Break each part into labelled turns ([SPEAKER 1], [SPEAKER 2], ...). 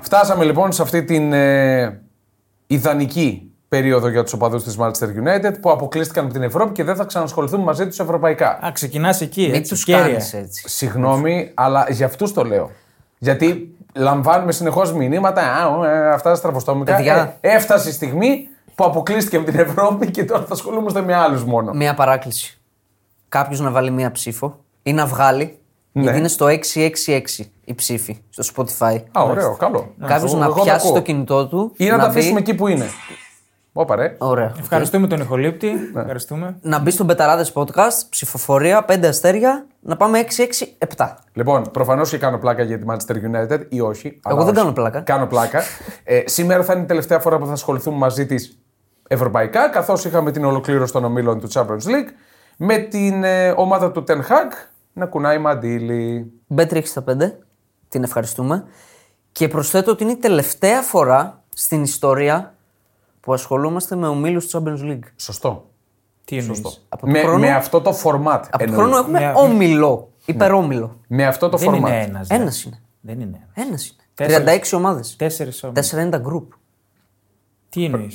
[SPEAKER 1] Φτάσαμε λοιπόν σε αυτή την ε, ιδανική περίοδο για τους οπαδούς της Manchester United που αποκλείστηκαν από την Ευρώπη και δεν θα ξανασχοληθούν μαζί τους ευρωπαϊκά.
[SPEAKER 2] Α, ξεκινάς εκεί.
[SPEAKER 3] Μην
[SPEAKER 2] έτσι,
[SPEAKER 3] τους
[SPEAKER 2] κέρια.
[SPEAKER 3] κάνεις έτσι.
[SPEAKER 1] Συγγνώμη, αλλά για αυτούς το λέω. Γιατί λαμβάνουμε συνεχώς μηνύματα. Α, ο, ε, αυτά τα στραβοστόμικα.
[SPEAKER 3] Παιδιά.
[SPEAKER 1] Ε, έφτασε η στιγμή που αποκλείστηκε από την Ευρώπη και τώρα θα ασχολούμαστε με άλλους μόνο.
[SPEAKER 3] Μία παράκληση. Κάποιος να βάλει μία ψήφο ή να βγάλει.
[SPEAKER 1] Ναι.
[SPEAKER 3] Γιατί είναι στο 666 η ψήφη στο Spotify.
[SPEAKER 1] Α, ωραίο, καλό.
[SPEAKER 3] Κάποιος
[SPEAKER 1] Εγώ-
[SPEAKER 3] να
[SPEAKER 1] εγώ
[SPEAKER 3] πιάσει
[SPEAKER 1] ακούω.
[SPEAKER 3] το κινητό του.
[SPEAKER 1] Ή να, τα
[SPEAKER 3] μπει-
[SPEAKER 1] αφήσουμε εκεί που είναι. Όπα ρε.
[SPEAKER 3] Ωραία.
[SPEAKER 2] Ευχαριστούμε τον Ιχολήπτη.
[SPEAKER 3] Ναι.
[SPEAKER 2] Ευχαριστούμε.
[SPEAKER 3] Να μπει στο Μπεταράδες Podcast, ψηφοφορία, 5 αστέρια, να πάμε 667.
[SPEAKER 1] Λοιπόν, προφανώς και κάνω πλάκα για τη Manchester United ή όχι. αλλά
[SPEAKER 3] Εγώ δεν
[SPEAKER 1] όχι.
[SPEAKER 3] κάνω πλάκα.
[SPEAKER 1] Κάνω πλάκα. Ε, σήμερα θα είναι η τελευταία φορά που θα ασχοληθούμε μαζί της ευρωπαϊκά, καθώς είχαμε την ολοκλήρωση των ομίλων του Champions League με την ε, ομάδα του Ten Hag να κουνάει μαντίλι.
[SPEAKER 3] Bet365, την ευχαριστούμε. Και προσθέτω ότι είναι η τελευταία φορά στην ιστορία που ασχολούμαστε με ομίλους του Champions League.
[SPEAKER 1] Σωστό.
[SPEAKER 2] Τι εννοείς.
[SPEAKER 3] Από
[SPEAKER 1] Με,
[SPEAKER 3] τον χρόνο,
[SPEAKER 1] με αυτό το format.
[SPEAKER 3] από τον
[SPEAKER 1] εννοείς.
[SPEAKER 3] χρόνο έχουμε
[SPEAKER 2] Ναι.
[SPEAKER 3] όμιλο.
[SPEAKER 1] Ναι.
[SPEAKER 3] Υπερόμιλο.
[SPEAKER 1] Με αυτό το
[SPEAKER 2] Δεν
[SPEAKER 1] format.
[SPEAKER 2] είναι ένας.
[SPEAKER 3] Ένας είναι.
[SPEAKER 2] Δεν είναι ένας.
[SPEAKER 3] Ένας είναι.
[SPEAKER 2] Τέσσερις.
[SPEAKER 3] 36 ομάδες.
[SPEAKER 2] Τέσσερις όμω.
[SPEAKER 3] 490 group.
[SPEAKER 2] Τι εννοείς.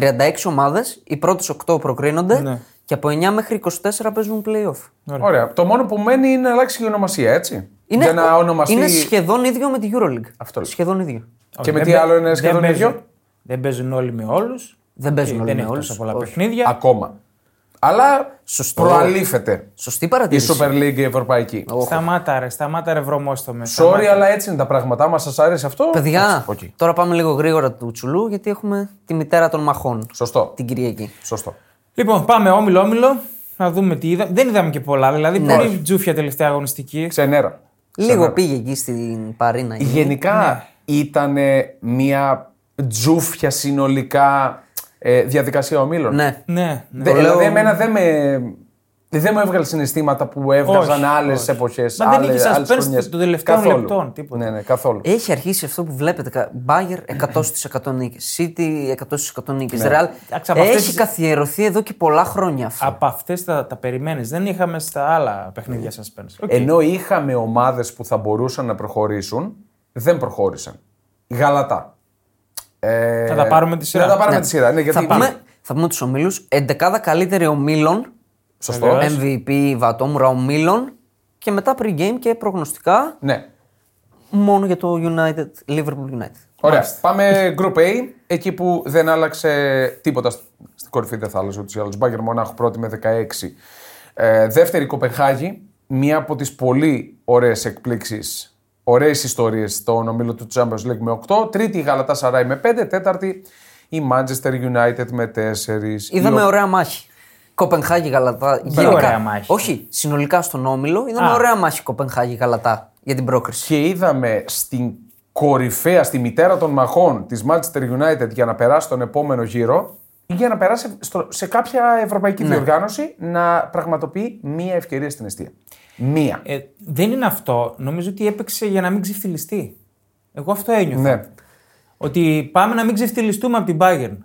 [SPEAKER 3] 36 ομάδε, οι πρώτες 8 προκρίνονται
[SPEAKER 2] Ναι.
[SPEAKER 3] και από 9 μέχρι 24 παίζουν playoff.
[SPEAKER 1] Ωραία. Το μόνο που μένει είναι να αλλάξει η ονομασία, έτσι.
[SPEAKER 3] ναι. Είναι,
[SPEAKER 1] Για να ονομαστεί.
[SPEAKER 3] είναι σχεδόν ίδιο με τη Euroleague.
[SPEAKER 1] Αυτό λέω.
[SPEAKER 3] Σχεδόν ίδιο.
[SPEAKER 1] Και με τι άλλο είναι σχεδόν ίδιο.
[SPEAKER 2] Δεν παίζουν όλοι με όλους.
[SPEAKER 3] Δεν παίζουν όλοι
[SPEAKER 2] Δεν
[SPEAKER 3] με
[SPEAKER 2] έχει
[SPEAKER 3] όλου.
[SPEAKER 2] τόσο πολλά παιχνίδια.
[SPEAKER 1] Ακόμα. Αλλά
[SPEAKER 3] Σωστό.
[SPEAKER 1] προαλήφεται
[SPEAKER 3] Σωστή
[SPEAKER 1] η
[SPEAKER 3] παρατήρηση.
[SPEAKER 1] Super League η ευρωπαϊκή.
[SPEAKER 2] Σταμάτα ρε, σταμάτα ρε βρωμόστομε.
[SPEAKER 1] Sorry,
[SPEAKER 2] σταμάτα.
[SPEAKER 1] αλλά έτσι είναι τα πράγματα. Άμα σας άρεσε αυτό.
[SPEAKER 3] Παιδιά,
[SPEAKER 1] εντάξει, οκ.
[SPEAKER 3] τώρα πάμε λίγο γρήγορα του τσουλού γιατί έχουμε τη μητέρα των μαχών
[SPEAKER 1] Σωστό.
[SPEAKER 3] την Κυριακή.
[SPEAKER 1] Σωστό.
[SPEAKER 2] Λοιπόν, πάμε όμιλο-όμιλο. Να δούμε τι είδα. Δεν είδαμε και πολλά, δηλαδή
[SPEAKER 3] Ναι.
[SPEAKER 2] πολύ τζούφια τελευταία αγωνιστική.
[SPEAKER 1] Ξενέρα.
[SPEAKER 3] Λίγο πήγε εκεί στην Παρίνα. εκεί.
[SPEAKER 1] Γενικά
[SPEAKER 3] ναι.
[SPEAKER 1] ήταν μια τζούφια συνολικά ε, διαδικασία ομίλων.
[SPEAKER 3] Ναι.
[SPEAKER 2] Ναι, ναι.
[SPEAKER 1] Δε,
[SPEAKER 3] Το
[SPEAKER 1] δηλαδή,
[SPEAKER 3] λέω-
[SPEAKER 1] εμένα δεν με. Δεν μου έβγαλε συναισθήματα που έβγαζαν
[SPEAKER 2] Όχι,
[SPEAKER 1] άλλες
[SPEAKER 2] όχι.
[SPEAKER 1] εποχές.
[SPEAKER 2] Μα δεν είχε suspense των τελευταίων λεπτών, τίποτα.
[SPEAKER 1] Ναι, ναι, καθόλου.
[SPEAKER 3] Έχει αρχίσει αυτό που βλέπετε. κα- Bayern 100% νίκε. City 100% νίκε. Real.
[SPEAKER 2] Εντάξει, από αυτές
[SPEAKER 3] Έχει
[SPEAKER 2] τις-
[SPEAKER 3] καθιερωθεί εδώ και πολλά χρόνια αυτό.
[SPEAKER 2] Από αυτές τα, τα περιμένεις. Δεν είχαμε στα άλλα παιχνίδια
[SPEAKER 3] Ε,
[SPEAKER 2] σας πέρσι. Οκ.
[SPEAKER 1] Ενώ είχαμε ομάδες που θα μπορούσαν να προχωρήσουν, δεν προχώρησαν. Γαλατά. Ε,
[SPEAKER 2] Θα τα πάρουμε τη σειρά.
[SPEAKER 1] Θα τα πάρουμε
[SPEAKER 3] Ναι.
[SPEAKER 1] τη σειρά. Ναι, γιατί
[SPEAKER 3] θα, πούμε, θα πούμε τους ομίλους. 11 καλύτερη ομίλων.
[SPEAKER 1] Σωστό.
[SPEAKER 2] Ναι, Βεβαίως.
[SPEAKER 3] MVP Βατόμουρα ομίλων. Και μετά pre-game και προγνωστικά
[SPEAKER 1] Ναι.
[SPEAKER 3] μόνο για το United, Liverpool United.
[SPEAKER 1] Ωραία. Πάμε Group A, εκεί που δεν άλλαξε τίποτα σ- στην κορυφή, δεν θα άλλαζε ούτως ή άλλως. Μπάγκερ Μονάχου πρώτη με 16. Ε, δεύτερη Κοπεχάγη, μία από τις πολύ ωραίες εκπλήξεις, ωραίες ιστορίες στον ομίλο του Champions League με 8. Τρίτη η Γαλατά Σαράι με 5. Τέταρτη η Manchester United με 4.
[SPEAKER 3] Είδαμε ωραία μάχη. Κοπενχάγη Γαλατά.
[SPEAKER 2] ωραία μάχη.
[SPEAKER 3] Όχι, συνολικά στον όμιλο είδαμε
[SPEAKER 2] Α.
[SPEAKER 3] ωραία μάχη Κοπενχάγη Γαλατά για την πρόκριση.
[SPEAKER 1] και είδαμε στην κορυφαία, στη μητέρα των μαχών της Manchester United για να περάσει τον επόμενο γύρο για να περάσει στο, σε κάποια ευρωπαϊκή
[SPEAKER 2] Ναι.
[SPEAKER 1] διοργάνωση να πραγματοποιεί μία ευκαιρία στην αιστεία. Μία.
[SPEAKER 2] Ε, δεν είναι αυτό. Νομίζω ότι έπαιξε για να μην ξεφτυλιστεί. Εγώ αυτό ένιωθα.
[SPEAKER 1] ναι.
[SPEAKER 2] Ότι πάμε να μην ξεφτυλιστούμε από την Bayern.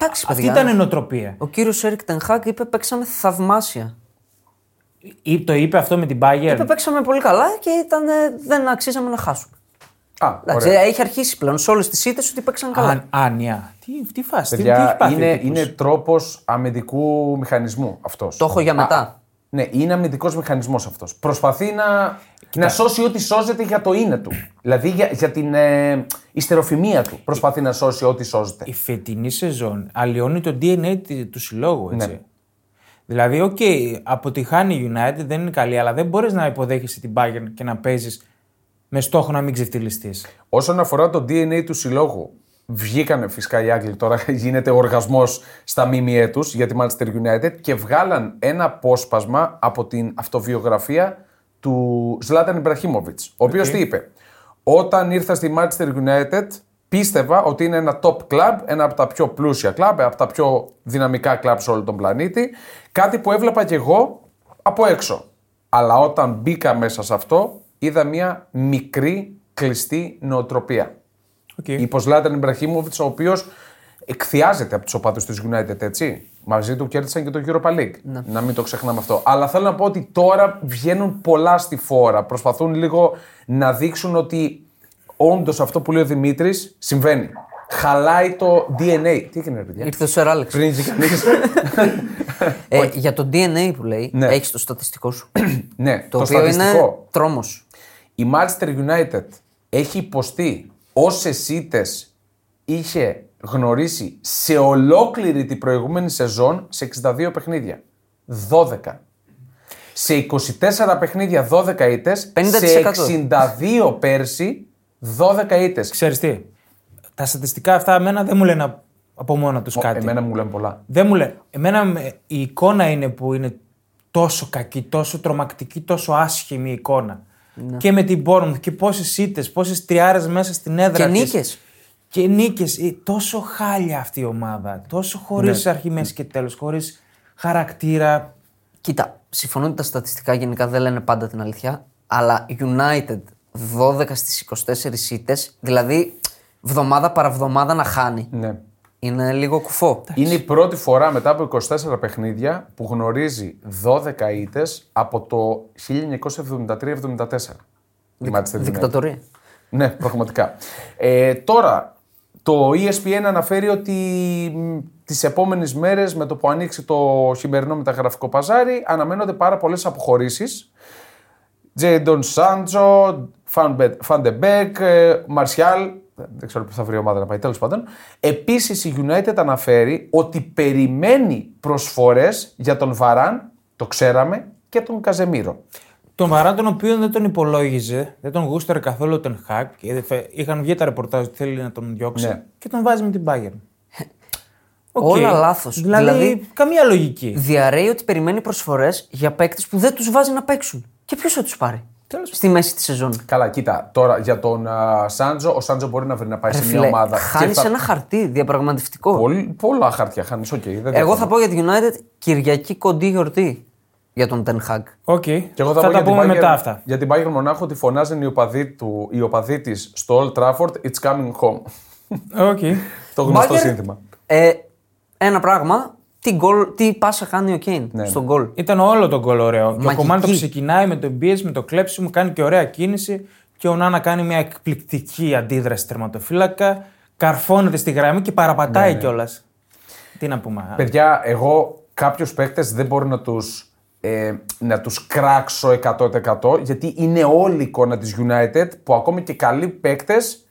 [SPEAKER 3] Εντάξει,
[SPEAKER 2] Αυτή
[SPEAKER 3] παιδιά.
[SPEAKER 2] ήταν η νοοτροπία.
[SPEAKER 3] Ο κύριος Έρικ Τενχάκ είπε παίξαμε θαυμάσια.
[SPEAKER 2] Ή- Το είπε αυτό με την
[SPEAKER 3] Είπε
[SPEAKER 1] Ε,
[SPEAKER 2] Bayern.
[SPEAKER 3] παίξαμε πολύ καλά και ήταν, ε, δεν αξίζαμε να χάσουμε.
[SPEAKER 1] Α,
[SPEAKER 3] Εντάξει,
[SPEAKER 1] ωραία. ναι.
[SPEAKER 3] έχει αρχίσει πλέον σε όλες τις ήττες ότι παίξαν καλά.
[SPEAKER 2] Αν- Άνια. Τι, τι φάση, τι, τι έχει
[SPEAKER 1] Παιδιά,
[SPEAKER 2] πάθει. ο
[SPEAKER 1] είναι,
[SPEAKER 2] τύπος.
[SPEAKER 1] είναι τρόπος αμυντικού μηχανισμού αυτός.
[SPEAKER 3] Το έχω για μετά.
[SPEAKER 1] Ναι, είναι αμυντικός μηχανισμός αυτός. Προσπαθεί να, να σώσει ό,τι σώζεται για το είναι του. Δηλαδή για, για την ε, ιστεροφημία του προσπαθεί να σώσει ό,τι σώζεται.
[SPEAKER 2] Η φετινή σεζόν αλλοιώνει το DNA τη- του συλλόγου, έτσι.
[SPEAKER 1] Ναι.
[SPEAKER 2] Δηλαδή, οκ, okay, αποτυχάνει η United, δεν είναι καλή, αλλά δεν μπορείς να υποδέχεσαι την Bayern και να παίζεις με στόχο να μην ξεφτυλιστείς.
[SPEAKER 1] Όσον αφορά το DNA του συλλόγου, βγήκανε φυσικά οι Άγγλοι τώρα, γίνεται οργασμός στα ΜΜΕ τους για τη Manchester United και βγάλαν ένα απόσπασμα από την αυτοβιογραφία του Ζλάταν Ιμπραχίμοβιτ. Ο οποίος τι είπε, Όταν ήρθα στη Manchester United, πίστευα ότι είναι ένα top club, ένα από τα πιο πλούσια club, από τα πιο δυναμικά club σε όλο τον πλανήτη. Κάτι που έβλεπα κι εγώ από έξω. Αλλά όταν μπήκα μέσα σε αυτό, είδα μια μικρή κλειστή νοοτροπία.
[SPEAKER 2] Okay.
[SPEAKER 1] Υπό Σλάταν Ιμπραχίμοβιτ, ο οποίος εκθιάζεται από τους οπαδούς της United, έτσι. Μαζί του κέρδισαν και το Europa League.
[SPEAKER 3] Ναι.
[SPEAKER 1] Να μην το ξεχνάμε αυτό. Αλλά θέλω να πω ότι τώρα βγαίνουν πολλά στη φόρα. Προσπαθούν λίγο να δείξουν ότι όντως αυτό που λέει ο Δημήτρης συμβαίνει. Χαλάει το DNA. Τι έγινε, ρε παιδιά.
[SPEAKER 3] Ήρθε ο Σερ Άλεξ.
[SPEAKER 1] Βρίζει κανείς.
[SPEAKER 3] Ε, για το DNA που λέει,
[SPEAKER 1] Ναι.
[SPEAKER 3] έχεις το στατιστικό σου.
[SPEAKER 1] ναι, το,
[SPEAKER 3] το, οποίο
[SPEAKER 1] στατιστικό.
[SPEAKER 3] είναι τρόμος.
[SPEAKER 1] Η Manchester United έχει υποστεί όσες ήττες είχε γνωρίσει σε ολόκληρη την προηγούμενη σεζόν σε 62 παιχνίδια. 12. Σε 24 παιχνίδια 12 ήττες,
[SPEAKER 3] 50%.
[SPEAKER 1] σε 62 πέρσι 12 ήττες.
[SPEAKER 2] Ξέρεις τι. Τα στατιστικά αυτά εμένα δεν μου λένε από μόνα τους κάτι.
[SPEAKER 1] Εμένα μου λένε πολλά.
[SPEAKER 2] Δεν μου λένε. Εμένα με- η εικόνα είναι που είναι τόσο κακή, τόσο τρομακτική, τόσο άσχημη η εικόνα. Και με την Bournemouth και πόσες ήττες, πόσες τριάρες μέσα στην έδρα.
[SPEAKER 3] Και
[SPEAKER 2] της.
[SPEAKER 3] νίκες.
[SPEAKER 2] Και νίκες. Τόσο χάλια αυτή η ομάδα. Τόσο χωρίς αρχή, μέση και τέλος. Χωρίς χαρακτήρα.
[SPEAKER 3] Κοίτα, συμφωνώ ότι τα στατιστικά γενικά δεν λένε πάντα την αλήθεια, αλλά United 12 στι 24 ήττες, δηλαδή βδομάδα παραβδομάδα να χάνει.
[SPEAKER 1] Ναι.
[SPEAKER 3] Είναι λίγο κουφό.
[SPEAKER 1] Είναι η πρώτη φορά μετά από 24 παιχνίδια που γνωρίζει 12 ήττες από το 1973-74. Η Manchester United.
[SPEAKER 3] Δικτατορία.
[SPEAKER 1] Ναι, πραγματικά. Ε, τώρα, το E ESPN αναφέρει ότι μ, τις επόμενες μέρες με το που ανοίξει το χειμερινό μεταγραφικό παζάρι αναμένονται πάρα πολλές αποχωρήσεις. Τζέιντον Σάντζο, Φαντεμπέκ, ε, Μαρσιάλ. Δεν ξέρω πού θα βρει η ομάδα να πάει, τέλος πάντων. Επίσης η United αναφέρει ότι περιμένει προσφορές για τον Βαράν, το ξέραμε, και τον Καζεμίρο.
[SPEAKER 2] Τον Βαράν τον οποίο δεν τον υπολόγιζε, δεν τον γούσταρε καθόλου τον Χακ. Είχαν βγει τα ρεπορτάζ ότι θέλει να τον διώξει
[SPEAKER 1] Ναι.
[SPEAKER 2] και τον βάζει με την Bayern. Οκ.
[SPEAKER 3] Όλα λάθος.
[SPEAKER 2] Δηλαδή,
[SPEAKER 3] Δηλαδή-
[SPEAKER 2] καμία λογική.
[SPEAKER 3] Διαρρέει ότι περιμένει προσφορές για παίκτες που δεν τους βάζει να παίξουν. Και ποιος θα τους πάρει.
[SPEAKER 2] Τέλος.
[SPEAKER 3] Στη μέση της σεζόν.
[SPEAKER 1] Καλά, κοίτα, τώρα για τον α, Σάντζο, ο Σάντζο μπορεί να βρει να πάει σε μια ομάδα. και
[SPEAKER 3] Χάνεις
[SPEAKER 1] θα-
[SPEAKER 3] ένα χαρτί διαπραγματευτικό.
[SPEAKER 1] Πολύ- πολλά χαρτιά χάνεις. Οκ, δεν
[SPEAKER 3] Εγώ
[SPEAKER 1] διαφωνώ.
[SPEAKER 3] θα πω για τη United Κυριακή κοντή γιορτή για τον Ten Hag.
[SPEAKER 2] Οκ.
[SPEAKER 1] Και εγώ πω
[SPEAKER 2] θα, τα
[SPEAKER 1] για την
[SPEAKER 2] πούμε
[SPEAKER 1] Bayern-
[SPEAKER 2] μετά αυτά.
[SPEAKER 1] Για την Bayern Μονάχο ότι φωνάζουν οι οπαδοί, του, οι οπαδοί της στο Old Trafford It's coming home.
[SPEAKER 2] Οκ.
[SPEAKER 1] το γνωστό
[SPEAKER 3] Bayern,
[SPEAKER 1] σύνθημα.
[SPEAKER 3] Ε, ένα πράγμα, τι, γκολ, τι πάσα χάνει ο Kane
[SPEAKER 1] Ναι,
[SPEAKER 3] στον γκολ.
[SPEAKER 2] Ήταν όλο τον γκολ ωραίο. Και ο
[SPEAKER 3] Μαγική.
[SPEAKER 2] Κομάν το ξεκινάει με τον πίεση, με το κλέψιμο, κάνει και ωραία κίνηση. Και ο Νάνα κάνει μια εκπληκτική αντίδραση τερματοφύλακα. Καρφώνεται στη γραμμή και
[SPEAKER 1] Ναι,
[SPEAKER 2] παραπατάει κιόλας. Τι να πούμε. άλλο.
[SPEAKER 1] Παιδιά, εγώ κάποιους παίκτες δεν μπορώ να τους ε, να τους κράξω 100% γιατί είναι όλη η εικόνα της United που ακόμη και καλοί παίκτες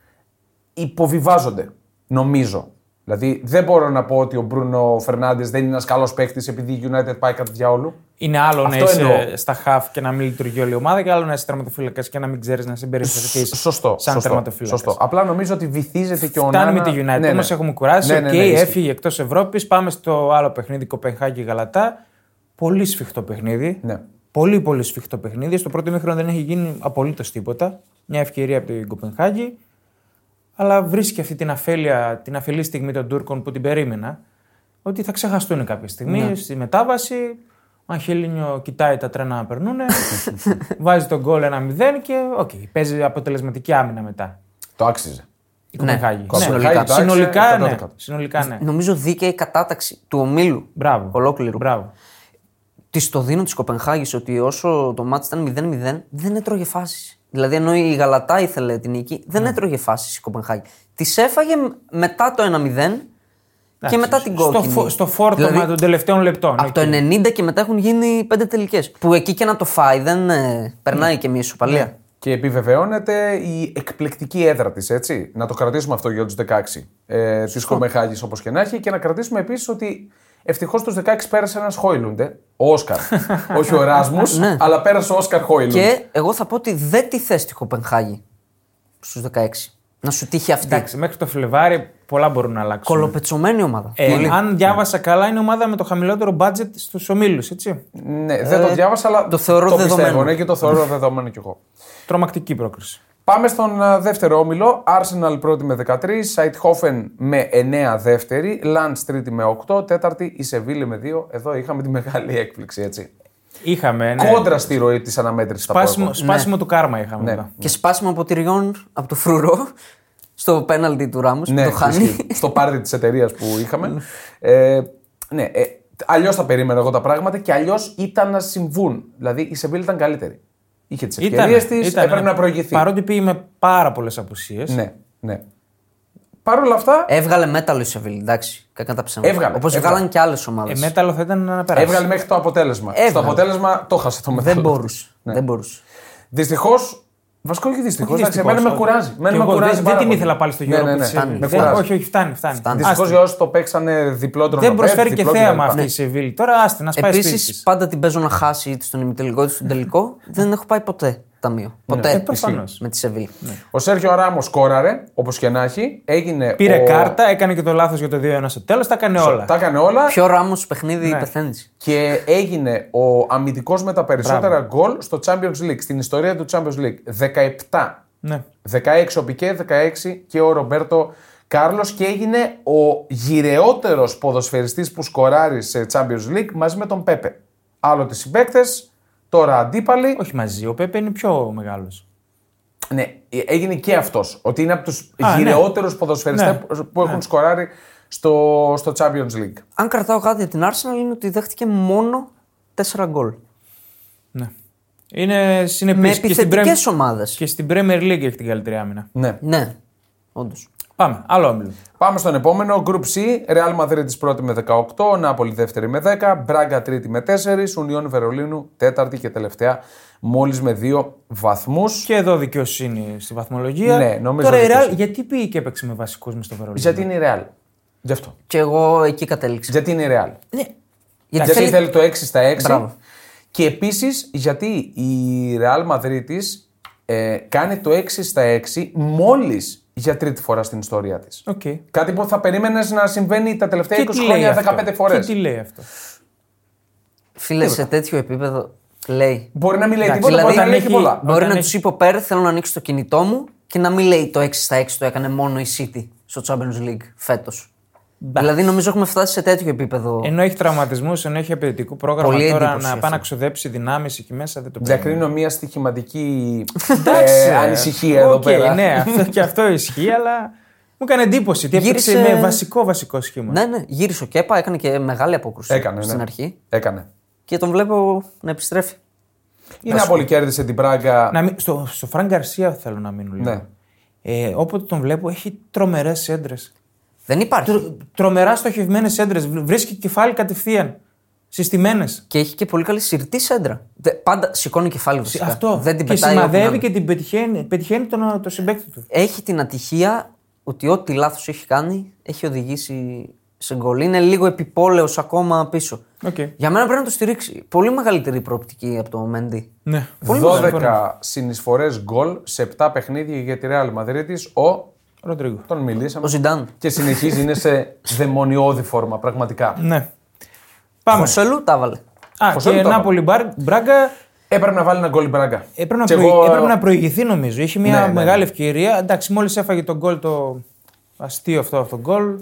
[SPEAKER 1] υποβιβάζονται, νομίζω. Δηλαδή δεν μπορώ να πω ότι ο Μπρούνο Φερνάντες δεν είναι ένας καλός παίκτης επειδή η United πάει κατά διάολου.
[SPEAKER 2] Είναι άλλο να
[SPEAKER 1] Αυτό
[SPEAKER 2] είσαι
[SPEAKER 1] εννοώ.
[SPEAKER 2] στα χαφ και να μην λειτουργεί όλη η ομάδα και άλλο να είσαι τερματοφύλακας και να μην ξέρεις να συμπεριφερθείς.
[SPEAKER 1] Σωστό.
[SPEAKER 2] Σαν
[SPEAKER 1] σωστό,
[SPEAKER 2] τερματοφύλακας.
[SPEAKER 1] σωστό. Απλά νομίζω ότι βυθίζεται και ο
[SPEAKER 2] Φτάνουμε
[SPEAKER 1] Νάνα-
[SPEAKER 2] τη United.
[SPEAKER 1] Ναι,
[SPEAKER 2] Ναι,
[SPEAKER 1] ναι.
[SPEAKER 2] έχουμε κουράσει.
[SPEAKER 1] Ναι,
[SPEAKER 2] Ναι,
[SPEAKER 1] ναι, ναι, ισχύει.
[SPEAKER 2] έφυγε εκτός Ευρώπης. Πάμε στο άλλο παιχνίδι Κοπενχάγη-Γαλατά. Πολύ σφιχτό παιχνίδι.
[SPEAKER 1] Ναι.
[SPEAKER 2] Πολύ, πολύ σφιχτό παιχνίδι. Στο πρώτο μήχρονο δεν έχει γίνει απολύτως τίποτα. Μια ευκαιρία από την Κοπενχάγη. Αλλά βρίσκει αυτή την, αφέλεια, την αφελή στιγμή των Τούρκων που την περίμενα. Ότι θα ξεχαστούν κάποια στιγμή
[SPEAKER 3] Ναι.
[SPEAKER 2] στη μετάβαση. Ο Αγχελίνιο κοιτάει τα τρένα να περνούν. βάζει τον γκολ 1-0 και οκ, παίζει αποτελεσματική άμυνα μετά.
[SPEAKER 1] Το άξιζε.
[SPEAKER 2] Η Κοπενχάγη.
[SPEAKER 1] Κοπενχάγη,
[SPEAKER 3] Ναι. συνολικά.
[SPEAKER 1] εντάξει,
[SPEAKER 2] Συνολικά ναι.
[SPEAKER 1] 100%.
[SPEAKER 2] Συνολικά ναι.
[SPEAKER 3] Νομίζω δίκαιη κατάταξη του ομίλου.
[SPEAKER 2] Μπράβο.
[SPEAKER 3] Ολόκληρου.
[SPEAKER 2] Μπράβο.
[SPEAKER 3] Τη το δίνω της Κοπενχάγης ότι όσο το μάτι ήταν 0-0, δεν έτρωγε φάσεις. Δηλαδή, ενώ η Γαλατά ήθελε την νίκη, δεν
[SPEAKER 2] Ναι.
[SPEAKER 3] έτρωγε φάσεις η Κοπενχάγη. Τη έφαγε μετά το 1-0 και μετά την
[SPEAKER 2] Στο,
[SPEAKER 3] κόκκινη.
[SPEAKER 2] φω- στο φόρτωμα
[SPEAKER 3] Δηλαδή,
[SPEAKER 2] των τελευταίων λεπτών.
[SPEAKER 3] Από το 90 και μετά έχουν γίνει πέντε τελικές. Που εκεί και να το φάει, δεν ε, περνάει
[SPEAKER 2] Ναι.
[SPEAKER 3] και μια ισοπαλία.
[SPEAKER 1] Και επιβεβαιώνεται η εκπληκτική έδρα της, έτσι. Να το κρατήσουμε αυτό για του 16 ε, της Κομεχάγη όπως και να έχει. Και να κρατήσουμε επίσης ότι ευτυχώς του 16 πέρασε ένας Χόιλουντ. Ο Όσκαρ. Όχι ο Εράσμους, αλλά πέρασε ο Όσκαρ Χόιλουντ.
[SPEAKER 3] Ναι.
[SPEAKER 2] Ναι.
[SPEAKER 3] Και εγώ θα πω ότι δεν τη θες τη Κοπενχάγη στους 16. Να σου τύχει αυτή.
[SPEAKER 2] Εντάξει, μέχρι το Φλεβάρι πολλά μπορούν να αλλάξουν.
[SPEAKER 3] Κολοπετσωμένη ομάδα.
[SPEAKER 2] Ε,
[SPEAKER 3] Πολύ.
[SPEAKER 1] Ναι.
[SPEAKER 2] αν διάβασα καλά, είναι η ομάδα με το χαμηλότερο μπάτζετ στους ομίλους.
[SPEAKER 1] Ναι, δεν το διάβασα, αλλά
[SPEAKER 3] ε, το θεωρώ δεδομένο.
[SPEAKER 1] πιστεύω, ναι, και το θεωρώ δεδομένο κι εγώ.
[SPEAKER 2] Τρομακτική πρόκριση.
[SPEAKER 1] Πάμε στον α, δεύτερο όμιλο. Arsenal πρώτη με 13, Σαϊτχόφεν με 9 δεύτερη, Λαντ τρίτη με 8, τέταρτη η Σεβίλη με 2. Εδώ είχαμε τη μεγάλη έκπληξη, έτσι.
[SPEAKER 2] Είχαμε. Ναι.
[SPEAKER 1] Κόντρα στη ροή της αναμέτρησης.
[SPEAKER 2] Σπάσιμο, σπάσιμο του κάρμα είχαμε.
[SPEAKER 1] Ναι.
[SPEAKER 2] εδώ.
[SPEAKER 3] Και σπάσιμο ποτηριών από το φρουρό στο πέναλτι του Ράμου.
[SPEAKER 1] Ναι,
[SPEAKER 3] το χάνει.
[SPEAKER 1] ισχύει. Στο πάρτι της εταιρείας που είχαμε. ε, ναι, ε, αλλιώς θα περίμενα εγώ τα πράγματα και αλλιώς ήταν να συμβούν. Δηλαδή η Σεβίλη ήταν καλύτερη. Είχε τις ευκαιρίες της, έπρεπε να προηγηθεί.
[SPEAKER 2] Παρότι πήγε με πάρα πολλές απουσίες.
[SPEAKER 1] Ναι, ναι. Παρ' όλα αυτά,
[SPEAKER 3] Έβγαλε μέταλλο η Σεβίλη, εντάξει. Κακά τα ψέματα.
[SPEAKER 1] Έβγαλε,
[SPEAKER 3] Όπως
[SPEAKER 1] έβγαλε.
[SPEAKER 3] βγάλαν και άλλες ομάδες.
[SPEAKER 2] Ε, μέταλλο θα ήταν να περάσει.
[SPEAKER 1] έβγαλε μέχρι το αποτέλεσμα. Στο
[SPEAKER 3] Έβγαλε.
[SPEAKER 1] αποτέλεσμα το χάσε το μετά.
[SPEAKER 3] Δεν μπορούσε.
[SPEAKER 1] Ναι.
[SPEAKER 3] Δεν μπορούσε.
[SPEAKER 1] Δυστυχώς. Βασικό και δυστυχώς.
[SPEAKER 2] Όχι δυστυχώς,
[SPEAKER 1] Εμένα με
[SPEAKER 2] όχι.
[SPEAKER 1] κουράζει.
[SPEAKER 2] Και
[SPEAKER 1] Εμένα με
[SPEAKER 2] εγώ
[SPEAKER 1] κουράζει
[SPEAKER 2] δεν-
[SPEAKER 1] πάρα
[SPEAKER 2] Δεν την
[SPEAKER 1] πολύ.
[SPEAKER 2] ήθελα πάλι στο
[SPEAKER 1] Ναι,
[SPEAKER 2] γύρο
[SPEAKER 1] ναι,
[SPEAKER 2] που
[SPEAKER 1] ναι.
[SPEAKER 2] της Ευρώπης.
[SPEAKER 1] Με
[SPEAKER 2] Δεν-
[SPEAKER 1] κουράζει.
[SPEAKER 2] Όχι, όχι, φτάνει. φτάνει.
[SPEAKER 3] Φτάνει.
[SPEAKER 2] Άστα.
[SPEAKER 1] Δυστυχώς για όσου το παίξανε διπλό τρονοπέ.
[SPEAKER 2] Δεν προσφέρει και
[SPEAKER 1] διπλό
[SPEAKER 2] θέαμα
[SPEAKER 1] κτλ.
[SPEAKER 2] αυτή η
[SPEAKER 1] Ναι.
[SPEAKER 2] Σεβίλη. Τώρα άστε να σπάει σπίτι
[SPEAKER 3] Επίση,
[SPEAKER 2] της.
[SPEAKER 3] πάντα την παίζω να χάσει είτε στον ημιτελικό είτε στον τελικό. δεν έχω πάει ποτέ ταμείο.
[SPEAKER 1] Ναι.
[SPEAKER 3] Ποτέ.
[SPEAKER 2] Ε, προφανώς. Ναι.
[SPEAKER 3] Με τη Σεβίλη.
[SPEAKER 1] Ο Σέρχιο Ράμος κόραρε, όπως και να έχει. Έγινε
[SPEAKER 2] Πήρε
[SPEAKER 1] ο-
[SPEAKER 2] κάρτα, έκανε και το λάθος για το 2-1 στο τέλος, τα έκανε όλα.
[SPEAKER 1] Τα έκανε όλα.
[SPEAKER 3] Ποιο ράμος παιχνίδι
[SPEAKER 2] Ναι.
[SPEAKER 3] πεθαίνεις.
[SPEAKER 1] Και έγινε ο αμυντικός με τα περισσότερα γκολ στο Champions League, στην ιστορία του Champions League. 17.
[SPEAKER 2] Ναι.
[SPEAKER 1] 16 ο Πικέ, 16 και ο Ρομπέρτο Κάρλος και έγινε ο γυρεότερος ποδοσφαιριστής που σκοράρει σε Champions League μαζί με τον Πέπε. Άλλο τι συμπαίκτες, τώρα αντίπαλοι.
[SPEAKER 2] Όχι μαζί, ο Πέπε είναι πιο μεγάλος.
[SPEAKER 1] Ναι, έγινε και αυτός. Ότι είναι από τους
[SPEAKER 2] Α, ναι.
[SPEAKER 1] γυρεότερους ποδοσφαιριστές
[SPEAKER 2] Ναι.
[SPEAKER 1] που έχουν σκοράρει στο, στο Champions League.
[SPEAKER 3] Αν κρατάω κάτι για την Arsenal είναι ότι δέχτηκε μόνο 4 γκολ.
[SPEAKER 2] Ναι. Είναι
[SPEAKER 3] Με
[SPEAKER 2] συνεπής και στην, Πρέμ-
[SPEAKER 3] επιθετικέ ομάδες.
[SPEAKER 2] και στην Premier League έχει την καλύτερη άμυνα.
[SPEAKER 1] Ναι.
[SPEAKER 3] Ναι, όντως.
[SPEAKER 2] Πάμε, άλλο όμιλο.
[SPEAKER 1] Πάμε στον επόμενο. Group C. Real Madrid πρώτη με 18, Νάπολη δεύτερη με 10, Μπράγκα τρίτη με 4, Ουνιόν Βερολίνου τέταρτη και τελευταία μόλις με 2 βαθμούς.
[SPEAKER 2] Και εδώ δικαιοσύνη στη βαθμολογία.
[SPEAKER 1] Ναι, νομίζω
[SPEAKER 2] Τώρα η Real
[SPEAKER 1] δικαιοσύνη.
[SPEAKER 2] γιατί πήγε και έπαιξε με βασικούς μες στο Βερολίνο.
[SPEAKER 1] Γιατί είναι η Real. Γι' αυτό.
[SPEAKER 3] Και εγώ εκεί κατέληξα.
[SPEAKER 1] Γιατί είναι η Real.
[SPEAKER 3] Ναι.
[SPEAKER 1] Γιατί
[SPEAKER 3] Γιατί
[SPEAKER 1] θέλει,
[SPEAKER 3] θέλει-
[SPEAKER 1] το 6 στα 6.
[SPEAKER 3] Μπράβο.
[SPEAKER 1] Και επίσης γιατί η Real Madrid ε, κάνει το 6 στα 6 μόλις για τρίτη φορά στην ιστορία της.
[SPEAKER 2] Οκ. Και
[SPEAKER 1] Κάτι που θα περίμενες να συμβαίνει τα τελευταία 20
[SPEAKER 2] τι λέει
[SPEAKER 1] χρόνια
[SPEAKER 2] αυτό?
[SPEAKER 1] 15 φορές.
[SPEAKER 2] Και τι λέει αυτό.
[SPEAKER 3] Φίλε, σε τέτοιο επίπεδο λέει.
[SPEAKER 1] Μπορεί να μην λέει
[SPEAKER 2] Εντάξει,
[SPEAKER 1] τίποτα, μπορεί να
[SPEAKER 2] δηλαδή
[SPEAKER 1] λέει και
[SPEAKER 2] έχει-
[SPEAKER 1] πολλά.
[SPEAKER 3] Μπορεί
[SPEAKER 2] Όταν
[SPEAKER 3] να
[SPEAKER 2] έχει-
[SPEAKER 3] του είπε ο Πέρ, θέλω να ανοίξω το κινητό μου και να μην λέει το 6 στα 6 το έκανε μόνο η City στο Champions League φέτος. Δηλαδή νομίζω έχουμε φτάσει σε τέτοιο επίπεδο.
[SPEAKER 2] Ενώ έχει τραυματισμούς, ενώ έχει απαιτητικό πρόγραμμα
[SPEAKER 3] Πολύ
[SPEAKER 2] τώρα
[SPEAKER 3] εντύπωση
[SPEAKER 2] να
[SPEAKER 3] αυτό.
[SPEAKER 2] πάει να ξοδέψει δυνάμεις εκεί μέσα δεν το παίρνει.
[SPEAKER 1] Διακρίνω μια στοιχηματική
[SPEAKER 2] Εντάξει,
[SPEAKER 1] ε, ανησυχία εδώ
[SPEAKER 2] οκ,
[SPEAKER 1] πέρα.
[SPEAKER 2] Ναι, αυτό και αυτό ισχύει, αλλά μου έκανε εντύπωση. Τι έπαιξε
[SPEAKER 3] Γύρισε-
[SPEAKER 2] με βασικό βασικό σχήμα.
[SPEAKER 3] Ναι, ναι, γύρισε ο Κέπα, έκανε και μεγάλη απόκρουση
[SPEAKER 1] Έκανε, ναι.
[SPEAKER 3] στην αρχή
[SPEAKER 1] Έκανε.
[SPEAKER 3] και τον βλέπω να επιστρέφει.
[SPEAKER 1] Η Νάπολη κέρδισε την Πράγκα.
[SPEAKER 2] Να μην- στο, στο Φραν Γκαρσία θέλω να μείνω λίγο.
[SPEAKER 1] Ναι.
[SPEAKER 2] Ε, όποτε τον βλέπω έχει τρομερές έντρες.
[SPEAKER 3] Δεν υπάρχει.
[SPEAKER 2] Τρομερά στοχευμένες έντρες. Βρίσκει κεφάλι κατευθείαν. Συστημένες.
[SPEAKER 3] Και έχει και πολύ καλή συρτή σέντρα. Δε- Πάντα σηκώνει κεφάλι βασικά.
[SPEAKER 2] Αυτό.
[SPEAKER 3] Δεν την
[SPEAKER 2] και
[SPEAKER 3] πετάει όπου να
[SPEAKER 2] σημαδεύει
[SPEAKER 3] είναι.
[SPEAKER 2] και την πετυχαίνει, πετυχαίνει τον, τον συμπέκτη του.
[SPEAKER 3] Έχει την ατυχία ότι ό,τι λάθος έχει κάνει έχει οδηγήσει σε γκολ. Είναι λίγο επιπόλαιος ακόμα πίσω.
[SPEAKER 2] Οκ.
[SPEAKER 3] Για μένα πρέπει να το στηρίξει. Πολύ μεγαλύτερη προοπτική από το Μέντι.
[SPEAKER 2] Ναι.
[SPEAKER 1] 12 συνεισφορές γκολ σε 7 παιχνίδια για τη Real Madrid. Ο.
[SPEAKER 2] Ροντρίγκο.
[SPEAKER 1] Τον μιλήσαμε.
[SPEAKER 3] Ο Ζιντάν.
[SPEAKER 1] Και συνεχίζει, είναι σε δαιμονιώδη φόρμα, πραγματικά.
[SPEAKER 2] Ναι. Πάμε.
[SPEAKER 3] Χωσέλου τα βάλε.
[SPEAKER 2] Α,
[SPEAKER 1] Χωσέ
[SPEAKER 2] και
[SPEAKER 1] το έβαλε.
[SPEAKER 2] Νάπολη Μπαρ- Μπράγκα
[SPEAKER 1] Έπρεπε να βάλει ένα γκολ η Μπράγκα.
[SPEAKER 2] Έπρεπε να,
[SPEAKER 1] Και
[SPEAKER 2] προη...
[SPEAKER 1] εγώ-
[SPEAKER 2] έπρεπε να προηγηθεί νομίζω. Είχε μια
[SPEAKER 1] Ναι, ναι, ναι.
[SPEAKER 2] μεγάλη ευκαιρία. Εντάξει, μόλις έφαγε τον γκολ το αστείο αυτό, αυτό το γκολ.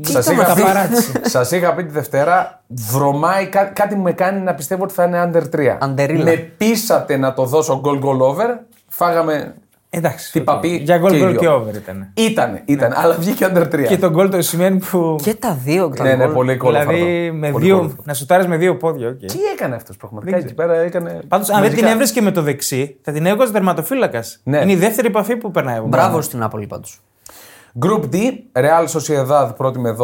[SPEAKER 1] Σας
[SPEAKER 3] ήταν
[SPEAKER 1] είχα,
[SPEAKER 2] αυτά,
[SPEAKER 1] πει...
[SPEAKER 2] παράτησε.
[SPEAKER 1] σας είχα πει τη Δευτέρα, βρωμάει κά... κάτι που με κάνει να πιστεύω ότι θα είναι under 3.
[SPEAKER 3] Αντερίλα.
[SPEAKER 1] Με πείσατε να το δώσω goal goal over, φάγαμε.
[SPEAKER 2] Εντάξει.
[SPEAKER 1] Τι
[SPEAKER 2] οκ.
[SPEAKER 1] παπί
[SPEAKER 2] Για γκολ
[SPEAKER 1] και
[SPEAKER 2] γκολ
[SPEAKER 1] ίδιο.
[SPEAKER 2] και over ήταν.
[SPEAKER 1] Ήτανε, ήταν, αλλά βγήκε under 3.
[SPEAKER 2] Και τον γκολ το σημαίνει που.
[SPEAKER 3] Και τα δύο. τα
[SPEAKER 1] Ναι, ναι,
[SPEAKER 3] γκολ.
[SPEAKER 1] πολύ γκολ
[SPEAKER 2] δηλαδή
[SPEAKER 1] φάρτο.
[SPEAKER 2] με
[SPEAKER 1] Πολύ
[SPEAKER 2] δύο,
[SPEAKER 1] γκολ.
[SPEAKER 2] να σουτάρεις με δύο πόδια. Okay.
[SPEAKER 1] Τι έκανε αυτός πραγματικά εκεί πέρα, έκανε.
[SPEAKER 2] Πάντως, αν δεν
[SPEAKER 1] μαγικά.
[SPEAKER 2] την έβρισκε με το δεξί, θα την έβγαζε τερματοφύλακας.
[SPEAKER 1] Ναι.
[SPEAKER 2] Είναι η δεύτερη επαφή που περνάει.
[SPEAKER 3] Μπράβο στην Άπολη πάντως.
[SPEAKER 1] Group D, Real Sociedad πρώτη με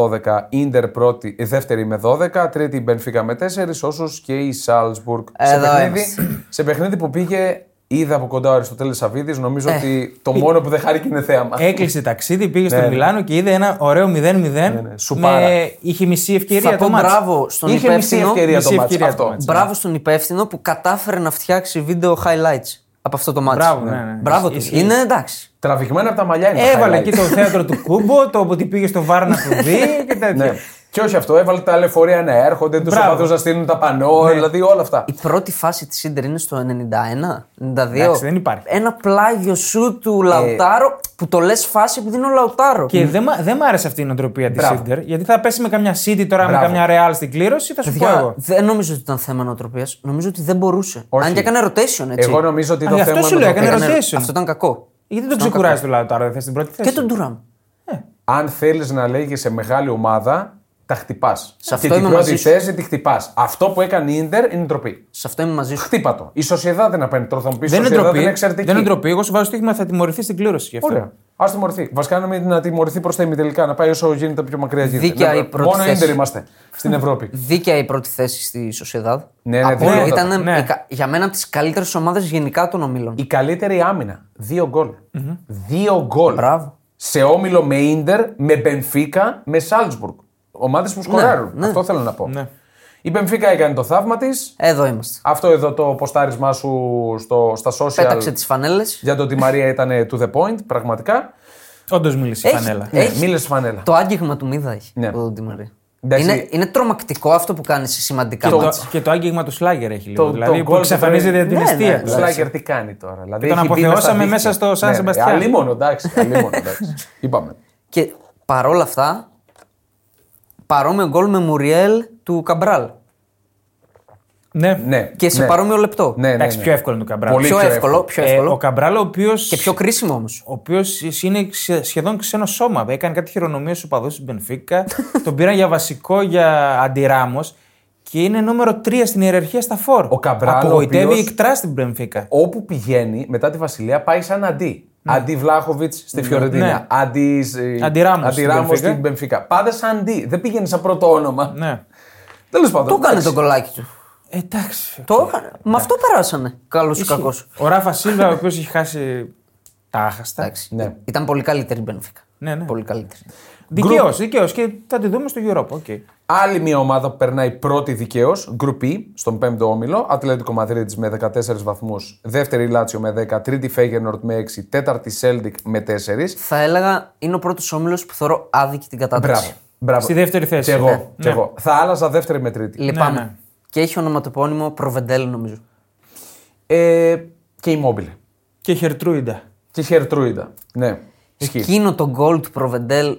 [SPEAKER 1] 12, Inter πρώτη, ε, δεύτερη με 12, τρίτη η Benfica με 4, όσους και η Salzburg. σε,
[SPEAKER 3] Εδώ
[SPEAKER 1] παιχνίδι, σε παιχνίδι που πήγε, είδα από κοντά ο Αριστοτέλης Σαββίδης, νομίζω
[SPEAKER 3] Ε.
[SPEAKER 1] ότι το μόνο που δεν χάρηκε είναι θέαμα.
[SPEAKER 2] Έκλεισε ταξίδι, πήγε στο
[SPEAKER 1] ναι.
[SPEAKER 2] Μιλάνο και είδε ένα ωραίο 0-0.
[SPEAKER 1] ναι, σουπάρα.
[SPEAKER 2] με- Είχε μισή ευκαιρία
[SPEAKER 3] Θα
[SPEAKER 2] το
[SPEAKER 3] πω
[SPEAKER 2] μάτς.
[SPEAKER 3] μπράβο στον
[SPEAKER 1] Είχε μισή
[SPEAKER 3] υπεύθυνο.
[SPEAKER 1] ευκαιρία
[SPEAKER 2] μισή
[SPEAKER 1] το μάτς,
[SPEAKER 2] ευκαιρία το
[SPEAKER 1] αυτό.
[SPEAKER 2] μάτς. ναι.
[SPEAKER 3] Μπράβο στον υπεύθυνο που κατάφερε να φτιάξει βίντεο highlights από αυτό το μάτι.
[SPEAKER 2] Μπράβο, ναι, ναι.
[SPEAKER 3] Μπράβο του.
[SPEAKER 2] Ισχύει.
[SPEAKER 3] Είναι εντάξει.
[SPEAKER 1] Τραβηγμένα από τα μαλλιά είναι τα
[SPEAKER 2] Έβαλε
[SPEAKER 1] highlights.
[SPEAKER 2] εκεί το θέατρο του Κούμπο, το ότι πήγε στο Βάρ να του δει και τέτοια.
[SPEAKER 1] Ναι. Και όχι αυτό, έβαλε τα λεωφορεία να έρχονται, τους
[SPEAKER 2] Μπράβο. Ναι.
[SPEAKER 1] οπαδούς να στείλουν τα πανό, δηλαδή όλα αυτά.
[SPEAKER 3] Η πρώτη φάση της Ιντερ είναι στο 91, 92.
[SPEAKER 2] Εντάξει, δεν υπάρχει.
[SPEAKER 3] Ένα πλάγιο σου του Λαουτάρο που το λες φάση επειδή είναι ο Λαουτάρο.
[SPEAKER 2] Και δεν μ' δεν μ' άρεσε αυτή η νοοτροπία της
[SPEAKER 1] Μπράβο.
[SPEAKER 2] Ιντερ, γιατί θα πέσει με καμιά City τώρα,
[SPEAKER 1] Μπράβο.
[SPEAKER 2] με καμιά Real στην κλήρωση, θα σου πω
[SPEAKER 3] Παιδιά,
[SPEAKER 2] εγώ.
[SPEAKER 3] δεν νομίζω ότι ήταν θέμα νοοτροπίας. Νομίζω ότι δεν μπορούσε.
[SPEAKER 1] Όχι.
[SPEAKER 3] Αν και έκανε rotation, έτσι.
[SPEAKER 1] Εγώ νομίζω ότι
[SPEAKER 2] Α,
[SPEAKER 1] το
[SPEAKER 2] γι' αυτό
[SPEAKER 1] θέμα
[SPEAKER 2] σου
[SPEAKER 1] με
[SPEAKER 2] λέω,
[SPEAKER 1] το
[SPEAKER 2] έκανε
[SPEAKER 1] Tottenham-
[SPEAKER 2] rotation.
[SPEAKER 3] Αυτό ήταν κακό.
[SPEAKER 2] Γιατί δεν τον ξεκουράζει το Λαουτάρο, δεν θες την πρώτη θέση.
[SPEAKER 3] Και τον Τουράμ.
[SPEAKER 1] Αν θέλεις να λέγεσαι μεγάλη ομάδα, τα χτυπάς.
[SPEAKER 3] Σε αυτό
[SPEAKER 1] Και την
[SPEAKER 3] είμαι
[SPEAKER 1] πρώτη
[SPEAKER 3] μαζί σου.
[SPEAKER 1] θέση τη χτυπάς. Αυτό που έκανε η ντερ είναι ντροπή.
[SPEAKER 3] Σε αυτό είμαι μαζί σου.
[SPEAKER 1] Χτύπα το. Η Σοσιαδά δεν απέναντι. Τώρα θα μου πει:
[SPEAKER 2] Δεν είναι,
[SPEAKER 1] Σοσιαδά
[SPEAKER 2] ντροπή,
[SPEAKER 1] δεν είναι
[SPEAKER 2] δεν
[SPEAKER 1] εξαιρετική.
[SPEAKER 2] είναι ντροπή. Εγώ σου βάζω στοίχημα θα τιμωρηθεί στην κλήρωση γι' αυτό.
[SPEAKER 1] Ωραία. Ας τιμωρηθεί. Βασικά να, μην, να τιμωρηθεί προς τα ημιτελικά, να πάει όσο γίνεται πιο μακριά γίνεται.
[SPEAKER 3] Δίκαια
[SPEAKER 1] Ναι,
[SPEAKER 3] η πρώτη
[SPEAKER 1] Μόνο
[SPEAKER 3] θέση.
[SPEAKER 1] Ιντερ είμαστε στην Ευρώπη.
[SPEAKER 3] Δίκαια η πρώτη θέση στη Σοσιαδάδ.
[SPEAKER 1] Ναι, ναι,
[SPEAKER 3] Από
[SPEAKER 1] ναι,
[SPEAKER 3] όλα
[SPEAKER 1] ναι.
[SPEAKER 3] ήταν
[SPEAKER 2] Ναι.
[SPEAKER 3] η κα- για μένα από τις καλύτερες ομάδες γενικά των ομίλων.
[SPEAKER 1] Η καλύτερη άμυνα. Δύο γκολ. Δύο γκολ.
[SPEAKER 3] Μπράβο.
[SPEAKER 1] Σε όμιλο με Ιντερ, με Μπενφίκα, με Σάλτσμπουργκ. Ομάδες που σκοράρουν.
[SPEAKER 3] ναι.
[SPEAKER 1] Αυτό θέλω να πω.
[SPEAKER 2] Ναι.
[SPEAKER 1] Η Μπενφίκα έκανε το θαύμα της.
[SPEAKER 3] Εδώ είμαστε.
[SPEAKER 1] Αυτό εδώ το ποστάρισμά σου στο, στα social
[SPEAKER 3] Πέταξε τις φανέλες.
[SPEAKER 1] για το ότι η Μαρία ήταν ε, to the point, πραγματικά.
[SPEAKER 2] Όντως μίλησε η
[SPEAKER 3] Έχει-
[SPEAKER 2] φανέλα.
[SPEAKER 3] Ε, Έχει-
[SPEAKER 1] Ναι, μίλες φανέλα.
[SPEAKER 3] Το άγγιγμα του Μίδα έχει.
[SPEAKER 1] Ναι.
[SPEAKER 3] Ναι. Το Ντιμαρί.
[SPEAKER 1] Εντάξει.
[SPEAKER 3] Είναι, είναι τρομακτικό αυτό που κάνεις σε σημαντικά
[SPEAKER 2] Και,
[SPEAKER 3] μάτσα.
[SPEAKER 2] το, και το άγγιγμα του Σλάγκερ έχει λίγο.
[SPEAKER 1] Το- το
[SPEAKER 2] δηλαδή που
[SPEAKER 1] γκολ
[SPEAKER 2] εξαφανίζεται
[SPEAKER 1] του
[SPEAKER 2] από την
[SPEAKER 3] Ναι, ναι,
[SPEAKER 2] αιστεία.
[SPEAKER 1] Ο
[SPEAKER 2] του.
[SPEAKER 1] Σλάγκερ τι κάνει τώρα. Δηλαδή
[SPEAKER 2] τον
[SPEAKER 1] έχει μπει μες στα Ναι,
[SPEAKER 2] αποθεώσαμε
[SPEAKER 1] δίχτυα.
[SPEAKER 2] μέσα στο Σαν Σεμπαστιάν.
[SPEAKER 1] Αλλήμον, εντάξει. αλλήμον, εντάξει. Είπαμε.
[SPEAKER 3] Και παρόλα αυτά, παρόμοιο γκολ με Μουριέλ του Καμπράλ.
[SPEAKER 2] Ναι.
[SPEAKER 1] Ναι,
[SPEAKER 3] Και σε
[SPEAKER 1] ναι.
[SPEAKER 3] παρόμοιο λεπτό.
[SPEAKER 1] Ναι, ναι,
[SPEAKER 2] Εντάξει,
[SPEAKER 1] ναι.
[SPEAKER 2] πιο εύκολο είναι το Καμπράλ.
[SPEAKER 1] Πολύ
[SPEAKER 3] Πιο,
[SPEAKER 1] πιο
[SPEAKER 3] εύκολο,
[SPEAKER 1] εύκολο.
[SPEAKER 3] πιο
[SPEAKER 2] Ε,
[SPEAKER 3] εύκολο.
[SPEAKER 2] ο Καμπράλ, ο οποίος
[SPEAKER 3] Και πιο κρίσιμο όμως.
[SPEAKER 2] ο οποίος είναι ξε- σχεδόν ξένο σώμα. Έκανε κάτι χειρονομία στου παδού της Μπενφίκα. τον πήραν για βασικό για αντιράμος και είναι νούμερο 3 στην ιεραρχία στα φόρ.
[SPEAKER 1] Ο Καμπράλ, ο
[SPEAKER 2] Απογοητεύει
[SPEAKER 1] οποίος-
[SPEAKER 2] ικτρά στην Μπενφίκα.
[SPEAKER 1] Όπου πηγαίνει μετά τη Βασιλεία πάει σαν αντί. Αντί Βλάχοβιτ στη Φιωρεντίνα.
[SPEAKER 2] Ναι.
[SPEAKER 1] Αντί, ε,
[SPEAKER 2] Αντί Ράμος
[SPEAKER 1] αντί
[SPEAKER 2] στην
[SPEAKER 1] Ράμος
[SPEAKER 2] Μπενφίκα.
[SPEAKER 1] στην Μπενφίκα. Πάντα σαν αντί. Δεν πήγαινε σαν πρώτο όνομα.
[SPEAKER 2] Ναι.
[SPEAKER 1] Τέλος πάντων.
[SPEAKER 3] Το έκανε
[SPEAKER 1] εντάξει.
[SPEAKER 3] το γκολάκι του.
[SPEAKER 2] Εντάξει.
[SPEAKER 3] Το έκανε. Με αυτό περάσανε. Καλός ή κακός.
[SPEAKER 2] Ο Ράφα Σίλβα, ο οποίος έχει χάσει τα άχαστα.
[SPEAKER 3] Εντάξει.
[SPEAKER 1] Ναι.
[SPEAKER 3] Ήταν πολύ καλύτερη η Μπενφίκα.
[SPEAKER 2] Ναι, ναι.
[SPEAKER 3] Πολύ καλύτερη.
[SPEAKER 2] Δικαίως, δικαίως. Και θα τη δούμε στο Europa. οκ.
[SPEAKER 1] Άλλη μια ομάδα που περνάει πρώτη δικαίως, γκρουπή, στον 5ο όμιλο. Ατλέτικο Μαδρίτη με 14 βαθμούς, δεύτερη Λάτσιο με 10, τρίτη Φέγενορτ με 6, τέταρτη Σέλντικ με 4.
[SPEAKER 3] Θα έλεγα είναι ο πρώτος όμιλος που θεωρώ άδικη την κατάταξη.
[SPEAKER 1] Μπράβο. Μπράβο.
[SPEAKER 2] Στη δεύτερη θέση.
[SPEAKER 1] Και εγώ.
[SPEAKER 2] Ναι.
[SPEAKER 1] και εγώ. Θα άλλαζα δεύτερη με τρίτη.
[SPEAKER 3] Λυπάμαι.
[SPEAKER 2] Ναι, ναι.
[SPEAKER 3] Και έχει ονοματεπώνυμο Προβεντέλ, νομίζω.
[SPEAKER 1] Ε, και η Μόμπιλε.
[SPEAKER 2] Και η Χερτρούιντα.
[SPEAKER 1] Και η Χερτρούιντα. Ναι.
[SPEAKER 2] Ε,
[SPEAKER 1] Ισχύει.
[SPEAKER 3] Εκείνο το γκολ του Προβεντέλ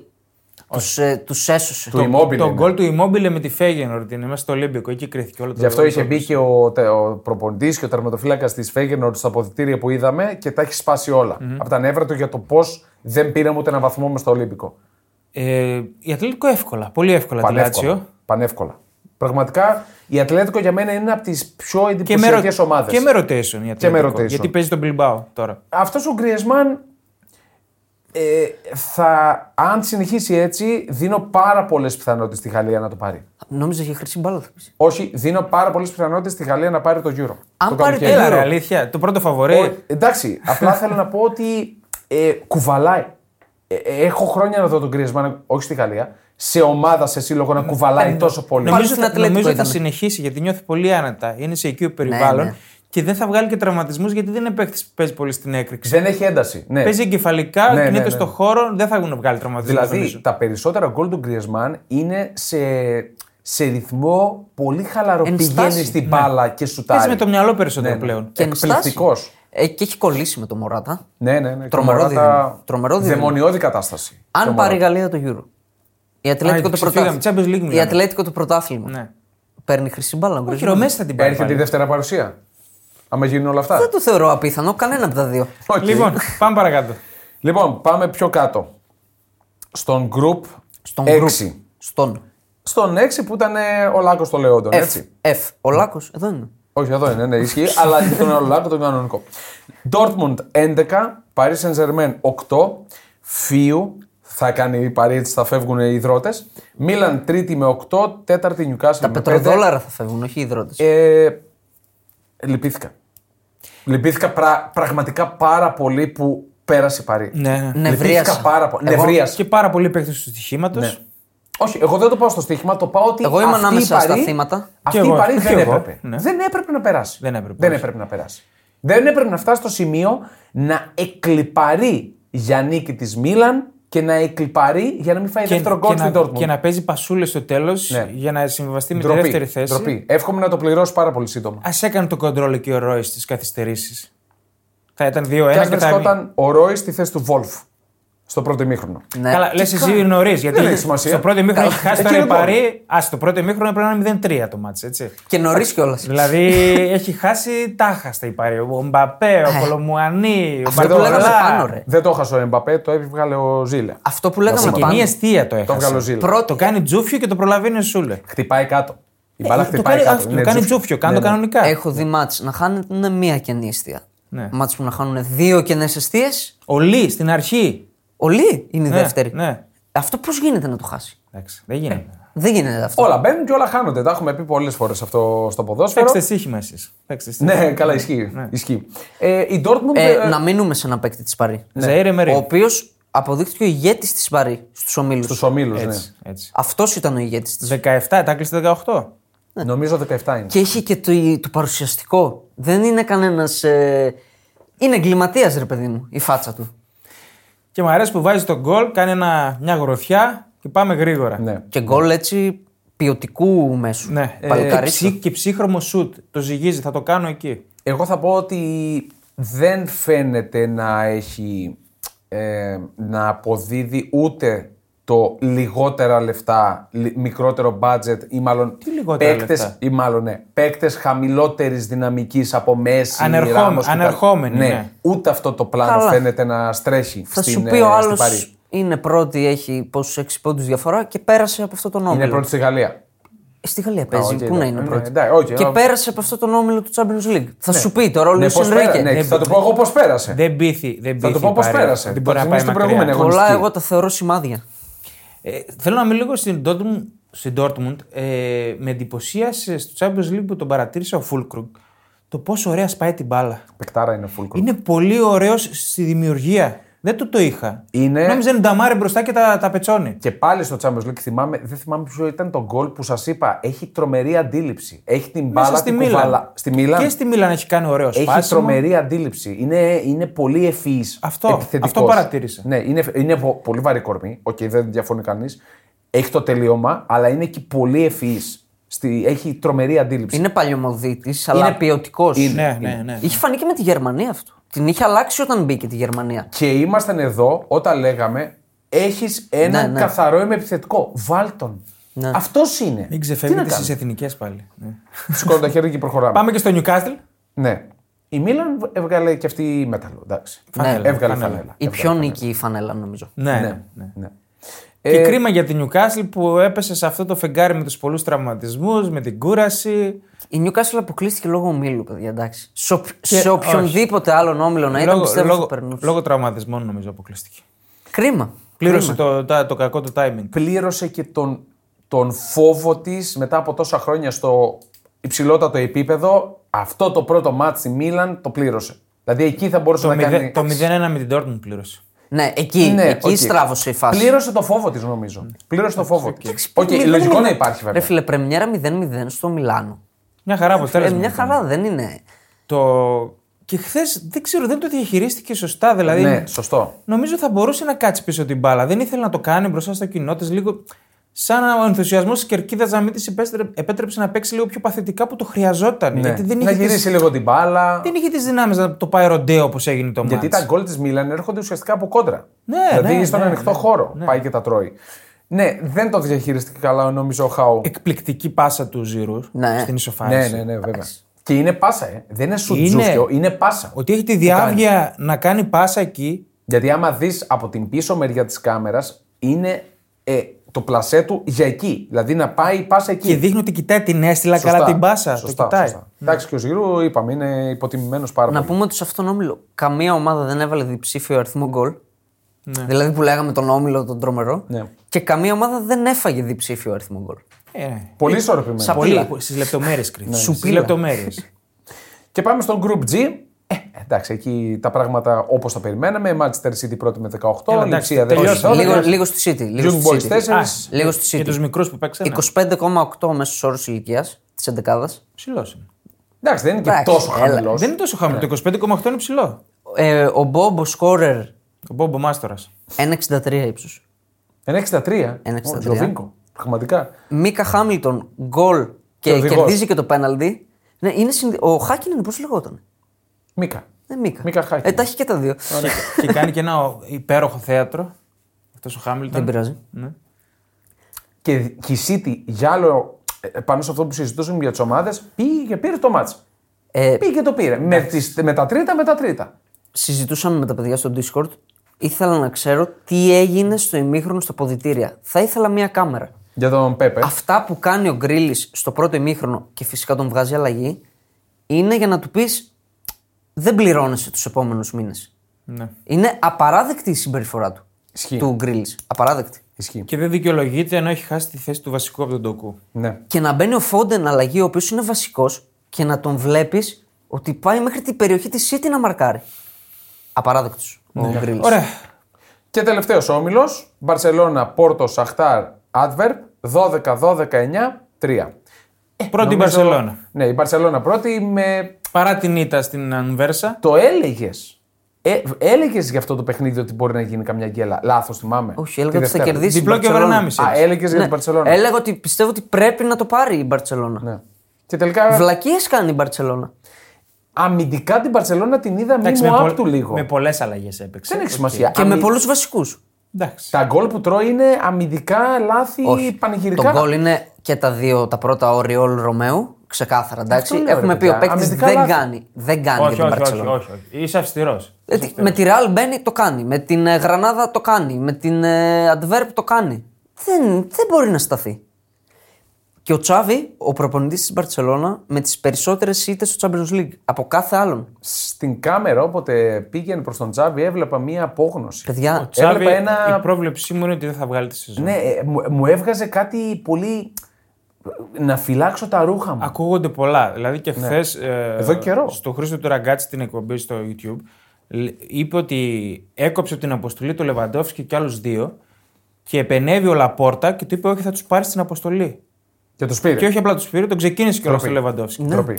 [SPEAKER 3] του ε, τους έσωσε.
[SPEAKER 1] Του Immobile
[SPEAKER 2] Το
[SPEAKER 1] είναι.
[SPEAKER 2] γκολ του Immobile με τη Φέγενορντ είναι μέσα στο Ολύμπικο. Εκεί κρίθηκε όλο το
[SPEAKER 1] Γι' αυτό είχε μπει και ο, τε- ο προπονητής και ο τερματοφύλακας της Φέγγενορντ στα αποδητήρια που είδαμε και τα έχει σπάσει όλα. Από τα νεύρα του για το πώς δεν πήραμε ούτε ένα βαθμό μες στο Ολύμπικο.
[SPEAKER 2] Ε, η Ατλέτικο εύκολα. Πολύ εύκολα τη Λάτσιο.
[SPEAKER 1] Πανεύκολα. Πραγματικά η Ατλέτικο για μένα είναι από τις πιο
[SPEAKER 2] Και με, ρω...
[SPEAKER 1] εντυπωσιακές ομάδες.
[SPEAKER 2] και με rotation η Ατλέτικο.
[SPEAKER 1] Και με rotation.
[SPEAKER 2] Γιατί παίζει τον Bilbao τώρα.
[SPEAKER 1] Αυτός ο Γκριεσμάν. Ε, θα, αν συνεχίσει έτσι, δίνω πάρα πολλές πιθανότητες στη Γαλλία να το πάρει.
[SPEAKER 3] Νόμιζα για χρυσή μπάλα. θα πεις.
[SPEAKER 1] Όχι, δίνω πάρα πολλές πιθανότητες στη Γαλλία να πάρει το Euro.
[SPEAKER 3] Αν
[SPEAKER 1] το
[SPEAKER 3] πάρει
[SPEAKER 1] καλοκαίρι.
[SPEAKER 3] Και
[SPEAKER 2] Έλα,
[SPEAKER 3] Euro.
[SPEAKER 2] ρε, αλήθεια. Το πρώτο
[SPEAKER 1] Ε,
[SPEAKER 2] φαβορή.
[SPEAKER 1] εντάξει, απλά θέλω να πω ότι ε, κουβαλάει. Ε, ε, έχω χρόνια να δω τον Γκριεσμάν, όχι στη Γαλλία, σε ομάδα, σε σύλλογο να κουβαλάει τόσο πολύ.
[SPEAKER 3] Πάλι
[SPEAKER 2] Νομίζω,
[SPEAKER 3] στην
[SPEAKER 2] θα,
[SPEAKER 3] Ατλέτικο
[SPEAKER 2] νομίζω θα
[SPEAKER 3] ήταν.
[SPEAKER 2] συνεχίσει γιατί νιώθει πολύ άνετα. Είναι σε οικείο περιβάλλον
[SPEAKER 3] ναι.
[SPEAKER 2] και δεν θα βγάλει και τραυματισμούς γιατί δεν είναι παίκτης που παίζει πολύ στην έκρηξη.
[SPEAKER 1] Δεν έχει ένταση. Ναι.
[SPEAKER 2] Παίζει εγκεφαλικά,
[SPEAKER 1] Ναι, ναι,
[SPEAKER 2] κινείται
[SPEAKER 1] ναι.
[SPEAKER 2] στο χώρο, δεν θα έχουν βγάλει τραυματισμούς.
[SPEAKER 1] δηλαδή,
[SPEAKER 2] νομίζω.
[SPEAKER 1] τα περισσότερα γκολ του Γκριεσμάν είναι σε, σε ρυθμό πολύ χαλαρό.
[SPEAKER 3] Ενστάσεις.
[SPEAKER 1] Πηγαίνει στην μπάλα και σουτάρει.
[SPEAKER 2] Παίζει Ναι. με το μυαλό περισσότερο
[SPEAKER 1] Ναι,
[SPEAKER 2] πλέον.
[SPEAKER 3] Και ενστάσει.
[SPEAKER 1] Εκπληκτικός.
[SPEAKER 3] Ε, και έχει κολλήσει με το Μωράτα.
[SPEAKER 1] Ναι, ναι, ναι.
[SPEAKER 3] Τρομερό
[SPEAKER 1] Και Μωράτα-
[SPEAKER 3] δίδυμο. Τρομερό δίδυμο.
[SPEAKER 1] Δαιμονιώδη κατάσταση.
[SPEAKER 3] Αν
[SPEAKER 1] Το
[SPEAKER 3] πάρει η
[SPEAKER 1] Μωράτα.
[SPEAKER 3] Γαλλία το Euro. Η Ατλέτικο
[SPEAKER 2] Α,
[SPEAKER 3] το
[SPEAKER 2] ξεφύγαμε. Champions League
[SPEAKER 3] πρωτάθλημα. Η
[SPEAKER 2] μιλάμε.
[SPEAKER 3] Ατλέτικο το πρωτάθλημα.
[SPEAKER 2] Ναι.
[SPEAKER 3] Παίρνει χρυσή μπάλα. ο
[SPEAKER 2] Όχι,
[SPEAKER 3] Γκρισμάν.
[SPEAKER 2] Ρωμές θα την πάρει.
[SPEAKER 1] Έρχεται η
[SPEAKER 2] πάλι.
[SPEAKER 1] δεύτερη παρουσία. Άμα γίνουν όλα αυτά.
[SPEAKER 3] Δεν το θεωρώ απίθανο, κανένα από τα δύο.
[SPEAKER 1] Οκ.
[SPEAKER 2] Λοιπόν, πάμε παρακάτω.
[SPEAKER 1] Λοιπόν, πάμε πιο κάτω. Στον group
[SPEAKER 3] Στον
[SPEAKER 1] 6.
[SPEAKER 3] group. Στον.
[SPEAKER 1] Στον 6 που ήταν ε, ο Λάκος στο Λεόντον,
[SPEAKER 3] F.
[SPEAKER 1] έτσι.
[SPEAKER 3] F. Ο Λάκος εδώ είναι.
[SPEAKER 1] Όχι, εδώ είναι, ναι, ισχύει, αλλά και τον άλλο Λάκο, τον κανονικό. Dortmund 11, Paris Saint-Germain 8, Φίου, θα κάνει η Παρή, έτσι θα φεύγουν οι ιδρώτες. Μίλαν τρίτη με 8, τέταρτη Νιουκάσιλ
[SPEAKER 3] Τα
[SPEAKER 1] με 5.
[SPEAKER 3] πετροδόλαρα θα φεύγουν, όχι οι υδρότε.
[SPEAKER 1] Ε, λυπήθηκα. Λυπήθηκα πρα- πραγματικά πάρα πολύ που πέρασε η Παρή.
[SPEAKER 2] Ναι, ναι.
[SPEAKER 1] Λυπήθηκα
[SPEAKER 3] Νευρίασα.
[SPEAKER 1] πάρα πολύ.
[SPEAKER 3] Εγώ-
[SPEAKER 1] Νευρίασα.
[SPEAKER 2] Και πάρα πολλοί παίκτες του στοιχήματος.
[SPEAKER 1] Ναι. Όχι, εγώ δεν το πάω στο στοίχημα, το πάω ότι.
[SPEAKER 3] Εγώ είμαι
[SPEAKER 1] αυτή η
[SPEAKER 3] ανάμεσα στα
[SPEAKER 1] Παρή-
[SPEAKER 3] θύματα.
[SPEAKER 1] Αυτή
[SPEAKER 2] Κι
[SPEAKER 1] η
[SPEAKER 2] εγώ,
[SPEAKER 1] Παρή
[SPEAKER 2] κι
[SPEAKER 1] δεν
[SPEAKER 2] εγώ,
[SPEAKER 1] έπρεπε.
[SPEAKER 2] ναι.
[SPEAKER 1] Δεν έπρεπε να περάσει.
[SPEAKER 2] Δεν έπρεπε,
[SPEAKER 1] δεν
[SPEAKER 2] όχι.
[SPEAKER 1] έπρεπε να περάσει. Δεν έπρεπε να φτάσει στο σημείο να εκλυπαρεί για νίκη της Μίλαν και να εκλυπαρεί για να μην φάει
[SPEAKER 2] Και,
[SPEAKER 1] δεύτερο γκολ
[SPEAKER 2] και,
[SPEAKER 1] στην
[SPEAKER 2] να,
[SPEAKER 1] Dortmund.
[SPEAKER 2] και να παίζει πασούλες στο τέλος
[SPEAKER 1] Ναι.
[SPEAKER 2] για να συμβιβαστεί με τη
[SPEAKER 1] Ντροπή,
[SPEAKER 2] δεύτερη θέση.
[SPEAKER 1] ντροπή. Εύχομαι να το πληρώσει πάρα πολύ σύντομα.
[SPEAKER 2] Ας έκανε το κοντρόλ και ο Ρόις στις καθυστερήσεις. Θα ήταν 2-1
[SPEAKER 1] Και αν
[SPEAKER 2] και, θα.
[SPEAKER 1] βρισκόταν ο Ρόις στη θέση του Βόλφ. στο πρώτο ημίχρονο.
[SPEAKER 3] Ναι.
[SPEAKER 2] Καλά, λες εσύ νωρίς. Γιατί
[SPEAKER 1] έχει σημασία.
[SPEAKER 2] στο πρώτο μήχρονο έχει χάσει
[SPEAKER 1] Εκεί
[SPEAKER 2] τώρα η
[SPEAKER 1] λοιπόν.
[SPEAKER 2] Παρή. Ας, στο πρώτο μήχρονο πρέπει να είναι 0-3 το μάτς, έτσι.
[SPEAKER 3] Και νωρίς κιόλας.
[SPEAKER 2] δηλαδή έχει χάσει τάχαστα η Παρή. Ο Μπαπέ, ο Κολομουανί, ο
[SPEAKER 3] Αυτό που λέγαμε πάνω,
[SPEAKER 2] Μπαρτολά.
[SPEAKER 3] ρε.
[SPEAKER 1] Δεν το έχασε ο Εμπαπέ, το έβγαλε ο Ζήλε.
[SPEAKER 3] Αυτό που λέγαμε
[SPEAKER 1] Βασικά.
[SPEAKER 3] πάνω.
[SPEAKER 2] Κοινή αιστεία το έχασε.
[SPEAKER 1] έβγαλε ο Ζήλε.
[SPEAKER 3] Πρώτο.
[SPEAKER 2] Το κάνει τζούφιο και το προλαβαίνει ο Σούλε.
[SPEAKER 1] Χτυπάει κάτω. Η
[SPEAKER 2] Ε,
[SPEAKER 1] μπάλα
[SPEAKER 2] το
[SPEAKER 1] χτυπάει
[SPEAKER 2] κάνει,
[SPEAKER 1] κάτω.
[SPEAKER 2] αυτό,
[SPEAKER 1] Είναι
[SPEAKER 2] το κάνει
[SPEAKER 1] τζούφιο.
[SPEAKER 2] τζούφιο, κάνει το
[SPEAKER 1] Ναι, ναι.
[SPEAKER 2] κανονικά.
[SPEAKER 3] Έχω δει μάτς να χάνουν μία κενή αιστεία.
[SPEAKER 2] Ε, Ναι.
[SPEAKER 3] Μάτς που να χάνουν δύο κενές αιστείες.
[SPEAKER 2] Ο Λί στην αρχή.
[SPEAKER 3] Ο Λί είναι η
[SPEAKER 2] Ναι,
[SPEAKER 3] δεύτερη.
[SPEAKER 2] ναι.
[SPEAKER 3] Αυτό πώς γίνεται να το χάσει.
[SPEAKER 2] Εντάξει, δεν γίνεται.
[SPEAKER 3] Δεν γίνεται αυτό.
[SPEAKER 1] Όλα μπαίνουν και όλα χάνονται. Τα έχουμε πει πολλές φορές αυτό στο ποδόσφαιρο.
[SPEAKER 2] Παίξτε στοίχημα εσείς.
[SPEAKER 1] Ναι, καλά, ισχύει. ισχύει. Ε, η Dortmund.
[SPEAKER 3] Ε,
[SPEAKER 1] ε,
[SPEAKER 3] να μείνουμε σε ένα παίκτη της
[SPEAKER 2] Ναι.
[SPEAKER 3] Παρή. Ναι.
[SPEAKER 2] Ζαήρε Μερί.
[SPEAKER 3] Ο οποίος αποδείχθηκε ο ηγέτης της Παρή στους ομίλους.
[SPEAKER 1] Στους ομίλους, ναι.
[SPEAKER 2] Έτσι, έτσι.
[SPEAKER 3] Αυτός ήταν ο ηγέτης της.
[SPEAKER 2] 17, τα κλείστε 18.
[SPEAKER 1] ναι. Νομίζω 17 είναι.
[SPEAKER 3] Και έχει και το, το παρουσιαστικό. Δεν είναι κανένας. Ε... Είναι εγκληματίας, ρε παιδί μου, η φάτσα του.
[SPEAKER 2] Και μου αρέσει που βάζει τον γκολ, κάνει ένα, μια γροθιά και πάμε γρήγορα.
[SPEAKER 1] Ναι.
[SPEAKER 3] Και γκολ έτσι ποιοτικού μέσου.
[SPEAKER 2] Ναι, ε, και,
[SPEAKER 3] Παλικαρίτσιο.
[SPEAKER 2] ψή, και ψύχρωμο σουτ. Το ζυγίζει, θα το κάνω εκεί.
[SPEAKER 1] Εγώ θα πω ότι δεν φαίνεται να έχει ε, να αποδίδει ούτε το λιγότερα λεφτά, λι- μικρότερο budget ή μάλλον
[SPEAKER 2] Τι λιγότερα
[SPEAKER 1] παίκτες-
[SPEAKER 2] λεφτά?
[SPEAKER 1] ή μάλλον ναι, παίκτες χαμηλότερης δυναμικής από μέση,
[SPEAKER 2] Ανερχόμε- ανερχόμενοι,
[SPEAKER 1] ναι.
[SPEAKER 2] ναι.
[SPEAKER 1] Ούτε αυτό το πλάνο
[SPEAKER 3] Καλά.
[SPEAKER 1] φαίνεται να στρέχει
[SPEAKER 3] Θα
[SPEAKER 1] στην,
[SPEAKER 3] σου
[SPEAKER 1] ε,
[SPEAKER 3] πει
[SPEAKER 1] στην
[SPEAKER 3] ο άλλο
[SPEAKER 1] Παρή.
[SPEAKER 3] είναι πρώτη, έχει πόσους 6 πόντους διαφορά και πέρασε από αυτό τον όμιλο. Ε,
[SPEAKER 1] Είναι πρώτη στη Γαλλία.
[SPEAKER 3] Στη Γαλλία παίζει.
[SPEAKER 1] οκ,
[SPEAKER 3] Πού να
[SPEAKER 1] εντάξει.
[SPEAKER 3] είναι
[SPEAKER 1] Ναι,
[SPEAKER 3] πρώτη.
[SPEAKER 1] εντάξει, οκ,
[SPEAKER 3] και
[SPEAKER 1] οκ.
[SPEAKER 3] πέρασε από αυτό τον όμιλο του Champions League. Θα σου πει τώρα ο Ε,
[SPEAKER 1] Ναι,
[SPEAKER 3] Λουί
[SPEAKER 1] πώς πέρα- ναι, θα του πω εγώ πώς πέρασε.
[SPEAKER 2] Δεν πείθει.
[SPEAKER 1] Θα
[SPEAKER 2] Δεν
[SPEAKER 1] το
[SPEAKER 2] πείθει
[SPEAKER 1] πω
[SPEAKER 2] η
[SPEAKER 1] πώς
[SPEAKER 2] Παρή.
[SPEAKER 1] πέρασε.
[SPEAKER 2] Δεν μπορεί
[SPEAKER 1] Το
[SPEAKER 2] να πάει
[SPEAKER 1] θυμίζω την
[SPEAKER 2] μακριά.
[SPEAKER 1] προηγούμενη
[SPEAKER 3] Πολλά
[SPEAKER 1] αγωνιστική.
[SPEAKER 3] εγώ τα θεωρώ σημάδια.
[SPEAKER 2] Ε, θέλω να μιλήσω λίγο στην Dortmund. Στην Dortmund ε, με εντυπωσίασε στο Champions League που τον παρατήρησα ο Φούλκρουγκ το πόσο ωραία σπάει την μπάλα.
[SPEAKER 1] Πεκτάρα είναι full
[SPEAKER 2] Είναι πολύ ωραίος στη δημιουργία. Δεν το το είχα.
[SPEAKER 1] Είναι-
[SPEAKER 2] Νόμιζα είναι νταμάρι μπροστά και τα, τα πετσώνει.
[SPEAKER 1] Και πάλι στο Champions League θυμάμαι, δεν θυμάμαι ποιο ήταν το γκολ που σας είπα. Έχει τρομερή αντίληψη. Έχει την μπάλα
[SPEAKER 2] Μέσα στη
[SPEAKER 1] την
[SPEAKER 2] Μίλαν.
[SPEAKER 1] κουβαλά- Στη Μίλαν.
[SPEAKER 2] Και στη Μίλαν έχει κάνει ωραίο
[SPEAKER 1] Έχει
[SPEAKER 2] σπάσιμο.
[SPEAKER 1] τρομερή αντίληψη. Είναι, είναι πολύ ευφυής.
[SPEAKER 2] Αυτό- αυτό παρατήρησα.
[SPEAKER 1] Ναι, είναι, είναι πο- πολύ βαρύ κορμί. Οκ, δεν διαφωνεί κανείς. Έχει το τελείωμα, αλλά είναι και πολύ ευφυής. Έχει τρομερή αντίληψη.
[SPEAKER 3] Είναι παλιωμοδίτης, αλλά
[SPEAKER 1] Είναι-
[SPEAKER 3] ποιοτικός.
[SPEAKER 2] Ναι, ναι, ναι.
[SPEAKER 3] Είχε φανεί και με τη Γερμανία αυτό. Την είχε αλλάξει όταν μπήκε τη Γερμανία.
[SPEAKER 1] Και ήμασταν εδώ όταν λέγαμε έχεις έναν
[SPEAKER 3] Ναι, ναι.
[SPEAKER 1] καθαρό είμαι επιθετικό. Βάλτον.
[SPEAKER 3] Ναι.
[SPEAKER 1] Αυτός είναι.
[SPEAKER 2] Μην
[SPEAKER 1] Τι να
[SPEAKER 2] ξεφεύγετε στι
[SPEAKER 1] κάνουμε.
[SPEAKER 2] εθνικές πάλι. Ναι.
[SPEAKER 1] Σηκώνω τα χέρια και προχωράμε.
[SPEAKER 2] Πάμε και στο Newcastle.
[SPEAKER 1] Ναι. Η Μίλαν έβγαλε και αυτή μέταλλο. Εντάξει.
[SPEAKER 2] Φανέλα,
[SPEAKER 1] έβγαλε
[SPEAKER 2] φανέλα.
[SPEAKER 1] φανέλα.
[SPEAKER 3] Η
[SPEAKER 1] Έβγαλε
[SPEAKER 3] πιο
[SPEAKER 1] φανέλα.
[SPEAKER 3] νίκη η φανέλα, νομίζω.
[SPEAKER 2] Ναι. ναι.
[SPEAKER 1] Ναι. ναι.
[SPEAKER 2] Και
[SPEAKER 1] Ε,
[SPEAKER 2] κρίμα για την Newcastle που έπεσε σε αυτό το φεγγάρι με τους πολλούς τραυματισμούς, με την κούραση.
[SPEAKER 3] Η Newcastle αποκλείστηκε λόγω ομίλου, παιδιά. Εντάξει. Σε, οπ- σε
[SPEAKER 2] όχι.
[SPEAKER 3] οποιονδήποτε άλλον όμιλο να ήταν, πιστεύω ότι θα
[SPEAKER 2] λόγω,
[SPEAKER 3] περνούσε.
[SPEAKER 2] λόγω τραυματισμών νομίζω αποκλειστική.
[SPEAKER 3] Κρίμα.
[SPEAKER 2] Πλήρωσε το, τα- το κακό του timing.
[SPEAKER 1] Πλήρωσε και τον, τον φόβο της μετά από τόσα χρόνια στο υψηλότατο επίπεδο. Αυτό το πρώτο μάτς στη Μίλαν το πλήρωσε. Δηλαδή εκεί θα μπορούσε
[SPEAKER 2] Το,
[SPEAKER 1] να κάνει.
[SPEAKER 2] μηδε- το 0-1 με την Dortmund πλήρωσε.
[SPEAKER 3] Ναι, εκεί,
[SPEAKER 1] Ναι,
[SPEAKER 3] εκεί
[SPEAKER 1] οκ.
[SPEAKER 3] στράβωσε η φάση.
[SPEAKER 1] Πλήρωσε το φόβο της, νομίζω. Πλήρωσε το φόβο τη.
[SPEAKER 3] Εντάξει,
[SPEAKER 1] Οκ,
[SPEAKER 3] μηδέν-
[SPEAKER 1] λογικό να
[SPEAKER 3] μηδέν.
[SPEAKER 1] υπάρχει
[SPEAKER 3] Ρε
[SPEAKER 1] βέβαια.
[SPEAKER 3] φίλε, πρεμιέρα 0-0 στο Μιλάνο.
[SPEAKER 2] Μια χαρά
[SPEAKER 3] Ε,
[SPEAKER 2] αποτέλεσμα.
[SPEAKER 3] μια χαρά δεν είναι.
[SPEAKER 2] Το... Και χθες δεν ξέρω, δεν το διαχειρίστηκε σωστά. Δηλαδή,
[SPEAKER 1] Ναι, σωστό.
[SPEAKER 2] νομίζω θα μπορούσε να κάτσει πίσω την μπάλα. Δεν ήθελε να το κάνει μπροστά στο κοινό τη. Λίγο σαν ο ενθουσιασμός της κερκίδας να μην της επέτρεψε να παίξει λίγο πιο παθητικά που το χρειαζόταν.
[SPEAKER 3] Ναι.
[SPEAKER 2] Γιατί δεν
[SPEAKER 1] Ναι. να
[SPEAKER 2] είχε,
[SPEAKER 1] γυρίσει
[SPEAKER 2] τις,
[SPEAKER 1] λίγο την μπάλα.
[SPEAKER 2] δεν είχε τις δυνάμεις να το πάει ροντέο όπως έγινε το μάτι.
[SPEAKER 1] Γιατί τα γκολ της Μίλαν έρχονται ουσιαστικά από κόντρα.
[SPEAKER 2] Ναι,
[SPEAKER 1] δηλαδή
[SPEAKER 2] ναι,
[SPEAKER 1] στον
[SPEAKER 2] ναι,
[SPEAKER 1] ανοιχτό
[SPEAKER 2] ναι.
[SPEAKER 1] χώρο πάει και τα τρώει. Ναι, δεν το διαχειριστήκε καλά νομίζω ο Χάου.
[SPEAKER 2] Εκπληκτική πάσα του Ζήρου
[SPEAKER 3] Ναι.
[SPEAKER 2] στην
[SPEAKER 1] ναι,
[SPEAKER 2] ισοφάρηση.
[SPEAKER 1] ναι, ναι, βέβαια. Και είναι πάσα, ε. δεν είναι σου
[SPEAKER 2] Είναι.
[SPEAKER 1] τζούφιο, είναι πάσα.
[SPEAKER 2] Ότι έχει τη διάβια να κάνει πάσα εκεί.
[SPEAKER 1] Γιατί άμα δεις από την πίσω μεριά της κάμερας, είναι ε, το πλασέ του για εκεί. Δηλαδή να πάει η πάσα εκεί.
[SPEAKER 2] Και δείχνει ότι κοιτάει την έστειλα
[SPEAKER 1] Σωστά.
[SPEAKER 2] καλά την πάσα.
[SPEAKER 1] Σωστά,
[SPEAKER 2] το κοιτάει.
[SPEAKER 1] σωστά. Εντάξει, και ο Ζηρού είπαμε είναι υποτιμημένος πάρα
[SPEAKER 3] Να
[SPEAKER 1] πολύ.
[SPEAKER 3] πούμε ότι σε αυτόν τον όμιλο καμία ομάδα δεν έβαλε διψήφιο αριθμό γκολ. Δηλαδή που λέγαμε τον όμιλο τον τρομερό.
[SPEAKER 1] Ναι.
[SPEAKER 3] Και καμία ομάδα δεν έφαγε διψήφιο αριθμό γκολ.
[SPEAKER 2] Ε, ναι.
[SPEAKER 1] Πολύ ισορροπημένο.
[SPEAKER 3] Σα-
[SPEAKER 2] Πολύ
[SPEAKER 3] Πύλα.
[SPEAKER 2] στις λεπτομέρειες κρίνει. Στι
[SPEAKER 3] Σουπίλα.
[SPEAKER 2] λεπτομέρειε.
[SPEAKER 1] Και πάμε στο Group G. Ε, εντάξει, εκεί τα πράγματα όπως τα περιμέναμε. Manchester City πρώτη με 18,
[SPEAKER 2] εντάξει,
[SPEAKER 1] Λιψία
[SPEAKER 2] τελειώσαμε.
[SPEAKER 1] 18.
[SPEAKER 2] Τώρα
[SPEAKER 3] Λίγο,
[SPEAKER 2] δεν-
[SPEAKER 3] λίγο στη City. Λίγο
[SPEAKER 1] ναι. Young Boys ναι.
[SPEAKER 3] στη City.
[SPEAKER 1] 4.
[SPEAKER 3] Λίγο στη
[SPEAKER 2] Και
[SPEAKER 3] City.
[SPEAKER 2] τους μικρούς που παίξανε.
[SPEAKER 3] 25,8 μέσο όρο ηλικίας της 11
[SPEAKER 2] Ψηλός είναι.
[SPEAKER 1] Εντάξει, δεν είναι και
[SPEAKER 3] Εντάξει,
[SPEAKER 1] τόσο
[SPEAKER 3] έλα.
[SPEAKER 1] χαμηλός.
[SPEAKER 2] Δεν είναι τόσο χαμηλό. Το 25,8 είναι ψηλό.
[SPEAKER 3] ε, Ο Μπόμπο Σκόρερ
[SPEAKER 2] Ο Μπόμπο Μάστορα.
[SPEAKER 3] 1,63 ύψο.
[SPEAKER 1] 1,63.
[SPEAKER 3] 1,63.
[SPEAKER 1] Ο Τζοβίνκο. Πραγματικά.
[SPEAKER 3] Μίκα Χάμιλτον γκολ
[SPEAKER 1] Και
[SPEAKER 3] και
[SPEAKER 1] οδηγός.
[SPEAKER 3] κερδίζει και το πέναλτι. Ναι, είναι συνδυ... Ο Χάκινεν πώς λεγόταν.
[SPEAKER 1] Μίκα.
[SPEAKER 3] Ε, Μίκα.
[SPEAKER 1] Μίκα Χάκη.
[SPEAKER 3] Ε, τα έχει και τα δύο.
[SPEAKER 2] και κάνει και ένα υπέροχο θέατρο. Αυτό ο Χάμιλτον.
[SPEAKER 3] Δεν πειράζει.
[SPEAKER 2] Ναι.
[SPEAKER 1] Και, και η City για άλλο. ε, Πάνω σε αυτό που συζητούσαμε για τις ομάδες, πήγε και πήρε το μάτς.
[SPEAKER 3] Ε,
[SPEAKER 1] Πήγε και το πήρε. Με, τις, με τα τρίτα, με τα τρίτα.
[SPEAKER 3] συζητούσαμε με τα παιδιά στο Discord. Ήθελα να ξέρω τι έγινε στο ημίχρονο στα ποδητήρια. Θα ήθελα μία κάμερα.
[SPEAKER 1] Για τον Πέπε.
[SPEAKER 3] Αυτά που κάνει ο Γκρίλης στο πρώτο ημίχρονο και φυσικά τον βγάζει αλλαγή, είναι για να του πεις δεν πληρώνεσαι τους επόμενους μήνες.
[SPEAKER 2] ναι.
[SPEAKER 3] Είναι απαράδεκτη η συμπεριφορά του.
[SPEAKER 1] Ισχύει.
[SPEAKER 3] Του Γκρίλη. Απαράδεκτη.
[SPEAKER 1] Ισχύει.
[SPEAKER 2] Και δεν δικαιολογείται ενώ έχει χάσει τη θέση του βασικού από τον Ντοκού.
[SPEAKER 1] Ναι.
[SPEAKER 3] Και να μπαίνει ο Φόντεν αλλαγή, ο οποίος είναι βασικός, και να τον βλέπεις ότι πάει μέχρι την περιοχή της City να μαρκάρει. Απαράδεκτος ο
[SPEAKER 1] Ναι.
[SPEAKER 3] Γκρίλη.
[SPEAKER 2] Ωραία.
[SPEAKER 1] Και τελευταίος όμιλος. Μπαρσελόνα, Πόρτο, Σαχτάρ, Adverb 12-12-9-3.
[SPEAKER 2] Πρώτη η
[SPEAKER 1] Ε, Νομίζω-
[SPEAKER 2] Μπαρσελόνα.
[SPEAKER 1] Ναι, η Μπαρσελόνα πρώτη με.
[SPEAKER 2] Παρά την ήττα στην Ανβέρσα.
[SPEAKER 1] Το έλεγες. Ε, έλεγες για αυτό το παιχνίδι ότι μπορεί να γίνει καμιά γκέλα. Λάθος, θυμάμαι.
[SPEAKER 3] Όχι, έλεγα ότι θα
[SPEAKER 1] Δευτέρα.
[SPEAKER 3] κερδίσει. η
[SPEAKER 2] Διπλό και
[SPEAKER 3] Μπαρτσελόνα.
[SPEAKER 2] over 1,5.
[SPEAKER 1] Α, έλεγες για
[SPEAKER 3] Ναι.
[SPEAKER 1] την Μπαρσελόνα.
[SPEAKER 3] Έλεγα ότι πιστεύω ότι πρέπει να το πάρει η Μπαρσελόνα.
[SPEAKER 1] Ναι. Και τελικά
[SPEAKER 3] Βλακίες κάνει η Μπαρσελόνα.
[SPEAKER 1] αμυντικά την Μπαρσελόνα την είδα μη
[SPEAKER 2] Εντάξει,
[SPEAKER 1] μου
[SPEAKER 2] πολλ-
[SPEAKER 1] απ' του λίγο.
[SPEAKER 2] με πολλές αλλαγές έπαιξε.
[SPEAKER 1] Δεν έχει
[SPEAKER 2] Οκ.
[SPEAKER 1] σημασία.
[SPEAKER 3] Και
[SPEAKER 1] Αμυ-
[SPEAKER 3] με πολλούς βασικούς.
[SPEAKER 2] Εντάξει.
[SPEAKER 1] Τα γκολ που τρώει είναι αμυντικά λάθη
[SPEAKER 3] Το
[SPEAKER 1] πανηγυρικά.
[SPEAKER 3] γκολ είναι και τα δύο τα πρώτα ο Ριόλ Ρωμαίου. Ξεκάθαρα, εντάξει.
[SPEAKER 1] λέω, ρε
[SPEAKER 3] Έχουμε πει
[SPEAKER 1] παιδιά.
[SPEAKER 3] ο παίκτης
[SPEAKER 1] Αμυντικά
[SPEAKER 3] δεν
[SPEAKER 1] λάθη.
[SPEAKER 3] κάνει. Δεν κάνει
[SPEAKER 2] Όχι,
[SPEAKER 3] για την
[SPEAKER 2] όχι, όχι,
[SPEAKER 3] Μπαρσελόνα.
[SPEAKER 2] όχι, όχι. Είσαι αυστηρός.
[SPEAKER 3] Ε, τι- με τη Ρεάλ μπαίνει, το κάνει. Με την ε, Γρανάδα το κάνει. Με την ε, Αντβέρπ το κάνει. Δεν, δεν μπορεί να σταθεί. Και ο Τσάβη, ο προπονητής της Μπαρσελόνα, με τις περισσότερες ήττες στο Champions League από κάθε άλλον.
[SPEAKER 1] Στην κάμερα όποτε πήγαινε προς τον Τζάβι έβλεπα μία απόγνωση.
[SPEAKER 3] Παιδιά,
[SPEAKER 2] Τσάβη,
[SPEAKER 1] Έβλεπα ένα-
[SPEAKER 2] Η πρόβλεψή μου είναι ότι δεν θα βγάλει τη σεζόν.
[SPEAKER 1] Ναι, ε, μου, μου έβγαζε κάτι πολύ. ε, να φυλάξω τα ρούχα μου.
[SPEAKER 2] Ακούγονται πολλά. Δηλαδή και χθε.
[SPEAKER 1] Ναι. Εδώ καιρό.
[SPEAKER 2] Στο Χρήστο του Ραγκάτση την εκπομπή στο YouTube, λ- είπε ότι έκοψε από την αποστολή του Λεβαντόφσκι και άλλους δύο και επενεύει ο Λαπόρτα και του είπε: Όχι, θα τους πάρεις στην αποστολή.
[SPEAKER 1] Και τους πήρε.
[SPEAKER 2] Και όχι απλά τους πήρε, τον ξεκίνησε κιόλας ο Λεβαντόφσκι.
[SPEAKER 1] Ντροπή.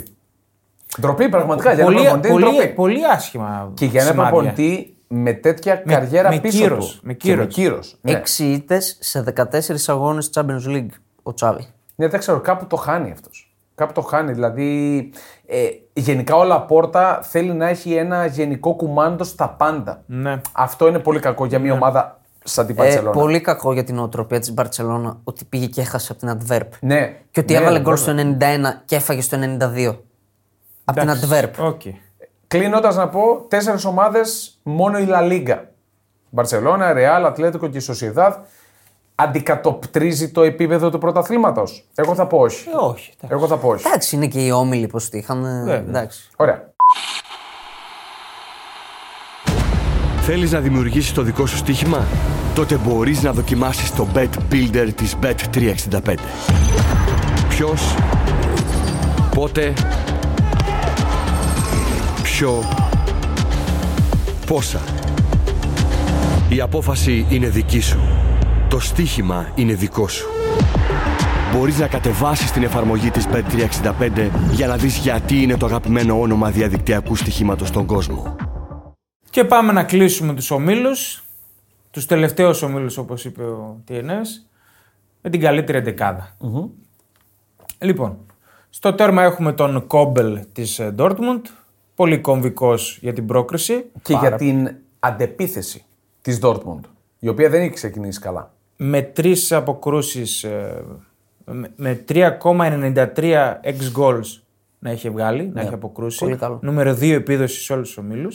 [SPEAKER 1] Ντροπή, πραγματικά. για έναν
[SPEAKER 2] Πολύ,
[SPEAKER 1] προπονητή είναι
[SPEAKER 2] πολύ,
[SPEAKER 1] ντροπή.
[SPEAKER 2] πολύ άσχημα.
[SPEAKER 1] Και για έναν
[SPEAKER 2] σημάδια.
[SPEAKER 1] προπονητή με τέτοια
[SPEAKER 2] Με-
[SPEAKER 1] καριέρα
[SPEAKER 2] με
[SPEAKER 1] πίσω
[SPEAKER 2] κύρος,
[SPEAKER 1] του.
[SPEAKER 2] με
[SPEAKER 1] Και
[SPEAKER 2] κύρος.
[SPEAKER 1] κύρος, Ναι.
[SPEAKER 3] έξι ήττες σε 14 αγώνες Champions League ο Ε, Τσάβη.
[SPEAKER 1] Ναι, δεν ξέρω, κάπου το χάνει αυτός. Κάπου το χάνει. Δηλαδή, ε, γενικά ο Λαπόρτα θέλει να έχει ένα γενικό κουμάντο στα πάντα.
[SPEAKER 2] Ναι. Ε,
[SPEAKER 1] Αυτό είναι πολύ κακό για μια ομάδα σαν την Παρσελόνα.
[SPEAKER 3] πολύ κακό για την νοοτροπία της Μπαρσελόνα ότι πήγε και έχασε από την Αντβέρπ.
[SPEAKER 1] Ναι,
[SPEAKER 3] Και ότι
[SPEAKER 1] ναι,
[SPEAKER 3] έβαλε γκολ
[SPEAKER 1] βέβαια.
[SPEAKER 3] στο 91 και έφαγε στο 92. Από την Αντβέρπ.
[SPEAKER 2] Οκ. Ε,
[SPEAKER 1] Κλείνοντας να πω, τέσσερις ομάδες μόνο η Λα Λίγκα. Μπαρσελόνα, Ρεάλ, Ατλέτικο και η Σοσιαδάδ. Αντικατοπτρίζει το επίπεδο του πρωταθλήματος. Εγώ θα πω όχι.
[SPEAKER 2] Ε, όχι. εντάξει.
[SPEAKER 1] Εγώ θα πω όχι.
[SPEAKER 3] Εντάξει, είναι και οι όμιλοι πώ τη είχαν. Εντάξει.
[SPEAKER 1] Ωραία.
[SPEAKER 4] Θέλεις να δημιουργήσεις το δικό σου στοίχημα? Τότε μπορείς να δοκιμάσεις το Bet Builder της Bet365. Ποιος, πότε, ποιο, πόσα. Η απόφαση είναι δική σου. Το στοίχημα είναι δικό σου. Μπορείς να κατεβάσεις την εφαρμογή της Bet365 για να δεις γιατί είναι το αγαπημένο όνομα διαδικτυακού στοιχήματος στον κόσμο.
[SPEAKER 2] Και πάμε να κλείσουμε τους ομίλους. Τους τελευταίους ομίλους όπως είπε ο TNS. Με την καλύτερη εντεκάδα. Λοιπόν, στο τέρμα έχουμε τον Κόμπελ της ε, Dortmund. Πολύ κομβικός για την πρόκριση.
[SPEAKER 1] Και για την αντεπίθεση της Dortmund, η οποία δεν έχει ξεκινήσει καλά.
[SPEAKER 2] Με τρεις αποκρούσεις, ε, με- με 3,93 ex goals να έχει βγάλει,
[SPEAKER 1] Ναι,
[SPEAKER 2] να έχει αποκρούσει.
[SPEAKER 3] πολύ καλό.
[SPEAKER 2] Νούμερο 2 επίδοση σε όλους τους ομίλους.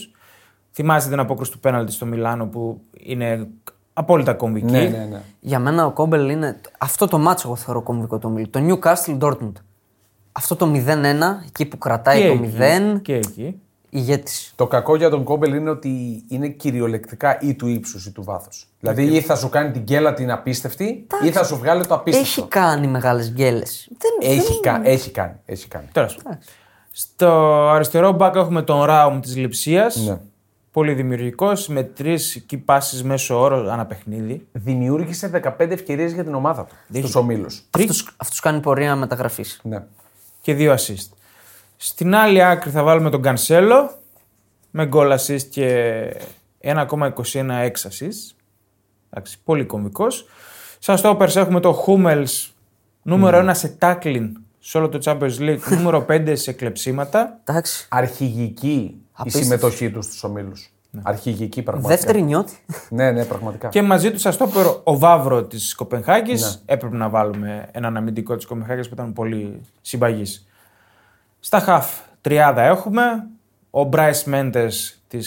[SPEAKER 2] Θυμάστε την απόκρουση του πέναλτι στο Μιλάνο που είναι απόλυτα κομβική.
[SPEAKER 1] ναι.
[SPEAKER 3] Για μένα ο Κόμπελ είναι. Αυτό το μάτσο εγώ θεωρώ κομβικό το ομιλ. Το Newcastle Dortmund. Αυτό το 0-1, εκεί που κρατάει
[SPEAKER 2] Και,
[SPEAKER 3] το 0,
[SPEAKER 2] εκεί, και εκεί.
[SPEAKER 3] ηγέτης.
[SPEAKER 1] Το κακό για τον Κόμπελ είναι ότι είναι κυριολεκτικά ή του ύψους ή του βάθους. Δηλαδή, ή θα σου κάνει την γκέλα την απίστευτη, ή θα σου βγάλει το
[SPEAKER 3] Έχει
[SPEAKER 1] απίστευτο.
[SPEAKER 3] κάνει μεγάλες γκέλες. Δεν...
[SPEAKER 1] Έχει, κα- έχει κάνει. Έχει κάνει.
[SPEAKER 2] Τώρα, στο αριστερό μπακ έχουμε τον Ράουμ της Λιψία.
[SPEAKER 1] Ναι.
[SPEAKER 2] Πολύ δημιουργικός, με τρεις κυπάσει μέσω όρο ανά παιχνίδι.
[SPEAKER 1] Δημιούργησε 15 ευκαιρίες για την ομάδα του στους ομίλους.
[SPEAKER 3] Αυτούς, αυτούς κάνει πορεία μεταγραφής.
[SPEAKER 1] Ναι.
[SPEAKER 2] και δύο assist. Στην άλλη άκρη θα βάλουμε τον Κανσέλο με γκολ assist και 1,21 ex assist. Εντάξει, πολύ κομβικός. Σαν στόπερς έχουμε το Χούμελ, νούμερο 1 σε τάκλιν σε όλο το Champions League, νούμερο 5 σε κλεψίματα.
[SPEAKER 3] Εντάξει.
[SPEAKER 1] Αρχηγική η
[SPEAKER 3] Απίστευτο.
[SPEAKER 1] συμμετοχή τους στους ομίλους. Αρχηγική πραγματικά.
[SPEAKER 3] Δεύτερη νιώτη.
[SPEAKER 1] Ναι, ναι, πραγματικά.
[SPEAKER 2] Και μαζί τους Αστόπερο, ο Βάβρο της Κοπενχάγης. Έπρεπε να βάλουμε έναν αμυντικό της Κοπενχάγης που ήταν πολύ συμπαγής. Στα χαφ, τριάδα έχουμε. Ο Μπράις Μέντες της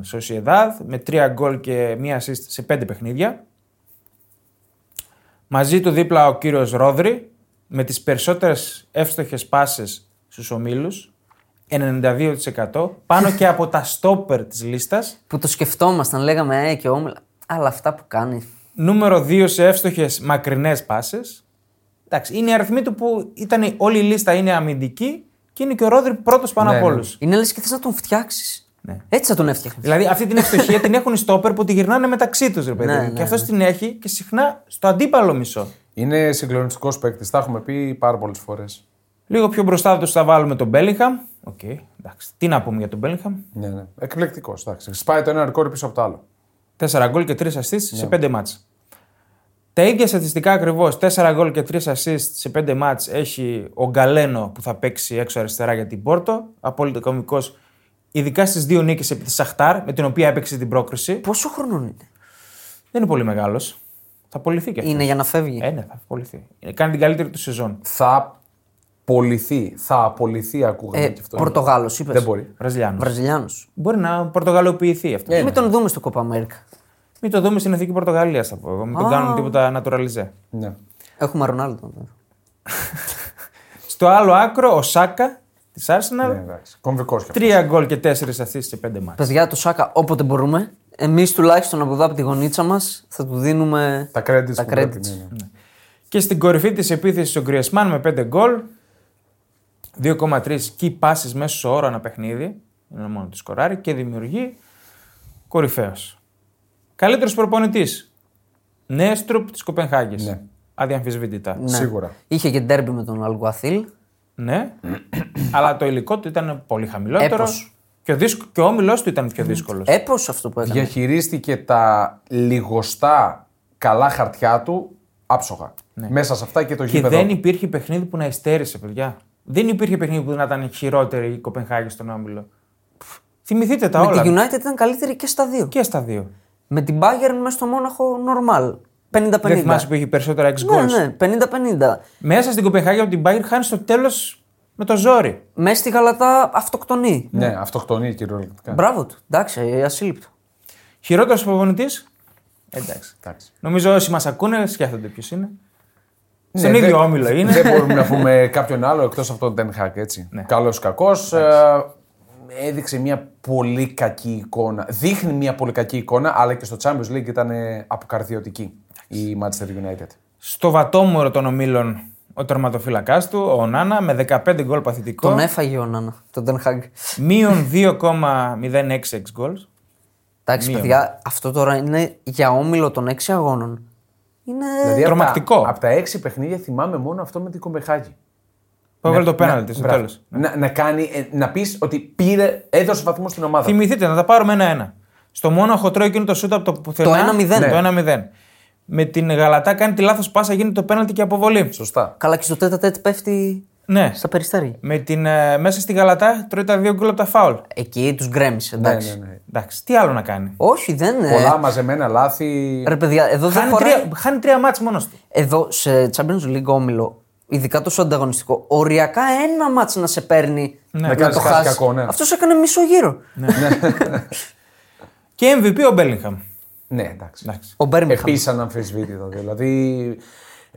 [SPEAKER 2] Σοσιεδάδ με τρία γκολ και μία assist σε πέντε παιχνίδια. Μαζί του δίπλα ο κύριος Ρόδρη με τις περισσότερες εύστοχες πάσες στους ομίλους 92% πάνω και από τα στόπερ της λίστας
[SPEAKER 3] Που το σκεφτόμασταν, λέγαμε ε, και όμιλα. Αλλά αυτά που κάνει.
[SPEAKER 2] Νούμερο 2 σε εύστοχες μακρινές πάσες. Εντάξει, είναι οι αριθμοί του που ήταν όλη η λίστα είναι αμυντική και είναι και ο Ρόδρυ πρώτος πάνω
[SPEAKER 1] Ναι,
[SPEAKER 2] από
[SPEAKER 1] ναι.
[SPEAKER 2] όλους.
[SPEAKER 3] Είναι λες και θες να τον φτιάξεις.
[SPEAKER 2] Ναι.
[SPEAKER 3] Έτσι θα τον έφτιαχνες.
[SPEAKER 2] Δηλαδή αυτή την ευστοχία την έχουν οι στόπερ που τη γυρνάνε μεταξύ τους, ρε παιδί.
[SPEAKER 3] Ναι,
[SPEAKER 2] μου.
[SPEAKER 3] ναι,
[SPEAKER 2] και αυτό την έχει και συχνά στο αντίπαλο μισό.
[SPEAKER 1] Είναι συγκλονιστικός παίκτης. Τα έχουμε πει πάρα πολλές φορές.
[SPEAKER 2] Λίγο πιο μπροστά τους θα βάλουμε τον Μπέλιγχαμ. Οκ, εντάξει. Τι να πούμε για τον Μπέλιγχαμ.
[SPEAKER 1] Ναι, ναι. Εκπληκτικός. Σπάει το ένα ρεκόρ πίσω από το άλλο.
[SPEAKER 2] Τέσσερα γκολ και τρεις assist σε πέντε μάτς. Τα ίδια στατιστικά ακριβώς, 4 γκολ και 3 assist σε 5 μάτς έχει ο Γκαλένο που θα παίξει έξω αριστερά για την Πόρτο. Απόλυτα κομικός, ειδικά στις δύο νίκες επί της Σαχτάρ, με την οποία έπαιξε την πρόκριση.
[SPEAKER 3] Πόσο χρόνο είναι.
[SPEAKER 2] Δεν είναι πολύ μεγάλος. Θα απολυθεί και αυτός.
[SPEAKER 3] Είναι για να φεύγει.
[SPEAKER 2] Ε, ναι, θα απολυθεί. Ε, Κάνει την καλύτερη του σεζόν.
[SPEAKER 1] Θα πολιθεί. Θα απολυθεί, ακούγαμε
[SPEAKER 3] Ε,
[SPEAKER 1] και αυτό.
[SPEAKER 3] Πορτογάλος, είπες.
[SPEAKER 1] Δεν μπορεί. Ε,
[SPEAKER 2] Βραζιλιάνος.
[SPEAKER 3] Βραζιλιάνος.
[SPEAKER 2] Μπορεί να πορτογαλοποιηθεί αυτό.
[SPEAKER 1] ναι.
[SPEAKER 3] Μην τον δούμε στο Κόπα Αμέρικα.
[SPEAKER 2] Μην το δούμε στην εθνική Πορτογαλία, θα πω εγώ. Μην τον κάνουν τίποτα naturalize.
[SPEAKER 1] Ναι.
[SPEAKER 3] Έχουμε Ρονάλντο.
[SPEAKER 2] Στο άλλο άκρο, ο Σάκα της Arsenal.
[SPEAKER 1] Ναι, εντάξει. Κομβικός και αυτός.
[SPEAKER 2] Τρία γκολ και τέσσερις ασθήσει σε πέντε μάτια.
[SPEAKER 3] Παιδιά, το Σάκα όποτε μπορούμε. Εμείς τουλάχιστον από εδώ από τη γωνίτσα μας θα του δίνουμε.
[SPEAKER 1] Τα credits
[SPEAKER 3] Τα
[SPEAKER 1] που πρέπει,
[SPEAKER 3] credits.
[SPEAKER 1] ναι, ναι.
[SPEAKER 2] Και στην κορυφή της επίθεσης ο Γκριεσμάν με πέντε γκολ. 2,3 key passes μέσα στο όρο ένα παιχνίδι. Είναι μόνο το σκοράρι και δημιουργεί κορυφαίος. Καλύτερος προπονητής. Νέστρουπ της Κοπενχάγης.
[SPEAKER 1] Ναι.
[SPEAKER 2] Αδιαμφισβήτητα. Ναι.
[SPEAKER 3] Ναι.
[SPEAKER 1] Σίγουρα.
[SPEAKER 3] Είχε και ντέρμπι με τον Αλγουαθίλ.
[SPEAKER 2] Αλλά το υλικό του ήταν πολύ χαμηλότερο.
[SPEAKER 3] Έπος.
[SPEAKER 2] Και ο, δύσκ... και ο όμιλός του ήταν πιο δύσκολος.
[SPEAKER 3] Έπω αυτό που έκανε.
[SPEAKER 1] Διαχειρίστηκε τα λιγοστά καλά χαρτιά του άψογα. Μέσα σε αυτά και το
[SPEAKER 2] Και
[SPEAKER 1] γήπεδο.
[SPEAKER 2] δεν υπήρχε παιχνίδι που να υστέρησε, παιδιά. Δεν υπήρχε παιχνίδι που να ήταν χειρότερη η Κοπενχάγη στον Όμιλο. Πφ, Θυμηθείτε τα
[SPEAKER 3] Με
[SPEAKER 2] όλα.
[SPEAKER 3] τη United ήταν καλύτερη και στα δύο.
[SPEAKER 2] Και στα δύο.
[SPEAKER 3] Με την Bayern μέσα στο Μόναχο, normal. 50-50.
[SPEAKER 2] Δεν θυμάσαι που είχε περισσότερα εξ
[SPEAKER 3] Ναι,
[SPEAKER 2] goals.
[SPEAKER 3] ναι, 50-50.
[SPEAKER 2] Μέσα στην Κοπενχάγη από την Bayern χάνεις στο τέλος με το ζόρι.
[SPEAKER 3] Μέσα στη Γαλατά αυτοκτονεί.
[SPEAKER 1] Ναι, αυτοκτονεί κυριολεκτικά.
[SPEAKER 3] Μπράβο του. Εντάξει, ε, ασύλληπτο.
[SPEAKER 2] Χειρότερος προπονητής. Εντάξει.
[SPEAKER 1] Εντάξει.
[SPEAKER 2] Νομίζω όσοι μας ακούνε σκέφτονται ποιος είναι.
[SPEAKER 1] Ναι,
[SPEAKER 2] Στον
[SPEAKER 1] δεν-
[SPEAKER 2] ίδιο όμιλο είναι.
[SPEAKER 1] Δεν μπορούμε να πούμε κάποιον άλλο εκτός από τον Ten Hag, έτσι. Ναι. Καλός κακός. Έδειξε μια πολύ κακή εικόνα. Δείχνει μια πολύ κακή εικόνα, αλλά και στο Champions League ήταν ε, αποκαρδιωτική η Manchester United.
[SPEAKER 2] Στο βατόμορο των ομίλων ο τερματοφύλακά του, ο Νάνα, με 15 γκολ παθητικό.
[SPEAKER 3] Τον έφαγε ο Νάνα, τον Ten Hag.
[SPEAKER 2] Μείον 2,06 εξ goals.
[SPEAKER 3] Εντάξει,
[SPEAKER 2] Μία.
[SPEAKER 3] παιδιά, αυτό τώρα είναι για όμιλο των 6 αγώνων. Είναι.
[SPEAKER 2] Ναι,
[SPEAKER 1] Δηλαδή,
[SPEAKER 2] Τρομακτικό.
[SPEAKER 1] Από τα, απ' τα έξι παιχνίδια θυμάμαι μόνο αυτό με την Κομπεχάγη.
[SPEAKER 2] Που έβαλε το
[SPEAKER 1] Να-
[SPEAKER 2] πέναλτι στο
[SPEAKER 1] Ναι, μπράβο.
[SPEAKER 2] τέλος.
[SPEAKER 1] Να, να, κάνει, ε, να πεις ότι πήρε, έδωσε βαθμό στην ομάδα.
[SPEAKER 2] Θυμηθείτε, να τα πάρουμε ένα-ένα. Στο Μόναχο τρώει εκείνο το σούτ από το πουθενά.
[SPEAKER 3] Το 1-0.
[SPEAKER 2] Το
[SPEAKER 3] Ναι.
[SPEAKER 2] 1-0. Με την Γαλατά κάνει τη λάθος πάσα, γίνεται το πέναλτι και αποβολή.
[SPEAKER 1] Σωστά.
[SPEAKER 3] Καλά, και στο τέτα τέτ πέφτει
[SPEAKER 2] Ναι.
[SPEAKER 3] στα περιστέρια.
[SPEAKER 2] Με την, ε, μέσα στη Γαλατά τρώει τα δύο γκολ από τα φάουλ.
[SPEAKER 3] Εκεί τους γκρέμισε,
[SPEAKER 1] Ναι,
[SPEAKER 3] εντάξει.
[SPEAKER 1] ναι, ναι.
[SPEAKER 2] Εντάξει, τι άλλο να κάνει.
[SPEAKER 3] Όχι, δεν είναι.
[SPEAKER 1] Πολλά μαζεμένα λάθη.
[SPEAKER 3] Ρε παιδιά, εδώ δεν
[SPEAKER 2] Χάνει
[SPEAKER 3] χωράει.
[SPEAKER 2] τρία, χάνει τρία μάτς μόνος του.
[SPEAKER 3] Εδώ σε Champions League όμιλο, ειδικά τόσο ανταγωνιστικό, οριακά ένα μάτς να σε παίρνει
[SPEAKER 1] Να
[SPEAKER 3] να,
[SPEAKER 1] κάνεις
[SPEAKER 3] το
[SPEAKER 1] κάτι
[SPEAKER 3] χάσεις.
[SPEAKER 1] κακό, ναι.
[SPEAKER 3] Αυτός έκανε μισό γύρο.
[SPEAKER 2] Και MVP ο Μπέλιγχαμ.
[SPEAKER 1] Ναι, εντάξει.
[SPEAKER 2] Εντάξει.
[SPEAKER 3] Ο Μπέρμιχαμ.
[SPEAKER 1] Επίσης αναμφισβήτητα. Δηλαδή,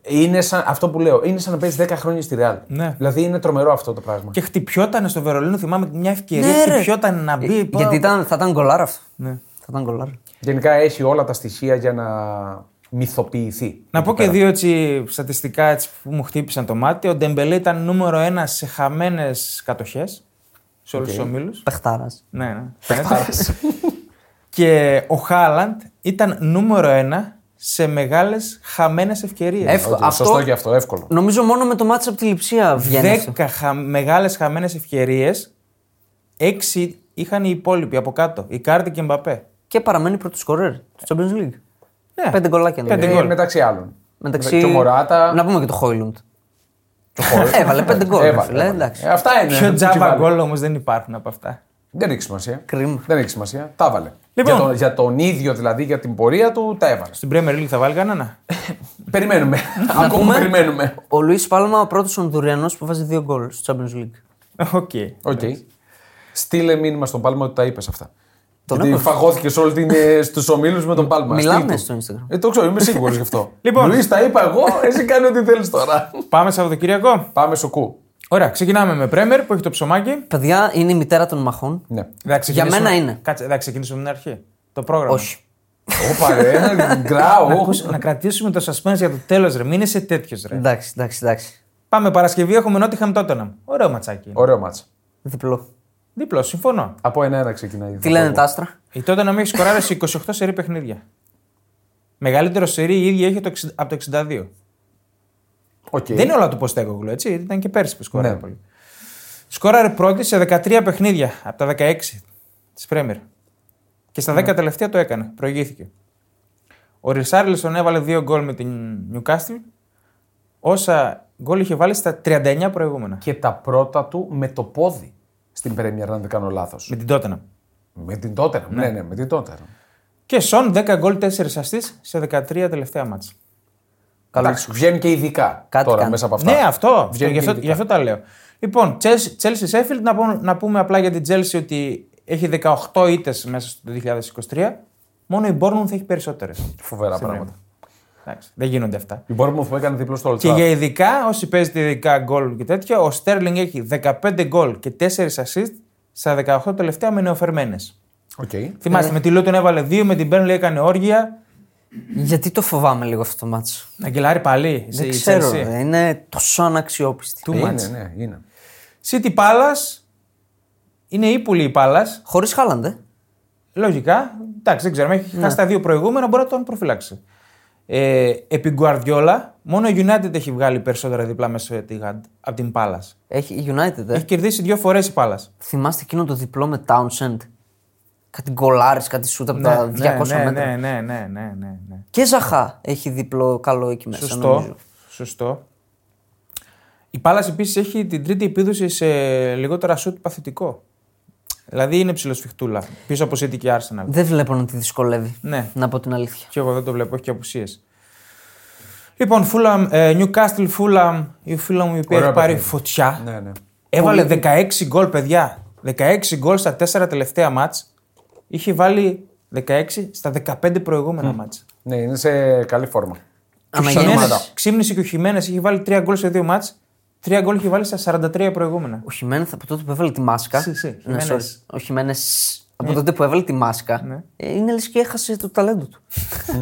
[SPEAKER 1] είναι σαν, αυτό που λέω, είναι σαν να παίζει 10 χρόνια στη Ρεάλ.
[SPEAKER 2] Ναι.
[SPEAKER 1] Δηλαδή, είναι τρομερό αυτό το πράγμα.
[SPEAKER 2] Και χτυπιότανε στο Βερολίνο, θυμάμαι μια ευκαιρία.
[SPEAKER 3] Ναι, ρε.
[SPEAKER 2] χτυπιότανε να μπει.
[SPEAKER 3] Ε,
[SPEAKER 2] πω,
[SPEAKER 3] Γιατί ήταν, θα ήταν γκολάρα αυτό.
[SPEAKER 2] Ναι.
[SPEAKER 3] Θα ήταν γκολάρα.
[SPEAKER 1] Γενικά, έχει όλα τα στοιχεία για να μυθοποιηθεί.
[SPEAKER 2] Να πω και δύο έτσι, στατιστικά έτσι, που μου χτύπησαν το μάτι. Ο Ντεμπελέ ήταν νούμερο ένα σε χαμένες κατοχές σε όλους τους ομίλους.
[SPEAKER 3] Πεχτάρας.
[SPEAKER 2] Ναι, ναι. φαίνεται. και ο Χάλαντ ήταν νούμερο ένα σε μεγάλες χαμένες ευκαιρίες.
[SPEAKER 3] Εύκολο.
[SPEAKER 1] Ότι, Σωστό και αυτό, εύκολο.
[SPEAKER 3] Νομίζω μόνο με το μάτς από τη Λιψία βγαίνει αυτό.
[SPEAKER 2] Δέκα χα... μεγάλες χαμένες ευκαιρίες. Έξι είχαν οι υπόλοιποι από κάτω. Η Κάρτη και η Μπαπέ.
[SPEAKER 3] Και παραμένει πρώτος σκορέρ του Champions League.
[SPEAKER 2] Ναι.
[SPEAKER 3] Πέντε γκολάκια είναι.
[SPEAKER 2] Πέντε
[SPEAKER 1] Ε,
[SPEAKER 2] γκολ.
[SPEAKER 1] μεταξύ άλλων.
[SPEAKER 3] Μεταξύ...
[SPEAKER 1] Και ο Μωράτα.
[SPEAKER 3] Να πούμε και το Χόιλουντ.
[SPEAKER 1] και ο Χόλ.
[SPEAKER 3] Έβαλε πέντε γκολ.
[SPEAKER 1] Έβαλε,
[SPEAKER 3] ρε φίλε,
[SPEAKER 1] έβαλε.
[SPEAKER 3] εντάξει.
[SPEAKER 1] Ε, Αυτά είναι.
[SPEAKER 2] Πιο τζάμπα
[SPEAKER 1] Κουβάλι.
[SPEAKER 2] γκολ όμως δεν υπάρχουν από αυτά.
[SPEAKER 1] Δεν έχει σημασία.
[SPEAKER 3] Κρίμα.
[SPEAKER 1] Δεν έχει σημασία. Τα έβαλε.
[SPEAKER 2] Λοιπόν.
[SPEAKER 1] Για, τον, για τον ίδιο δηλαδή, για την πορεία του, τα έβαλε.
[SPEAKER 2] Στην Premier League θα βάλει κανένα.
[SPEAKER 1] Περιμένουμε. Ακόμα περιμένουμε.
[SPEAKER 3] Ο Λουίς Πάλμα, ο πρώτος Ονδουριανός που βάζει δύο γκολ στο Champions League.
[SPEAKER 2] Οκ.
[SPEAKER 1] Οκ. Στείλε μήνυμα στον Πάλμα ότι τα είπες αυτά.
[SPEAKER 3] Τον
[SPEAKER 1] Γιατί
[SPEAKER 3] άκουσα.
[SPEAKER 1] φαγώθηκες όλη την. στους ομίλους με τον Πάλμα.
[SPEAKER 3] Μιλάμε
[SPEAKER 1] Στείλ του.
[SPEAKER 3] στο Instagram.
[SPEAKER 1] Ε, το ξέρω, είμαι σίγουρος γι' αυτό.
[SPEAKER 2] Λοιπόν.
[SPEAKER 1] Λουίς, τα είπα εγώ, εσύ κάνει ό,τι θέλεις τώρα.
[SPEAKER 2] Πάμε Σαββατοκύριακο.
[SPEAKER 1] Πάμε σοκού.
[SPEAKER 2] Ωραία, ξεκινάμε με Πρέμερ που έχει το ψωμάκι.
[SPEAKER 3] Παιδιά είναι η μητέρα των μαχών.
[SPEAKER 1] Ναι.
[SPEAKER 2] Θα ξεκινήσουμε-
[SPEAKER 3] μένα είναι.
[SPEAKER 2] Κάτσε, θα ξεκινήσουμε από την αρχή. Το πρόγραμμα.
[SPEAKER 3] Όχι.
[SPEAKER 1] Όπα ρε,
[SPEAKER 2] Να,
[SPEAKER 1] γκράου.
[SPEAKER 2] ακούς- να κρατήσουμε το suspense για το τέλος, ρε. Μην είσαι τέτοιος, ρε.
[SPEAKER 3] Εντάξει, εντάξει, εντάξει.
[SPEAKER 2] Πάμε Παρασκευή, έχουμε Νότιχαμ Τότεναμ. Ωραίο ματσάκι. είναι.
[SPEAKER 1] Ωραίο μάτσα.
[SPEAKER 3] Διπλό.
[SPEAKER 2] Δίπλο, συμφωνώ.
[SPEAKER 1] Από ένα-ένα ξεκινάει.
[SPEAKER 3] Τι λένε τα άστρα.
[SPEAKER 2] Η Τότεναμ έχει σκοράρει σε 28 σερή παιχνίδια. Μεγαλύτερο σερή η ίδια έχει το 60 από το 62.
[SPEAKER 1] Οκ.
[SPEAKER 2] Δεν είναι όλα του Ποστέκογλου, έτσι. Ήταν και πέρσι που σκόραρε
[SPEAKER 1] Ναι.
[SPEAKER 2] πολύ. Σκόραρε πρώτη σε 13 παιχνίδια από τα 16 τη Πρέμερ. Και στα 10 τελευταία το έκανε. Προηγήθηκε. Ο Ρισάρλισον έβαλε 2 γκολ με την Νιουκάστιλ. Όσα γκολ είχε βάλει στα 39 προηγούμενα.
[SPEAKER 1] Και τα πρώτα του με το πόδι στην Πρέμιερ, αν δεν κάνω λάθος.
[SPEAKER 2] Με την Τότενα.
[SPEAKER 1] Με την τότερα. Ναι, ναι, με την τότερα.
[SPEAKER 2] Και Σον 10 γκολ 4 αστεί σε 13 τελευταία μάτσα.
[SPEAKER 1] Εντάξει, βγαίνουν και ειδικά
[SPEAKER 3] Κάτι
[SPEAKER 1] τώρα
[SPEAKER 3] κάνει.
[SPEAKER 1] μέσα από αυτά.
[SPEAKER 2] Ναι, αυτό.
[SPEAKER 1] Βγαίνει
[SPEAKER 2] Γι αυτό,
[SPEAKER 1] και
[SPEAKER 2] γι' αυτό τα λέω. Λοιπόν, Chelsea Sheffield, να, πω- να πούμε απλά για την Chelsea ότι έχει 18 ήττες μέσα στο 2023. Μόνο η Bournemouth έχει περισσότερες.
[SPEAKER 1] Φοβερά πράγματα.
[SPEAKER 2] Δεν γίνονται αυτά.
[SPEAKER 1] Η Bournemouth που έκανε δίπλο στο Old
[SPEAKER 2] Και για
[SPEAKER 1] Trafford.
[SPEAKER 2] ειδικά, όσοι παίζετε ειδικά γκολ και τέτοια, ο Sterling έχει 15 γκολ και 4 assist στα 18 τελευταία με νεοφερμένες.
[SPEAKER 1] Οκ. Ε.
[SPEAKER 2] Θυμάστε, με τη Luton έβαλε 2, με την Burnley έκανε όργια.
[SPEAKER 3] Γιατί το φοβάμαι λίγο αυτό το μάτσο.
[SPEAKER 2] Να γκελάρει πάλι. η
[SPEAKER 3] Δεν
[SPEAKER 2] Chelsea.
[SPEAKER 3] ξέρω.
[SPEAKER 1] ε.
[SPEAKER 3] ρε. Είναι τόσο αναξιόπιστη.
[SPEAKER 2] Too much.
[SPEAKER 1] Είναι, ναι, είναι.
[SPEAKER 2] City Palace. Είναι ύπουλη η Palace.
[SPEAKER 3] Χωρίς Χάλαντε.
[SPEAKER 2] Λογικά, εντάξει, δεν ξέρουμε.
[SPEAKER 3] Ναι.
[SPEAKER 2] Έχει χάσει τα δύο προηγούμενα, μπορεί να τον προφυλάξει. Ε, επί Guardiola, μόνο η United έχει βγάλει περισσότερα διπλά μέσα στη Γαντ από την Πάλα.
[SPEAKER 3] Έχει η United. Ε.
[SPEAKER 2] Έχει κερδίσει δύο φορές η Πάλα.
[SPEAKER 3] Θυμάστε εκείνο το διπλό με Townsend. Κάτι γκολάρι, κάτι σούτ από τα 200
[SPEAKER 2] ναι, ναι,
[SPEAKER 3] μέτρα.
[SPEAKER 2] ναι, ναι, ναι, ναι, ναι.
[SPEAKER 3] Και Ζαχά έχει διπλό καλό εκεί μέσα.
[SPEAKER 2] Σωστό.
[SPEAKER 3] νομίζω.
[SPEAKER 2] Σωστό. Η Πάλα επίσης έχει την τρίτη επίδοση σε λιγότερα σουτ παθητικό. Δηλαδή είναι ψηλοσφιχτούλα. Πίσω από City και Arsenal.
[SPEAKER 3] Δεν βλέπω να τη δυσκολεύει.
[SPEAKER 2] Ναι.
[SPEAKER 3] Να πω την αλήθεια.
[SPEAKER 2] Και εγώ δεν το βλέπω, έχει και απουσίες. Λοιπόν, Fulham, ε, Newcastle Fulham, η Fulham η οποία
[SPEAKER 1] Ωραίο
[SPEAKER 2] έχει πάρει
[SPEAKER 1] παιχνίδι.
[SPEAKER 2] φωτιά.
[SPEAKER 1] Ναι, ναι.
[SPEAKER 2] Έβαλε 16 γκολ, παιδιά. 16 γκολ στα 4 τελευταία μάτς. Είχε βάλει 16 στα 15 προηγούμενα μάτς.
[SPEAKER 1] Ναι, είναι σε καλή φόρμα.
[SPEAKER 3] Αναγέννηση.
[SPEAKER 1] ομάδα.
[SPEAKER 2] Χιμένες, ξύμνησε και ο Χιμένες, είχε βάλει 3 γκολ σε 2 μάτς. 3 γκολ είχε βάλει στα 43 προηγούμενα.
[SPEAKER 3] Ο Χιμένεθ από τότε που έβαλε τη μάσκα.
[SPEAKER 2] Συ, συ,
[SPEAKER 3] Ναι,
[SPEAKER 2] Χιμένεθ.
[SPEAKER 3] sorry. Ο Χιμένεθ
[SPEAKER 2] Ναι.
[SPEAKER 3] από τότε που έβαλε τη μάσκα. ε, Είναι λες και έχασε το ταλέντο του.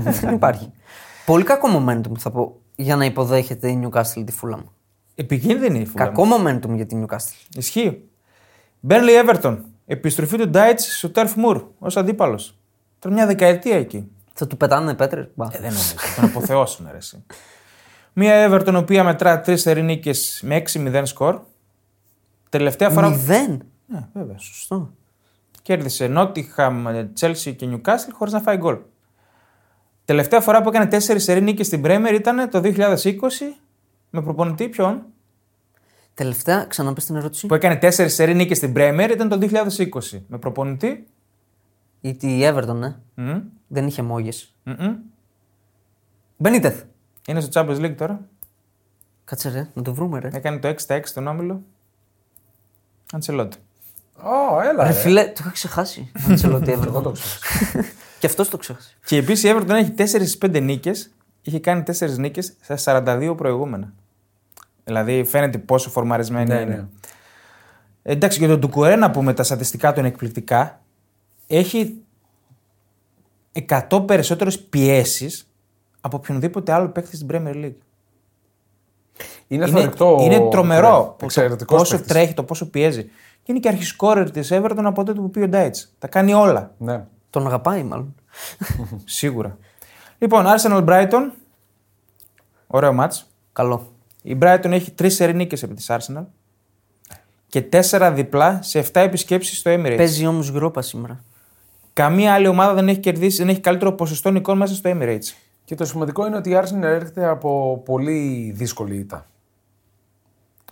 [SPEAKER 3] Δεν υπάρχει. Πολύ κακό momentum θα πω για να υποδέχεται η Newcastle τη Fulham.
[SPEAKER 2] Επικίνδυνη η Fulham.
[SPEAKER 3] Κακό momentum για τη Newcastle.
[SPEAKER 2] Ισχύει. Μπέρνλι Εύερτον. Επιστροφή του Ντάιτ στο Τέρφ Μουρ ως αντίπαλος. Τώρα μια δεκαετία εκεί.
[SPEAKER 3] Θα του πετάνε πέτρε. Μπα.
[SPEAKER 2] Ε, δεν νομίζω. θα τον αποθεώσουν, ρε. εσύ. Μία Everton η οποία μετρά τρει ερηνίκε με 6-0 σκορ. Τελευταία φορά.
[SPEAKER 3] Μηδέν.
[SPEAKER 2] Ναι, βέβαια. Σου-
[SPEAKER 3] Σωστό.
[SPEAKER 2] Κέρδισε Νότιχαμ, Τσέλσι και Νιουκάστιλ χωρίς να φάει γκολ. Τελευταία φορά που έκανε τέσσερις ερηνίκε στην Πρέμερ ήταν το 2020 με προπονητή ποιον.
[SPEAKER 3] Τελευταία, ξαναπε την ερώτηση.
[SPEAKER 2] Που έκανε τέσσερις ερηνίκε στην Πρέμερ ήταν το 2020 με προπονητή.
[SPEAKER 3] Γιατί η Everton, ναι.
[SPEAKER 2] Μμμ,
[SPEAKER 3] Δεν είχε μόγες.
[SPEAKER 2] μμμ.
[SPEAKER 3] Μπενίτεθ.
[SPEAKER 2] Είναι στο Champions League τώρα.
[SPEAKER 3] Κάτσε ρε, να το βρούμε ρε.
[SPEAKER 2] Έκανε το 6-6 τον όμιλο. Αντσελότη.
[SPEAKER 1] Ω, έλα.
[SPEAKER 3] Ρε
[SPEAKER 1] ρε.
[SPEAKER 3] φίλε, το είχα ξεχάσει. Αντσελότη Everton. Και αυτός το ξέχασε.
[SPEAKER 2] Και επίσης η Everton έχει 4-5 νίκες. Είχε κάνει 4 νίκε στα 42 προηγούμενα. Δηλαδή φαίνεται πόσο φορμαρισμένη
[SPEAKER 1] Ναι,
[SPEAKER 2] είναι.
[SPEAKER 1] ναι.
[SPEAKER 2] Εντάξει, και τον Ντουκουρέ να πούμε τα στατιστικά του είναι εκπληκτικά. Έχει 100 περισσότερες πιέσεις από οποιονδήποτε άλλο παίκτη στην Premier League.
[SPEAKER 1] Είναι, θορυκτό.
[SPEAKER 2] είναι τρομερό
[SPEAKER 1] Ναι,
[SPEAKER 2] που το
[SPEAKER 1] εξαιρετικός
[SPEAKER 2] πόσο
[SPEAKER 1] παίκτης.
[SPEAKER 2] τρέχει, το πόσο πιέζει. Και είναι και αρχισκόρερ της Everton από τότε που πήγε ο Ντάιτ. Τα κάνει όλα.
[SPEAKER 1] Ναι.
[SPEAKER 3] Τον αγαπάει μάλλον.
[SPEAKER 2] Σίγουρα. Λοιπόν, Arsenal Brighton. Ωραίο μάτς.
[SPEAKER 3] Καλό.
[SPEAKER 2] Η Brighton έχει τρεις ερηνίκε επί της Arsenal και τέσσερα διπλά σε 7 επισκέψεις στο Emirates.
[SPEAKER 3] Παίζει όμως γκρόπα σήμερα.
[SPEAKER 2] Καμία άλλη ομάδα δεν έχει κερδίσει, δεν έχει καλύτερο ποσοστό νικών μέσα στο Emirates.
[SPEAKER 1] Και το σημαντικό είναι ότι η Arsenal έρχεται από πολύ δύσκολη ήττα.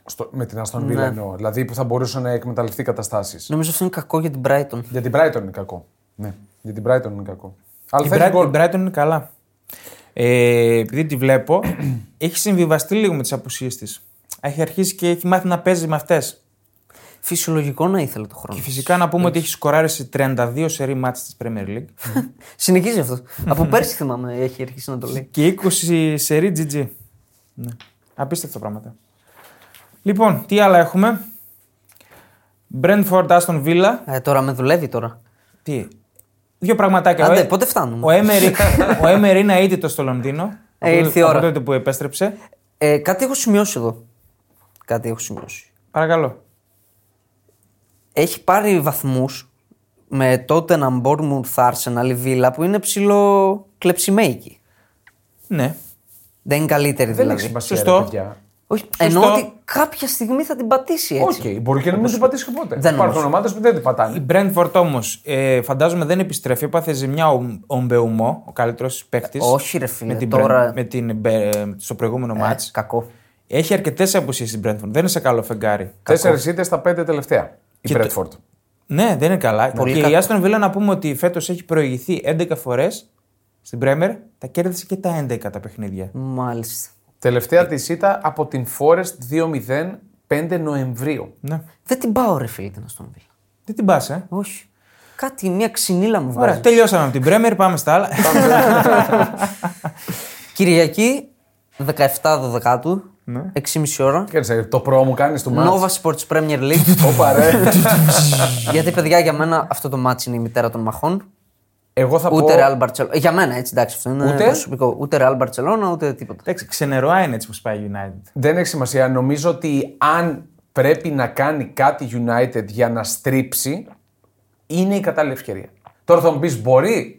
[SPEAKER 1] στο- με την Aston
[SPEAKER 2] Ναι.
[SPEAKER 1] Villa εννοώ. Δηλαδή που θα μπορούσε να εκμεταλλευτεί καταστάσεις.
[SPEAKER 3] Νομίζω αυτό είναι κακό για την Brighton.
[SPEAKER 1] Για την Brighton είναι κακό. Ναι, για την Brighton είναι κακό. Αλλά
[SPEAKER 2] Η
[SPEAKER 1] θα έχει
[SPEAKER 2] Brighton,
[SPEAKER 1] γκολ.
[SPEAKER 2] η Brighton είναι καλά. Ε, επειδή τη βλέπω, έχει συμβιβαστεί λίγο με τις απουσίες της. Έχει αρχίσει και έχει μάθει να παίζει με αυτές.
[SPEAKER 3] Φυσιολογικό να ήθελε το χρόνο.
[SPEAKER 2] Και φυσικά να πούμε ότι έχει σκοράρει σε 32 σερή μάτς της Premier League
[SPEAKER 3] Συνεχίζει αυτός. Από πέρσι θυμάμαι έχει αρχίσει να το λέει.
[SPEAKER 2] και 20 σερή GG. Ναι. Απίστευτα πράγματα. Λοιπόν, τι άλλα έχουμε. Brentford, Aston Villa.
[SPEAKER 3] Ε, τώρα με δουλεύει τώρα.
[SPEAKER 2] Τι. Δύο πραγματάκια.
[SPEAKER 3] Άντε,
[SPEAKER 2] Ο Ε-
[SPEAKER 3] πότε φτάνουμε?
[SPEAKER 2] Ο Έμερι, ο Έμερι είναι αίτητος στο Λονδίνο.
[SPEAKER 3] Ε,
[SPEAKER 2] Από το-
[SPEAKER 3] ήρθε η
[SPEAKER 2] από
[SPEAKER 3] ώρα.
[SPEAKER 2] τότε που επέστρεψε.
[SPEAKER 3] Ε, κάτι έχω σημειώσει εδώ. Κάτι έχω σημειώσει.
[SPEAKER 2] Παρακαλώ.
[SPEAKER 3] Έχει πάρει βαθμούς με τότε να Bournemouth, Arsenal, η Villa που είναι ψηλό κλεψιμέικη.
[SPEAKER 2] Ναι.
[SPEAKER 3] Δεν είναι καλύτερη
[SPEAKER 1] Δεν έχει
[SPEAKER 3] δηλαδή.
[SPEAKER 1] σημασία, ρε
[SPEAKER 2] Σωστό.
[SPEAKER 1] παιδιά.
[SPEAKER 3] Όχι, ενώ Ε, ότι κάποια στιγμή θα την πατήσει
[SPEAKER 1] Οκ,
[SPEAKER 3] έτσι.
[SPEAKER 1] μπορεί και να μην την πατήσει ποτέ.
[SPEAKER 3] Δεν
[SPEAKER 1] Υπάρχουν
[SPEAKER 3] νομίζω.
[SPEAKER 1] ομάδες που δεν την πατάνε.
[SPEAKER 2] Η Brentford όμως, ε, φαντάζομαι δεν επιστρέφει. Έπαθε ζημιά ο, ο Μπεουμό, ο καλύτερος παίκτης.
[SPEAKER 3] Ε, όχι, ρε φίλε,
[SPEAKER 2] με την,
[SPEAKER 3] τώρα-
[SPEAKER 2] Brent- με την, Μπε- στο προηγούμενο
[SPEAKER 3] Ε,
[SPEAKER 2] μάτς.
[SPEAKER 3] κακό.
[SPEAKER 2] Έχει αρκετές απουσίες στην Brentford. Δεν είναι σε καλό φεγγάρι.
[SPEAKER 1] Τέσσερις ήττες στα πέντε τελευταία. Η
[SPEAKER 2] Και το-
[SPEAKER 1] Brentford.
[SPEAKER 2] Ναι, δεν είναι καλά.
[SPEAKER 3] Πολύ
[SPEAKER 2] και η
[SPEAKER 3] κακό.
[SPEAKER 2] Άστον Βίλα να πούμε ότι φέτος έχει προηγηθεί 11 φορές στην Πρέμερ. Τα κέρδισε και τα 11 τα παιχνίδια.
[SPEAKER 3] Μάλιστα.
[SPEAKER 1] Τελευταία τη ήττα από την Forest 2-0 5 Νοεμβρίου.
[SPEAKER 2] Ναι.
[SPEAKER 3] Δεν την πάω, ρε φίλε, την Αστον Βίλα.
[SPEAKER 2] Δεν την πας, ε.
[SPEAKER 3] Όχι. Κάτι, μια ξυνήλα μου
[SPEAKER 2] Ωραία,
[SPEAKER 3] βγάζει.
[SPEAKER 2] τελειώσαμε από την Πρέμερ, πάμε στα άλλα.
[SPEAKER 3] Κυριακή, 17 Δεκάτου, 6,5 ώρα.
[SPEAKER 1] Κέρδισε το προ μου κάνεις του Ναι. μάτς.
[SPEAKER 3] Nova Sports Premier League.
[SPEAKER 1] Όπα, ρε.
[SPEAKER 3] γιατί, παιδιά, για μένα αυτό το μάτι είναι η μητέρα των μαχών.
[SPEAKER 1] Εγώ θα
[SPEAKER 3] Ούτε
[SPEAKER 1] πω.
[SPEAKER 3] Real Barcelona. Ε, Για μένα έτσι, εντάξει, αυτό είναι
[SPEAKER 1] Ούτε?
[SPEAKER 3] προσωπικό. Ούτε Real Barcelona, ούτε τίποτα.
[SPEAKER 2] Εντάξει, ξενερά είναι έτσι που σπάει η United.
[SPEAKER 1] Δεν έχει σημασία. Νομίζω ότι αν πρέπει να κάνει κάτι United για να στρίψει, είναι η κατάλληλη ευκαιρία. Τώρα θα μου πεις μπορεί.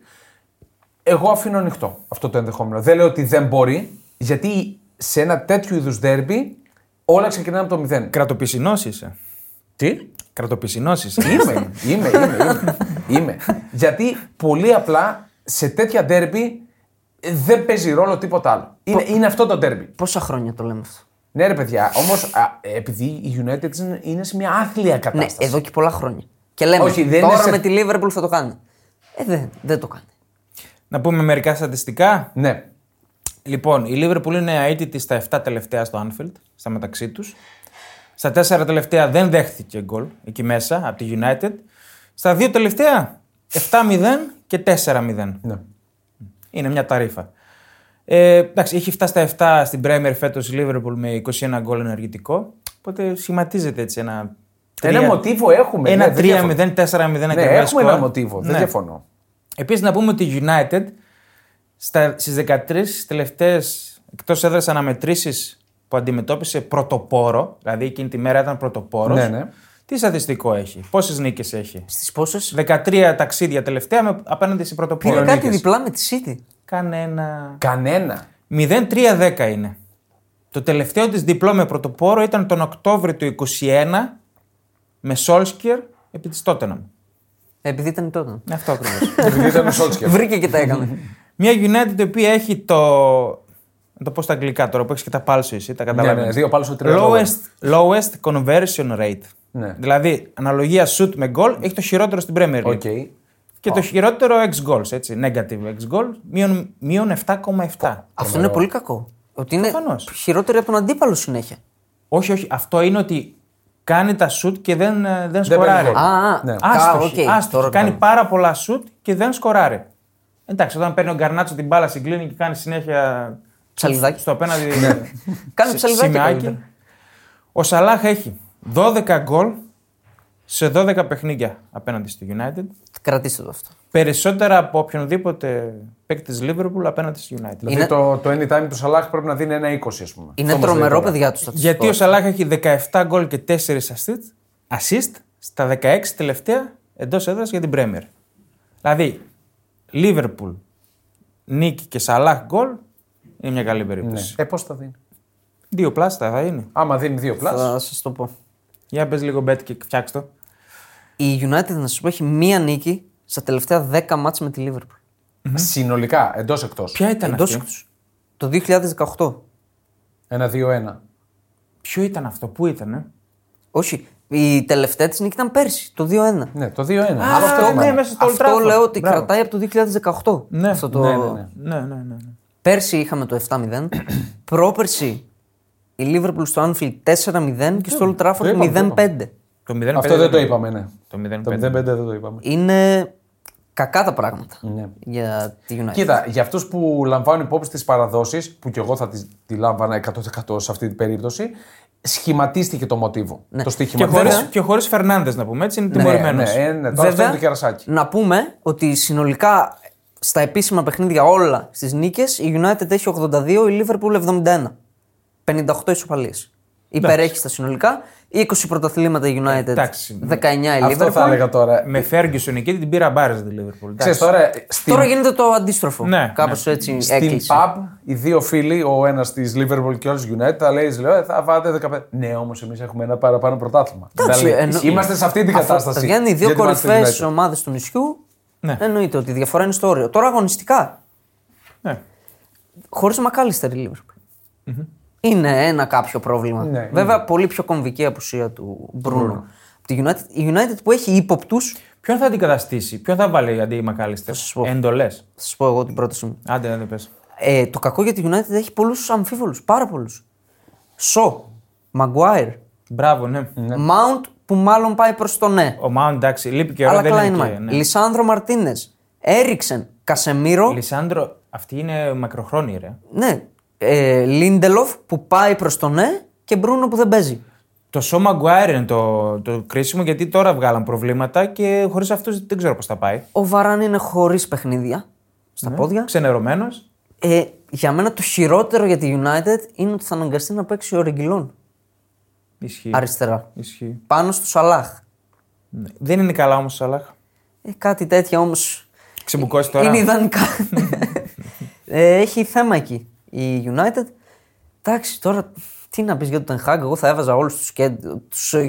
[SPEAKER 1] Εγώ αφήνω ανοιχτό αυτό το ενδεχόμενο. Δεν λέω ότι δεν μπορεί, γιατί σε ένα τέτοιου είδους δέρμπι όλα ξεκινάνε από το μηδέν.
[SPEAKER 2] Κρατοπισινός είσαι.
[SPEAKER 1] Τι?
[SPEAKER 2] Κρατοπισινός είσαι.
[SPEAKER 1] Είμαι, είμαι, είμαι, είμαι, είμαι. Γιατί πολύ απλά σε τέτοια ντέρμπι ε, δεν παίζει ρόλο τίποτα άλλο. Είναι, είναι αυτό το ντέρμπι.
[SPEAKER 3] Πόσα χρόνια το λέμε αυτό.
[SPEAKER 1] Ναι, ρε παιδιά, όμως επειδή η United είναι- είναι σε μια άθλια
[SPEAKER 3] Ναι,
[SPEAKER 1] κατάσταση.
[SPEAKER 3] εδώ και πολλά χρόνια. Και λέμε,
[SPEAKER 1] Όχι, δεν
[SPEAKER 3] τώρα
[SPEAKER 1] είναι σε-
[SPEAKER 3] με τη Liverpool θα το κάνει. Ε, δεν, δεν το κάνει.
[SPEAKER 2] να πούμε μερικά στατιστικά.
[SPEAKER 1] Ναι.
[SPEAKER 2] Λοιπόν, η Liverpool είναι αίτητη στα 7 τελευταία στο Anfield, στα μεταξύ τους. Στα 4 τελευταία δεν δέχθηκε γκολ εκεί μέσα από τη United. Στα 2 τελευταία 7-0 και 4-0.
[SPEAKER 1] ναι.
[SPEAKER 2] Είναι μια ταρίφα. Ε, εντάξει, έχει φτάσει στα 7 στην Premier φέτος η Liverpool με 21 γκολ ενεργητικό. Οπότε σχηματίζεται έτσι ένα.
[SPEAKER 1] Ένα
[SPEAKER 2] τρία-
[SPEAKER 1] μοτίβο έχουμε.
[SPEAKER 2] Ένα
[SPEAKER 1] ναι, δεν διαφωνώ.
[SPEAKER 2] 3-0, 4-0
[SPEAKER 1] Ναι, έχουμε ένα μοτίβο.
[SPEAKER 2] Ναι.
[SPEAKER 1] Δεν διαφωνώ.
[SPEAKER 2] Επίσης, να πούμε ότι η United στι 13 τελευταίες εκτός έδρας αναμετρήσεις που αντιμετώπισε πρωτοπόρο, δηλαδή εκείνη τη μέρα ήταν πρωτοπόρος.
[SPEAKER 1] Ναι, ναι.
[SPEAKER 2] Τι στατιστικό έχει, πόσες νίκες έχει.
[SPEAKER 3] Στις πόσες.
[SPEAKER 2] 13 ταξίδια τελευταία με, απέναντι σε πρωτοπόρο.
[SPEAKER 3] Πήρε κάτι
[SPEAKER 2] νίκες.
[SPEAKER 3] διπλά με τη City.
[SPEAKER 2] Κανένα.
[SPEAKER 1] Κανένα.
[SPEAKER 2] 0-3-10 είναι. Το τελευταίο της διπλό με πρωτοπόρο ήταν τον Οκτώβριο του 21 με Σόλσκιερ επί της Τότεναμ.
[SPEAKER 3] Επειδή ήταν τότε.
[SPEAKER 2] Αυτό ακριβώς.
[SPEAKER 1] Επειδή ήταν ο Σόλτσκερ.
[SPEAKER 3] Βρήκε και τα έκανε.
[SPEAKER 2] Μια United η οποία έχει το. Να το πω στα αγγλικά τώρα που έχεις και τα πάλσο εσύ, τα
[SPEAKER 1] ναι,
[SPEAKER 2] καταλαβαίνεις.
[SPEAKER 1] ναι, δύο πάλι στο τρία. λόγια.
[SPEAKER 2] lowest, lowest conversion rate.
[SPEAKER 1] Ναι.
[SPEAKER 2] Δηλαδή, αναλογία shoot με goal έχει το χειρότερο στην Premier League.
[SPEAKER 1] Οκ.
[SPEAKER 2] Και το χειρότερο ex goals, έτσι. Negative ex goal, μείον, μείον 7,7.
[SPEAKER 3] Αυτό είναι πολύ κακό. Ότι είναι
[SPEAKER 2] Προφανώς.
[SPEAKER 3] χειρότερη από τον αντίπαλο συνέχεια.
[SPEAKER 2] Όχι, όχι. Αυτό είναι ότι κάνει τα σουτ και δεν, ε, δεν
[SPEAKER 1] παίρνει
[SPEAKER 2] σκοράρει.
[SPEAKER 1] γκολ.
[SPEAKER 3] Α, α,
[SPEAKER 1] Ναι.
[SPEAKER 3] κα-
[SPEAKER 2] Άστοχη,
[SPEAKER 3] οκ,
[SPEAKER 2] άστοχη.
[SPEAKER 3] τώρα
[SPEAKER 2] κάνει
[SPEAKER 3] κατάλαβα.
[SPEAKER 2] πάρα πολλά σουτ και δεν σκοράρει. Εντάξει, όταν παίρνει ο Γκαρνάτσο την μπάλα, συγκλίνει και κάνει συνέχεια.
[SPEAKER 3] Ψαλιδάκι.
[SPEAKER 2] Στο απέναντι.
[SPEAKER 1] Ναι.
[SPEAKER 3] Κάνει
[SPEAKER 2] σε-
[SPEAKER 3] ψαλιδάκι
[SPEAKER 2] σημειάκι.
[SPEAKER 3] καλύτερα.
[SPEAKER 2] Ο Σαλάχ έχει 12 γκολ σε 12 παιχνίδια απέναντι στο United.
[SPEAKER 3] Κρατήστε το αυτό.
[SPEAKER 2] Περισσότερα από οποιονδήποτε παίκτη της Liverpool απέναντι στο United.
[SPEAKER 1] Δηλαδή
[SPEAKER 3] Είναι-
[SPEAKER 1] το, το anytime του Σαλάχ πρέπει να δίνει ένα 20, ας πούμε.
[SPEAKER 3] Είναι
[SPEAKER 1] Αυτό μας λέει
[SPEAKER 3] τρομερό,
[SPEAKER 1] τώρα.
[SPEAKER 3] παιδιά, τους στατιστικό.
[SPEAKER 2] Γιατί ο Σαλάχ έχει 17 γκολ και 4 assist, assist στα 16 τελευταία εντός έδρας για την Πρέμερ. Δηλαδή, Λίβερπουλ, νίκη και Σαλάχ γκολ είναι μια καλή περίπτωση.
[SPEAKER 1] Ε, πώς θα δίνει.
[SPEAKER 2] Δύο πλάστα θα είναι.
[SPEAKER 1] Άμα δίνει δύο πλάσ.
[SPEAKER 3] Θα σας το πω.
[SPEAKER 2] Για πες λίγο bet και φτιάξτε το.
[SPEAKER 3] Η United, να σας πω, έχει μία νίκη στα τελευταία 10 μάτς με τη Liverpool.
[SPEAKER 1] Συνολικά, εντός εκτός.
[SPEAKER 2] Ποια ήταν
[SPEAKER 3] Εντός
[SPEAKER 2] αυτή.
[SPEAKER 3] εκτός. Το 2018.
[SPEAKER 1] Ένα 2-1.
[SPEAKER 2] Ποιο ήταν αυτό, πού ήταν, ε?
[SPEAKER 3] Όχι, η τελευταία της νίκη ήταν πέρσι, το 2-1.
[SPEAKER 1] Ναι, το 2-1.
[SPEAKER 2] Α,
[SPEAKER 1] Αυτό
[SPEAKER 2] ναι,
[SPEAKER 1] θυμάμαι.
[SPEAKER 2] μέσα- στο Old
[SPEAKER 3] αυτό
[SPEAKER 2] Trafford.
[SPEAKER 3] λέω ότι
[SPEAKER 2] Μπράβο.
[SPEAKER 3] κρατάει από το 2018.
[SPEAKER 2] Ναι,
[SPEAKER 3] αυτό το...
[SPEAKER 1] ναι, ναι, ναι.
[SPEAKER 2] Ναι, ναι, ναι. ναι.
[SPEAKER 3] Πέρσι είχαμε το 7-0. Πρόπερσι η Liverpool στο Anfield 4-0 και στο
[SPEAKER 1] το είπαμε,
[SPEAKER 3] Old Trafford
[SPEAKER 1] το είπαμε.
[SPEAKER 3] 0-5.
[SPEAKER 2] Το 05
[SPEAKER 1] Αυτό δεν το είπαμε, ναι.
[SPEAKER 2] Το 05.
[SPEAKER 1] Το 05 δεν το είπαμε.
[SPEAKER 3] Είναι κακά τα πράγματα
[SPEAKER 1] Ναι.
[SPEAKER 3] για τη United.
[SPEAKER 1] Κοίτα, για αυτούς που λαμβάνουν υπόψη τις παραδόσεις, που κι εγώ θα τη, τη λάμβανα 100% σε αυτή την περίπτωση, σχηματίστηκε το μοτίβο.
[SPEAKER 3] Ναι.
[SPEAKER 1] Το στοίχημα.
[SPEAKER 2] Και
[SPEAKER 1] Δεν-
[SPEAKER 2] χωρίς, και χωρίς Φερνάνδες να πούμε, έτσι είναι
[SPEAKER 1] Ναι, ναι,
[SPEAKER 2] τιμωρημένος.
[SPEAKER 1] ναι, ναι, τώρα αυτό
[SPEAKER 3] Βέβαια,
[SPEAKER 1] είναι το κερασάκι.
[SPEAKER 3] Να πούμε ότι συνολικά στα επίσημα παιχνίδια όλα στις νίκες η United έχει 82, η Liverpool 71. 58 ισοπαλίες. Υπερέχει στα συνολικά. 20 πρωταθλήματα η United,
[SPEAKER 2] Εντάξει.
[SPEAKER 3] 19 η
[SPEAKER 1] ναι. Αυτό θα
[SPEAKER 3] Liverpool.
[SPEAKER 1] έλεγα
[SPEAKER 3] Ναι.
[SPEAKER 1] τώρα.
[SPEAKER 2] Με Ferguson εκεί την πήρα μπάρες τη Liverpool.
[SPEAKER 1] Ξέρεις,
[SPEAKER 2] εντάξει.
[SPEAKER 1] τώρα στην,
[SPEAKER 3] Τώρα γίνεται το αντίστροφο.
[SPEAKER 2] Ναι,
[SPEAKER 3] Κάπως
[SPEAKER 2] ναι.
[SPEAKER 3] έτσι
[SPEAKER 1] στην
[SPEAKER 3] έκλεισε.
[SPEAKER 1] pub, οι δύο φίλοι, ο ένας της Liverpool και ο άλλος United, θα λέει, λέω, «Ε, θα βάλετε 15. Ναι, όμως εμείς έχουμε ένα παραπάνω πρωτάθλημα.
[SPEAKER 3] Εντάξει,
[SPEAKER 1] Δηλαδή,
[SPEAKER 3] εννο-
[SPEAKER 1] Είμαστε σε αυτή την
[SPEAKER 3] Αφού
[SPEAKER 1] κατάσταση.
[SPEAKER 3] τα βγαίνουν οι δύο
[SPEAKER 1] Γιατί είμαστε United.
[SPEAKER 3] κορυφαίε ομάδες του νησιού.
[SPEAKER 2] Ναι.
[SPEAKER 3] Εννοείται ότι η διαφορά είναι στο όριο. Τώρα αγωνιστικά.
[SPEAKER 2] Ναι.
[SPEAKER 3] Χωρίς Μακάλιστερ η Liverpool. Είναι ένα κάποιο πρόβλημα.
[SPEAKER 1] Ναι,
[SPEAKER 3] Βέβαια, πολύ πιο κομβική απουσία του Μπρούνο. Από τη United, η United που έχει ύποπτους, θα
[SPEAKER 2] Ποιον θα αντικαταστήσει, ποιον θα βάλει αντί η Μακάλιστερ.
[SPEAKER 3] σας πω.
[SPEAKER 2] Εντολές.
[SPEAKER 3] σας πω εγώ την πρόταση μου.
[SPEAKER 2] Άντε, δεν το πες.
[SPEAKER 3] Ε, το κακό για τη United έχει πολλούς αμφίβολους. Πάρα πολλούς. Σο, Maguire,
[SPEAKER 2] Μπράβο, ναι.
[SPEAKER 3] Mount που μάλλον πάει προς το ναι.
[SPEAKER 2] Ο Μάουν, εντάξει, λείπει καιρό,
[SPEAKER 3] Αλλά
[SPEAKER 2] δεν είναι και,
[SPEAKER 3] Κλάινμαν.
[SPEAKER 2] ναι.
[SPEAKER 3] Λισάνδρο Μαρτίνες, Έριξεν, Κασεμίρο.
[SPEAKER 2] Λισάνδρο, αυτή είναι μακροχρόνια, ρε.
[SPEAKER 3] Ναι. Ε, Λίντελοφ που πάει προς το ναι και Μπρούνο που δεν παίζει.
[SPEAKER 2] Το σώμα Γκουάιρ είναι το, το κρίσιμο γιατί τώρα βγάλαν προβλήματα και χωρίς αυτούς δεν ξέρω πώς θα πάει.
[SPEAKER 3] Ο Βαράν είναι χωρίς παιχνίδια στα
[SPEAKER 2] Ναι.
[SPEAKER 3] πόδια.
[SPEAKER 2] Ξενερωμένος.
[SPEAKER 3] Ε, για μένα το χειρότερο για τη United είναι ότι θα αναγκαστεί να παίξει ο Ρεγγιλόν
[SPEAKER 2] Ισχύει.
[SPEAKER 3] αριστερά.
[SPEAKER 2] Ισχύει.
[SPEAKER 3] Πάνω στο Σαλάχ.
[SPEAKER 2] Ναι. Δεν είναι καλά όμως ο Σαλάχ.
[SPEAKER 3] Ε, κάτι τέτοια όμως.
[SPEAKER 2] Ξεμπουκώσει τώρα.
[SPEAKER 3] Είναι ιδανικά. ε, έχει θέμα εκεί η United. Εντάξει, τώρα τι να πεις για τον Τενχάγκ. Εγώ θα έβαζα όλους τους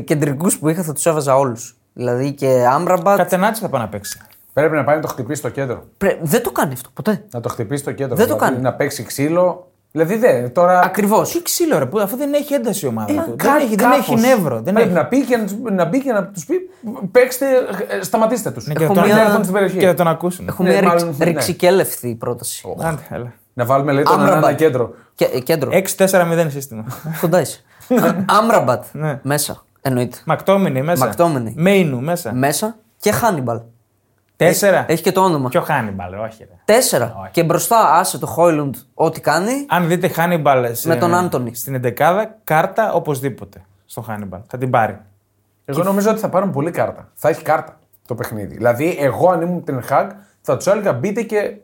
[SPEAKER 3] κεντρικού ε, που είχα, θα τους έβαζα όλους. Δηλαδή και Άμραμπατ.
[SPEAKER 2] Κατενάτσι θα πάει να παίξει.
[SPEAKER 1] Πρέπει να πάει να το χτυπήσει στο κέντρο.
[SPEAKER 3] Πρέ- Δεν το κάνει αυτό ποτέ.
[SPEAKER 1] Να το χτυπήσει στο κέντρο.
[SPEAKER 3] Δεν το
[SPEAKER 1] δηλαδή,
[SPEAKER 3] κάνει.
[SPEAKER 1] Να παίξει ξύλο. Δηλαδή δεν. Τώρα
[SPEAKER 3] Ακριβώς.
[SPEAKER 2] Τι ξύλο ρε, που- αφού δεν έχει ένταση η ομάδα του.
[SPEAKER 1] Κά-
[SPEAKER 2] Δεν έχει, δεν
[SPEAKER 1] κάπως
[SPEAKER 2] έχει νεύρο. Δεν
[SPEAKER 1] Πρέπει
[SPEAKER 2] έχει.
[SPEAKER 1] να πει και να, να μπει και να τους πει: Παίξτε, ε, σταματήστε τους.
[SPEAKER 2] Ναι, Και,
[SPEAKER 3] Έχω
[SPEAKER 2] τον...
[SPEAKER 3] μια-
[SPEAKER 1] να έρθουν στην περιοχή.
[SPEAKER 2] και θα τον ακούσουν.
[SPEAKER 3] Έχω
[SPEAKER 1] Ναι,
[SPEAKER 3] μια
[SPEAKER 1] μάλλον,
[SPEAKER 3] ριξ-
[SPEAKER 1] ναι.
[SPEAKER 3] ρηξικέλευθη πρόταση.
[SPEAKER 2] Άντε, έλα.
[SPEAKER 1] Να βάλουμε λέει τον
[SPEAKER 3] Άμραμπατ.
[SPEAKER 1] ένα κέντρο.
[SPEAKER 3] Και, ε, κέντρο.
[SPEAKER 2] 6-4-0 σύστημα.
[SPEAKER 3] Κοντά είσαι. Α- Άμραμπατ.
[SPEAKER 2] Ναι.
[SPEAKER 3] Μέσα. Εννοείται.
[SPEAKER 2] Μακτόμινη μέσα.
[SPEAKER 3] Μακτόμινη.
[SPEAKER 2] Μέινου μέσα.
[SPEAKER 3] Μέσα και Χάνιμπαλ.
[SPEAKER 2] Τέσσερα.
[SPEAKER 3] Έχει και το όνομα.
[SPEAKER 2] Και ο Χάνιμπαλ, όχι. Ρε.
[SPEAKER 3] Τέσσερα. Και μπροστά άσε το Χόιλουντ ό,τι κάνει.
[SPEAKER 2] Αν δείτε Χάνιμπαλ σε-
[SPEAKER 3] Με τον Άντωνη.
[SPEAKER 2] στην εντεκάδα, κάρτα οπωσδήποτε στο Χάνιμπαλ. Θα την πάρει.
[SPEAKER 1] Εγώ νομίζω ότι θα πάρουν πολύ κάρτα. Θα έχει κάρτα το παιχνίδι. Δηλαδή, εγώ αν ήμουν την Χαγκ, θα του έλεγα: Μπείτε και.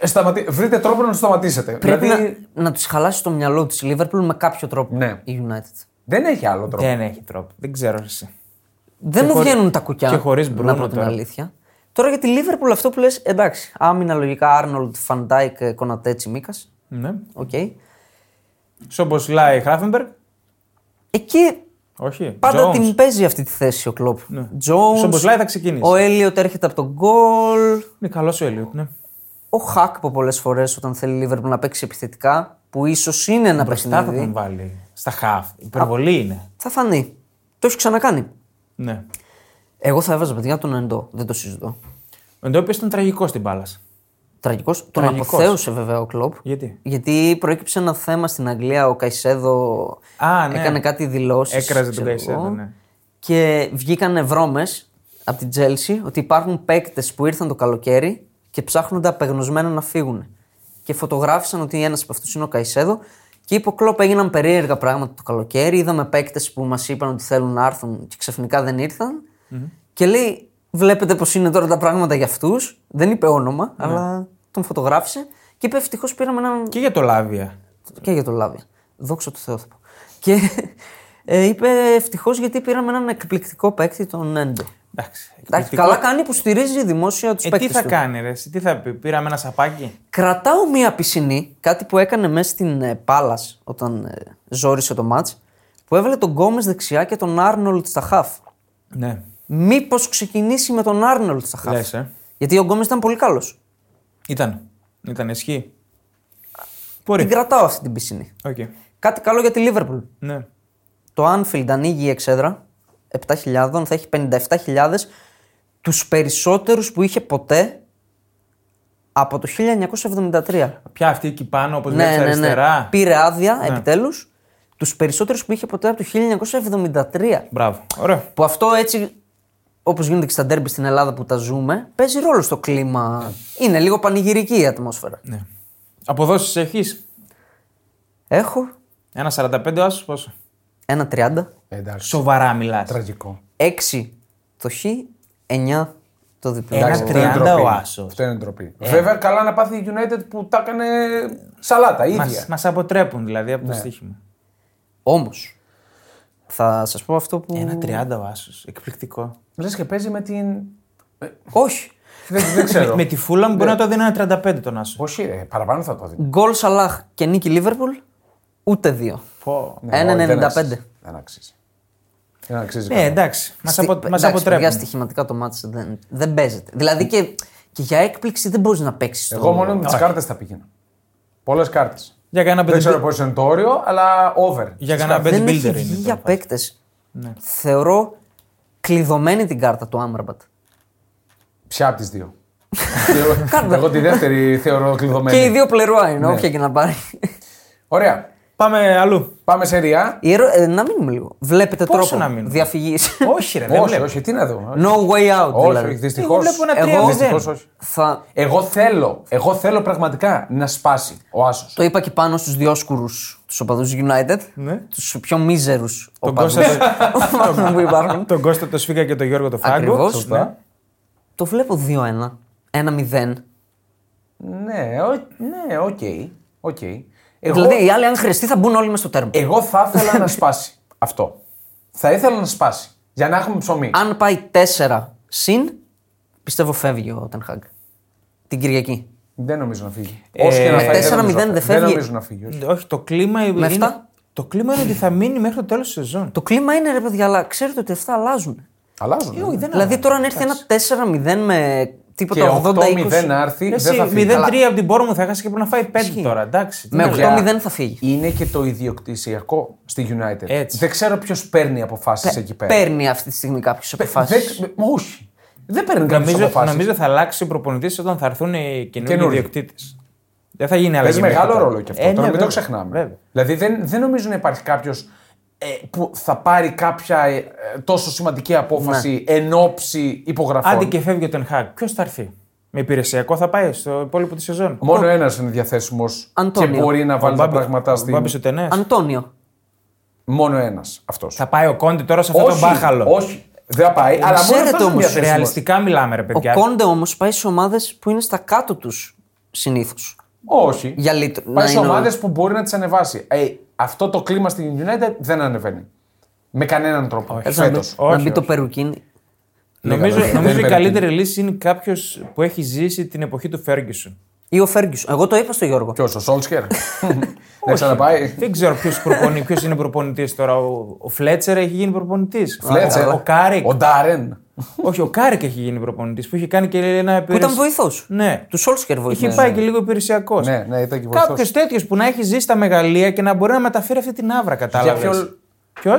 [SPEAKER 1] ε, σταματή... Βρείτε τρόπο να τους σταματήσετε.
[SPEAKER 3] Πρέπει
[SPEAKER 1] δηλαδή,
[SPEAKER 3] να, να τους χαλάσει το μυαλό τη Λίβερπουλ με κάποιο τρόπο
[SPEAKER 1] Ναι.
[SPEAKER 3] η United.
[SPEAKER 1] δεν έχει άλλο τρόπο.
[SPEAKER 2] Δεν έχει τρόπο. Δεν ξέρω εσύ.
[SPEAKER 3] Δεν μου
[SPEAKER 2] χωρι-
[SPEAKER 3] βγαίνουν τα κουκιά.
[SPEAKER 2] και χωρίς Μπρούνο
[SPEAKER 3] να πω την
[SPEAKER 2] τώρα.
[SPEAKER 3] αλήθεια. Τώρα για τη Λίβερπουλ αυτό που λες, εντάξει. Άμυνα λογικά Άρνολτ, Φαντάικ, Κονατέτσι, Μίκας.
[SPEAKER 2] Ναι.
[SPEAKER 3] Οκ.
[SPEAKER 2] Σόμπος Λάι Χράφενμπεργκ.
[SPEAKER 3] Εκεί
[SPEAKER 2] Όχι.
[SPEAKER 3] Πάντα
[SPEAKER 2] Jones.
[SPEAKER 3] την παίζει αυτή τη θέση ο Κλοπ. Jones,
[SPEAKER 2] Στον Μποσλάι θα ξεκινήσει.
[SPEAKER 3] Ο Έλιοτ έρχεται από τον γκολ.
[SPEAKER 2] Είναι καλός ο Έλιουτ. Ναι.
[SPEAKER 3] Ο Χάκπο πολλές φορές όταν θέλει η Λίβερπουλ να παίξει επιθετικά, που ίσως είναι ένα
[SPEAKER 2] Μπροστά θα
[SPEAKER 3] παιχνίδι.
[SPEAKER 2] τον βάλει. Στα χαφ. Υπερβολή είναι.
[SPEAKER 3] Θα φανεί. Το έχει ξανακάνει.
[SPEAKER 2] Ναι.
[SPEAKER 3] Εγώ θα έβαζα παιδιά τον Εντό. Δεν το συζητώ.
[SPEAKER 2] Ο Ντόπιο ήταν τραγικός στην μπάλα.
[SPEAKER 3] Τραγικός. Τον
[SPEAKER 2] Τραγικός.
[SPEAKER 3] αποθέωσε βέβαια ο Κλοπ.
[SPEAKER 2] Γιατί?
[SPEAKER 3] Γιατί προέκυψε ένα θέμα στην Αγγλία. Ο Καϊσέδο
[SPEAKER 2] Α, ναι.
[SPEAKER 3] έκανε κάτι δηλώσεις.
[SPEAKER 2] Έκραζε τον Καϊσέδο, ναι.
[SPEAKER 3] Και βγήκανε βρώμες από την Τζέλση ότι υπάρχουν παίκτες που ήρθαν το καλοκαίρι και ψάχνονται απεγνωσμένα να φύγουν. Και φωτογράφησαν ότι ένας από αυτούς είναι ο Καϊσέδο. Και είπε ο Κλοπ έγιναν περίεργα πράγματα το καλοκαίρι. Είδαμε παίκτες που μας είπαν ότι θέλουν να έρθουν και ξαφνικά δεν ήρθαν. Και λέει, Βλέπετε πώ είναι τώρα τα πράγματα για αυτούς. Δεν είπε όνομα,
[SPEAKER 2] Ναι.
[SPEAKER 3] αλλά τον φωτογράφησε. Και είπε, Ευτυχώς πήραμε έναν
[SPEAKER 2] Και για το Λάβια.
[SPEAKER 3] και για τον Λάβια. Δόξα τω Θεώ θα πω. Και ε, είπε ευτυχώς γιατί πήραμε έναν εκπληκτικό παίκτη, τον Έντο.
[SPEAKER 2] Εντάξει.
[SPEAKER 3] Εντάξει,
[SPEAKER 2] εκπληκτικό.
[SPEAKER 3] καλά κάνει που στηρίζει δημόσια τους
[SPEAKER 2] Ε,
[SPEAKER 3] παίκτε.
[SPEAKER 2] τι θα κάνει, ρε, εσύ, τι θα πει, πήραμε ένα σαπάκι.
[SPEAKER 3] Κρατάω μία πισινή, κάτι που έκανε μέσα στην Πάλα όταν ε, ζόρισε το μάτ, που έβαλε τον Γκόμε δεξιά και τον Άρνολτ στα χαφ.
[SPEAKER 2] Ναι.
[SPEAKER 3] Μήπως ξεκινήσει με τον Άρνολτ στα χαφ.
[SPEAKER 2] Λες, ε.
[SPEAKER 3] Γιατί ο Γκόμε ήταν πολύ καλός.
[SPEAKER 2] Ήταν. Ήταν ισχύ.
[SPEAKER 3] Την
[SPEAKER 2] Μπορεί.
[SPEAKER 3] κρατάω αυτή την πισινή.
[SPEAKER 2] Οκ.
[SPEAKER 3] Κάτι καλό για τη Λίβερπουλ.
[SPEAKER 2] Ναι.
[SPEAKER 3] το Anfield ανοίγει η εξέδρα 7.000, θα έχει 57.000, τους περισσότερους που είχε ποτέ από το 1973.
[SPEAKER 2] Πια αυτή εκεί πάνω, όπως βλέπεις Ναι, αριστερά.
[SPEAKER 3] Ναι,
[SPEAKER 2] Ναι.
[SPEAKER 3] Πήρε άδεια επιτέλους τους περισσότερους που είχε ποτέ από το 1973.
[SPEAKER 2] Μπράβο. Ωραία.
[SPEAKER 3] Που αυτό έτσι, όπως γίνεται και στα ντέρμπι στην Ελλάδα που τα ζούμε, παίζει ρόλο στο κλίμα. Είναι λίγο πανηγυρική η ατμόσφαιρα.
[SPEAKER 2] Ναι. Αποδόσεις έχεις.
[SPEAKER 3] Έχω
[SPEAKER 2] Ένα 45 άσο πόσο.
[SPEAKER 3] ένα 30,
[SPEAKER 1] Ε, Εντάξει.
[SPEAKER 2] Σοβαρά μιλάς.
[SPEAKER 1] Τραγικό.
[SPEAKER 3] 6 το χ, 9 το διπλό.
[SPEAKER 2] Ένα
[SPEAKER 1] Εντάξει, αυτό είναι
[SPEAKER 2] 30
[SPEAKER 1] ντροπή.
[SPEAKER 2] ο Άσος. Ε.
[SPEAKER 1] Αυτό είναι ντροπή. Βέβαια, καλά να πάθει η United που τα έκανε σαλάτα ίδια.
[SPEAKER 2] Μας αποτρέπουν δηλαδή από το στοίχημα.
[SPEAKER 3] Όμως, θα σας πω αυτό που.
[SPEAKER 2] Ένα 30 ο Άσος. Εκπληκτικό.
[SPEAKER 1] Λες και παίζει με την.
[SPEAKER 3] Όχι.
[SPEAKER 1] Δεν, δεν
[SPEAKER 2] Με,
[SPEAKER 1] ξέρω.
[SPEAKER 2] με τη φούλα μου μπορεί να το δίνει ένα 35 τον Άσο.
[SPEAKER 1] Όχι, ρε, παραπάνω θα το δει.
[SPEAKER 3] Γκολ Σαλάχ και νίκη Λίβερπουλ, ούτε δύο.
[SPEAKER 2] Πω.
[SPEAKER 3] Ένα 95.
[SPEAKER 1] Ε, Δεν αξίζει. Δεν αξίζει.
[SPEAKER 2] Ναι,
[SPEAKER 1] καθόλου.
[SPEAKER 2] εντάξει. Μας
[SPEAKER 3] Στι-
[SPEAKER 2] απο... μας
[SPEAKER 3] εντάξει, παιδιά,
[SPEAKER 2] αποτρέπουν.
[SPEAKER 3] στοιχηματικά το μάτς δεν, δεν παίζεται. Δηλαδή και, και για έκπληξη δεν μπορείς να παίξεις.
[SPEAKER 1] Εγώ μόνο με τις κάρτες θα πήγαινα. Πολλές κάρτες.
[SPEAKER 2] Για κανένα
[SPEAKER 1] Δεν ξέρω
[SPEAKER 2] πέντε.
[SPEAKER 1] πόσο είναι το όριο, αλλά over.
[SPEAKER 2] Για
[SPEAKER 1] στις
[SPEAKER 2] κανένα
[SPEAKER 1] κάρτες.
[SPEAKER 2] bet
[SPEAKER 3] δεν έχει
[SPEAKER 2] builder
[SPEAKER 3] βγει
[SPEAKER 2] είναι.
[SPEAKER 3] για
[SPEAKER 2] τώρα.
[SPEAKER 3] παίκτες.
[SPEAKER 2] Ναι.
[SPEAKER 3] Θεωρώ κλειδωμένη την κάρτα του Άμραμπατ.
[SPEAKER 1] Ποια από τις δύο. Εγώ- Εγώ τη δεύτερη θεωρώ
[SPEAKER 2] Ναι,
[SPEAKER 3] Και οι
[SPEAKER 1] κλειδωμένη.
[SPEAKER 3] δύο πλερουά είναι, όποια και να πάρει.
[SPEAKER 1] Ωραία.
[SPEAKER 2] Πάμε αλλού.
[SPEAKER 1] Πάμε σε ριά.
[SPEAKER 3] Η ερω- ε, να μείνουμε λίγο. Βλέπετε
[SPEAKER 2] Πόσο
[SPEAKER 3] τρόπο
[SPEAKER 2] να μείνουμε?
[SPEAKER 3] διαφυγής.
[SPEAKER 2] όχι, ρε, Ε, δεν
[SPEAKER 1] Όχι,
[SPEAKER 2] βλέπω.
[SPEAKER 1] όχι, τι να δω.
[SPEAKER 3] no way out.
[SPEAKER 1] Όχι,
[SPEAKER 3] δηλαδή.
[SPEAKER 1] όχι, δυστυχώς.
[SPEAKER 2] βλέπω ένα
[SPEAKER 3] Εγώ
[SPEAKER 2] 3-0.
[SPEAKER 1] Δυστυχώς όχι.
[SPEAKER 3] θα,
[SPEAKER 1] Εγώ θέλω, εγώ θέλω πραγματικά να σπάσει ο Άσος.
[SPEAKER 3] Το είπα και πάνω στους διόσκουρου τους οπαδούς United.
[SPEAKER 2] Ναι.
[SPEAKER 3] Τους πιο μίζερους οπαδούς
[SPEAKER 2] Κώστα-
[SPEAKER 3] που υπάρχουν.
[SPEAKER 2] Τον Κώστα το Σφίγα και τον Γιώργο το Φράγκο.
[SPEAKER 3] Ακριβώς,
[SPEAKER 2] Σωστά.
[SPEAKER 3] ναι. το βλέπω 2-1. 1-0.
[SPEAKER 1] Ναι, ο- ναι, οκ. οκ. Εγώ, Ε-
[SPEAKER 3] Δηλαδή οι άλλοι, αν χρειαστεί, θα μπουν όλοι μες στο τέρμα.
[SPEAKER 1] εγώ θα ήθελα να σπάσει αυτό. Θα ήθελα να σπάσει. Για να έχουμε ψωμί.
[SPEAKER 3] Αν πάει 4 συν, πιστεύω φεύγει ο Τενχάγκ. Την Κυριακή.
[SPEAKER 1] Δεν νομίζω να φύγει. Όσο και να
[SPEAKER 2] με
[SPEAKER 1] φάει,
[SPEAKER 3] 4-0
[SPEAKER 1] νομίζω.
[SPEAKER 3] δεν
[SPEAKER 1] Δεν
[SPEAKER 3] φεύγει.
[SPEAKER 1] νομίζω να φύγει. όχι.
[SPEAKER 2] Όχι, το κλίμα είναι...
[SPEAKER 3] αυτά?
[SPEAKER 2] Το κλίμα είναι ότι θα μείνει μέχρι το τέλος της σεζόν.
[SPEAKER 3] Το κλίμα είναι ρε παιδιά, αλλά ξέρετε ότι αυτά
[SPEAKER 1] Ναι,
[SPEAKER 3] αλλάζουν.
[SPEAKER 1] Αλλάζουν.
[SPEAKER 2] Ε,
[SPEAKER 1] ε.
[SPEAKER 2] όχι, δεν
[SPEAKER 3] δηλαδή τώρα αν έρθει ένα 4-0 με
[SPEAKER 1] ναι, Και
[SPEAKER 3] τίποτα
[SPEAKER 1] 80-20
[SPEAKER 3] 80-20.
[SPEAKER 1] να έρθει, δεν
[SPEAKER 2] Εσύ
[SPEAKER 1] θα φύγει. Ναι,
[SPEAKER 2] 0-3 από την Πόρμου θα έχασε και πρέπει να φάει 5 τώρα, εντάξει. τι
[SPEAKER 3] Με
[SPEAKER 2] να λέμε.
[SPEAKER 3] 8-0 θα φύγει.
[SPEAKER 1] Είναι και το ιδιοκτησιακό στη United.
[SPEAKER 2] Έτσι.
[SPEAKER 1] Δεν ξέρω ποιος παίρνει αποφάσεις εκεί πέρα.
[SPEAKER 3] Παίρνει αυτή τη στιγμή κάποιος αποφάσεις.
[SPEAKER 1] Δεν- όχι. Δεν παίρνει κάποιος
[SPEAKER 2] Νομίζω,
[SPEAKER 1] αποφάσεις.
[SPEAKER 2] νομίζω θα αλλάξει ο προπονητής όταν θα έρθουν οι καινούργιοι
[SPEAKER 1] Καινούργιοι.
[SPEAKER 2] ιδιοκτήτες. Δεν θα γίνει αλλαγή.
[SPEAKER 1] Παίζει
[SPEAKER 2] μέχρι
[SPEAKER 1] μεγάλο
[SPEAKER 2] τότε.
[SPEAKER 1] ρόλο και αυτό.
[SPEAKER 2] Ε,
[SPEAKER 1] Τώρα μην
[SPEAKER 2] ναι,
[SPEAKER 1] το
[SPEAKER 2] βέβαια.
[SPEAKER 1] ξεχνάμε.
[SPEAKER 2] Βέβαια.
[SPEAKER 1] Δηλαδή δεν, δεν νομίζω να υπάρχει κάποιος που θα πάρει κάποια ε, ε, τόσο σημαντική απόφαση εν ώψη υπογραφών.
[SPEAKER 2] Ναι. Άντε και φεύγει ο Τενχάκ. Ποιος θα έρθει. Με υπηρεσιακό θα πάει στο υπόλοιπο της σεζόν.
[SPEAKER 1] Μόνο ένας είναι διαθέσιμος και
[SPEAKER 3] Αντώνιο.
[SPEAKER 1] μπορεί να
[SPEAKER 2] Ο
[SPEAKER 1] βάλει τα
[SPEAKER 2] Μπάμπη-
[SPEAKER 1] πράγματα
[SPEAKER 2] ο
[SPEAKER 1] στην.
[SPEAKER 2] Μπάμπης ο Τενές.
[SPEAKER 3] Αντώνιο.
[SPEAKER 1] Μόνο ένας αυτός.
[SPEAKER 2] Θα πάει ο Κόντι τώρα σε αυτό το μπάχαλο.
[SPEAKER 1] όχι. Δεν θα πάει. αλλά μόνο
[SPEAKER 3] ξέρετε
[SPEAKER 1] αυτό είναι
[SPEAKER 3] όμως,
[SPEAKER 1] διαθέσιμος.
[SPEAKER 2] Ρεαλιστικά μιλάμε, ρε
[SPEAKER 3] Ο
[SPEAKER 2] παιδιά.
[SPEAKER 3] Κόντε όμως πάει σε ομάδες που είναι στα κάτω τους συνήθως.
[SPEAKER 1] Όχι.
[SPEAKER 3] Για λίτρο.
[SPEAKER 1] Πάει σε ομάδες που μπορεί να τις ανεβάσει. Ε, αυτό το κλίμα στην United δεν ανεβαίνει. Με κανέναν τρόπο.
[SPEAKER 3] Να μπει,
[SPEAKER 1] Φέτος.
[SPEAKER 3] να
[SPEAKER 2] όχι,
[SPEAKER 3] μπει το
[SPEAKER 2] όχι.
[SPEAKER 3] Περουκίν.
[SPEAKER 2] Νομίζω,
[SPEAKER 1] Λέγαμε,
[SPEAKER 2] νομίζω η
[SPEAKER 1] δεν
[SPEAKER 2] καλύτερη λύση είναι κάποιος που έχει ζήσει την εποχή του Φέργκισον.
[SPEAKER 3] Ή ο Φέργκιουσον. Εγώ το είπα στο Γιώργο.
[SPEAKER 1] Ποιος, ο Σόλτσκερ. Δεν ξαναπάει.
[SPEAKER 2] Δεν ξέρω ποιος προπονεί, ποιος είναι προπονητής τώρα. Ο, ο Φλέτσερ έχει γίνει προπονητής.
[SPEAKER 1] Φλέτσερ.
[SPEAKER 2] Ο Κάρικ.
[SPEAKER 1] Ο Ντάρεν.
[SPEAKER 2] Όχι, ο Κάρικ έχει γίνει προπονητής που είχε κάνει και ένα
[SPEAKER 3] Που ήταν
[SPEAKER 2] υπηρεσιακό.
[SPEAKER 3] βοηθός.
[SPEAKER 2] Ναι.
[SPEAKER 3] Του Σόλσκερ βοηθό.
[SPEAKER 2] Είχε πάει και λίγο υπηρεσιακός.
[SPEAKER 1] Ναι, ναι, ήταν και βοηθός.
[SPEAKER 2] Κάποιο τέτοιο που να έχει ζήσει στα μεγαλεία και να μπορεί να μεταφέρει αυτή την άβρα, κατάλαβες.
[SPEAKER 1] ποιο-
[SPEAKER 2] Ποιος.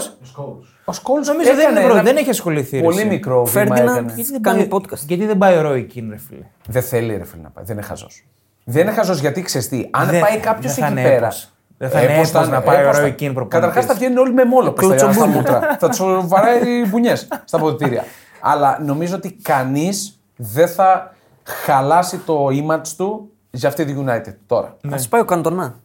[SPEAKER 1] Ο Σκόλς
[SPEAKER 2] Νομίζω δεν,
[SPEAKER 1] έκανε
[SPEAKER 2] είναι, προ-
[SPEAKER 1] ένα
[SPEAKER 2] δεν έχει ασχοληθεί.
[SPEAKER 1] Πολύ
[SPEAKER 2] ρε, εσύ.
[SPEAKER 1] μικρό βήμα
[SPEAKER 3] Φέρντιναντ.
[SPEAKER 1] έκανε.
[SPEAKER 2] Γιατί δεν
[SPEAKER 3] Κάνει
[SPEAKER 2] πάει-
[SPEAKER 3] podcast.
[SPEAKER 2] Γιατί δεν πάει ο Ρόι Κιν, ρε φίλε.
[SPEAKER 1] Δεν θέλει ρε φίλε να πάει. Δεν είναι χαζός. Δεν είναι χαζός γιατί ξέρεις τι. Αν
[SPEAKER 2] Δεν-
[SPEAKER 1] πάει κάποιος
[SPEAKER 2] δεν
[SPEAKER 1] εκεί
[SPEAKER 2] θα είναι
[SPEAKER 1] πέρα.
[SPEAKER 2] έπος. Δεν θα είναι
[SPEAKER 1] Έπος
[SPEAKER 2] έπος να πάει ο
[SPEAKER 1] έπος θα-
[SPEAKER 2] Roy Keane προπονητής.
[SPEAKER 1] Καταρχάς θα βγαίνουν όλοι με μόλο στα, στα
[SPEAKER 3] Κλωτσομπούνια.
[SPEAKER 1] μούτρα. θα τους βαράει μπουνιές στα ποδητήρια. Αλλά νομίζω ότι κανείς δεν θα χαλάσει το image του για αυτή τη United τώρα.
[SPEAKER 2] ναι.
[SPEAKER 3] Α πάει ο Καντονά.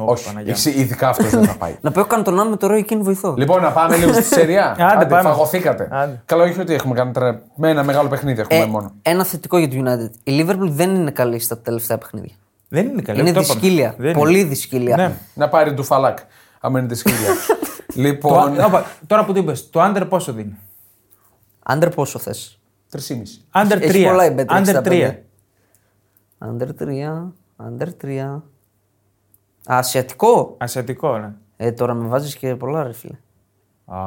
[SPEAKER 2] Ω,
[SPEAKER 1] Όχι.
[SPEAKER 2] Παναγιά μου.
[SPEAKER 1] Εξ- Ειδικά αυτός δεν θα πάει.
[SPEAKER 3] Να πάει ο Καντονά με το Ρόικιν βοηθό.
[SPEAKER 1] Λοιπόν, να πάμε λίγο στη σεριά.
[SPEAKER 2] Άντε, πάμε.
[SPEAKER 1] φαγωθήκατε.
[SPEAKER 2] Άντε.
[SPEAKER 1] Καλό είχε ότι έχουμε κάνει τρα... με ένα μεγάλο παιχνίδι. Έχουμε
[SPEAKER 3] Ε,
[SPEAKER 1] μόνο.
[SPEAKER 3] ένα θετικό για το United. Η Liverpool δεν είναι καλή στα τελευταία παιχνίδια.
[SPEAKER 2] Δεν είναι καλή.
[SPEAKER 3] είναι
[SPEAKER 2] το είπαμε.
[SPEAKER 3] δυσκύλια.
[SPEAKER 2] Δεν είναι.
[SPEAKER 3] Πολύ δυσκύλια.
[SPEAKER 2] Ναι.
[SPEAKER 1] Να πάρει του φαλάκ. Αμένει τη σκύλια.
[SPEAKER 2] Το,
[SPEAKER 1] λοιπόν.
[SPEAKER 2] όπα, τώρα που το είπες, το under πόσο δίνει.
[SPEAKER 3] Άντερ πόσο θες.
[SPEAKER 1] 3,5.
[SPEAKER 2] Under 3.
[SPEAKER 3] Έχει πολλά η Bet365.
[SPEAKER 2] Under 3.
[SPEAKER 3] Άντερ 3. Άντερ 3. Ασιατικό.
[SPEAKER 2] Ασιατικό, ναι.
[SPEAKER 3] Ε, τώρα με βάζεις και πολλά ρε φίλε.
[SPEAKER 2] Α,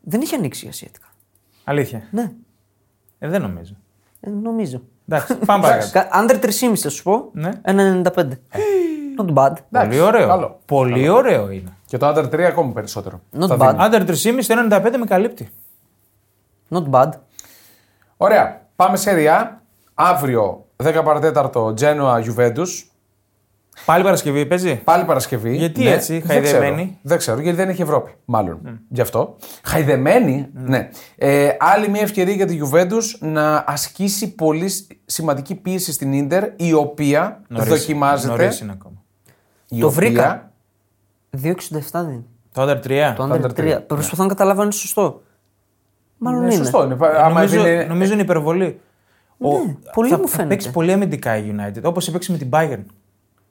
[SPEAKER 3] Δεν είχε ανοίξει η Ασιατικά.
[SPEAKER 2] αλήθεια.
[SPEAKER 3] Ναι,
[SPEAKER 2] Ε, δεν νομίζω.
[SPEAKER 3] ε, νομίζω.
[SPEAKER 2] Εντάξει, πάμε παρακάτω.
[SPEAKER 3] Άντερ 3,5 θα σου πω.
[SPEAKER 2] Ναι.
[SPEAKER 3] 1,95. Not bad.
[SPEAKER 2] Πολύ ωραίο.
[SPEAKER 1] καλό.
[SPEAKER 2] Πολύ ωραίο είναι.
[SPEAKER 1] Και το Under 3 ακόμη περισσότερο.
[SPEAKER 3] Not
[SPEAKER 1] Θα
[SPEAKER 3] bad.
[SPEAKER 1] δίνει.
[SPEAKER 2] Άντερ 3,5 το 95 με καλύπτει.
[SPEAKER 3] Not bad.
[SPEAKER 1] Ωραία. Πάμε σε διά. Αύριο 10 παρατέταρτο Genoa Juventus.
[SPEAKER 2] Πάλι Παρασκευή παίζει.
[SPEAKER 1] Πάλι Παρασκευή. ναι.
[SPEAKER 2] Γιατί έτσι, Mm.
[SPEAKER 1] Δεν ξέρω.
[SPEAKER 2] χαϊδεμένοι?
[SPEAKER 1] Δεν ξέρω, γιατί δεν έχει Ευρώπη. Μάλλον. Γι' αυτό. Χαϊδεμένη,
[SPEAKER 2] Mm.
[SPEAKER 1] ναι. Ε, άλλη μια ευκαιρία για τη Juventus να ασκήσει πολύ σ- σημαντική πίεση στην ντερ, η οποία
[SPEAKER 2] Νωρίς-
[SPEAKER 1] δοκιμάζεται.
[SPEAKER 2] νωρίς είναι ακόμα.
[SPEAKER 1] η
[SPEAKER 3] Το
[SPEAKER 1] οποία-
[SPEAKER 3] βρήκα. 2,67 δίνει.
[SPEAKER 2] Το Άντερ 3.
[SPEAKER 3] Το under 3. Προσπαθώ να καταλάβω αν είναι σωστό. Μάλλον
[SPEAKER 1] Ναι,
[SPEAKER 3] είναι.
[SPEAKER 1] σωστό είναι. Άμα
[SPEAKER 2] Νομίζω,
[SPEAKER 1] είναι-
[SPEAKER 2] νομίζω είναι υπερβολή.
[SPEAKER 3] Ναι, πολύ
[SPEAKER 2] θα,
[SPEAKER 3] μου
[SPEAKER 2] θα
[SPEAKER 3] φαίνεται.
[SPEAKER 2] παίξει πολύ αμυντικά η United, όπως έπαιξε με την Bayern.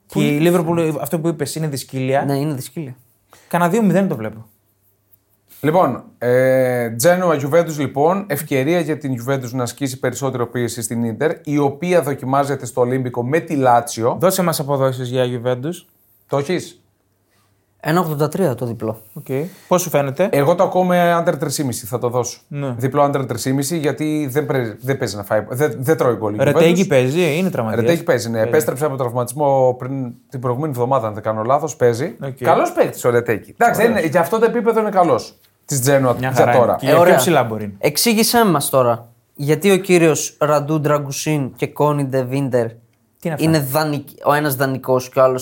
[SPEAKER 2] Και η Liverpool, αυτό που είπες, είναι δυσκύλια.
[SPEAKER 3] Ναι, είναι δυσκύλια.
[SPEAKER 2] Κανα 2-0 το βλέπω.
[SPEAKER 1] Λοιπόν, ε, Genoa Juventus λοιπόν, ευκαιρία για την Juventus να ασκήσει περισσότερο πίεση στην Ίντερ, η οποία δοκιμάζεται στο Ολύμπικο με τη Λάτσιο.
[SPEAKER 2] Δώσε μας αποδόσεις για Juventus.
[SPEAKER 1] Το έχεις.
[SPEAKER 3] 1,83 το διπλό.
[SPEAKER 2] Okay. Πώς σου φαίνεται.
[SPEAKER 1] Εγώ το ακούω με under 3,5 θα το δώσω.
[SPEAKER 2] Ναι.
[SPEAKER 1] Διπλό under 3,5 γιατί δεν, πρε- δεν παίζει να φάει. Δεν, δεν τρώει γκολ. η
[SPEAKER 2] Ρετέγι
[SPEAKER 1] Ε, Juventus.
[SPEAKER 2] παίζει, ε, είναι τραυματίας.
[SPEAKER 1] Ρετέγι παίζει. Ναι. Επέστρεψε από τραυματισμό πριν την προηγούμενη εβδομάδα, αν δεν κάνω λάθος. Παίζει.
[SPEAKER 2] Οκ.
[SPEAKER 1] Καλός παίκτης ο Ρετέγι. Εντάξει, δεν είναι, για αυτό το επίπεδο είναι καλός. Της Τζένοα
[SPEAKER 2] Μια
[SPEAKER 1] για
[SPEAKER 2] χαρά
[SPEAKER 1] τώρα. Ε,
[SPEAKER 2] είναι. Και- πιο ψηλά μπορεί να.
[SPEAKER 3] Εξήγησέ μας τώρα. Γιατί ο κύριος Ραντού Ντραγκουσίν και Κόνιντε Βίντερ
[SPEAKER 2] είναι αυτά?
[SPEAKER 3] δανεικ- ο ένας δανεικός και ο άλλος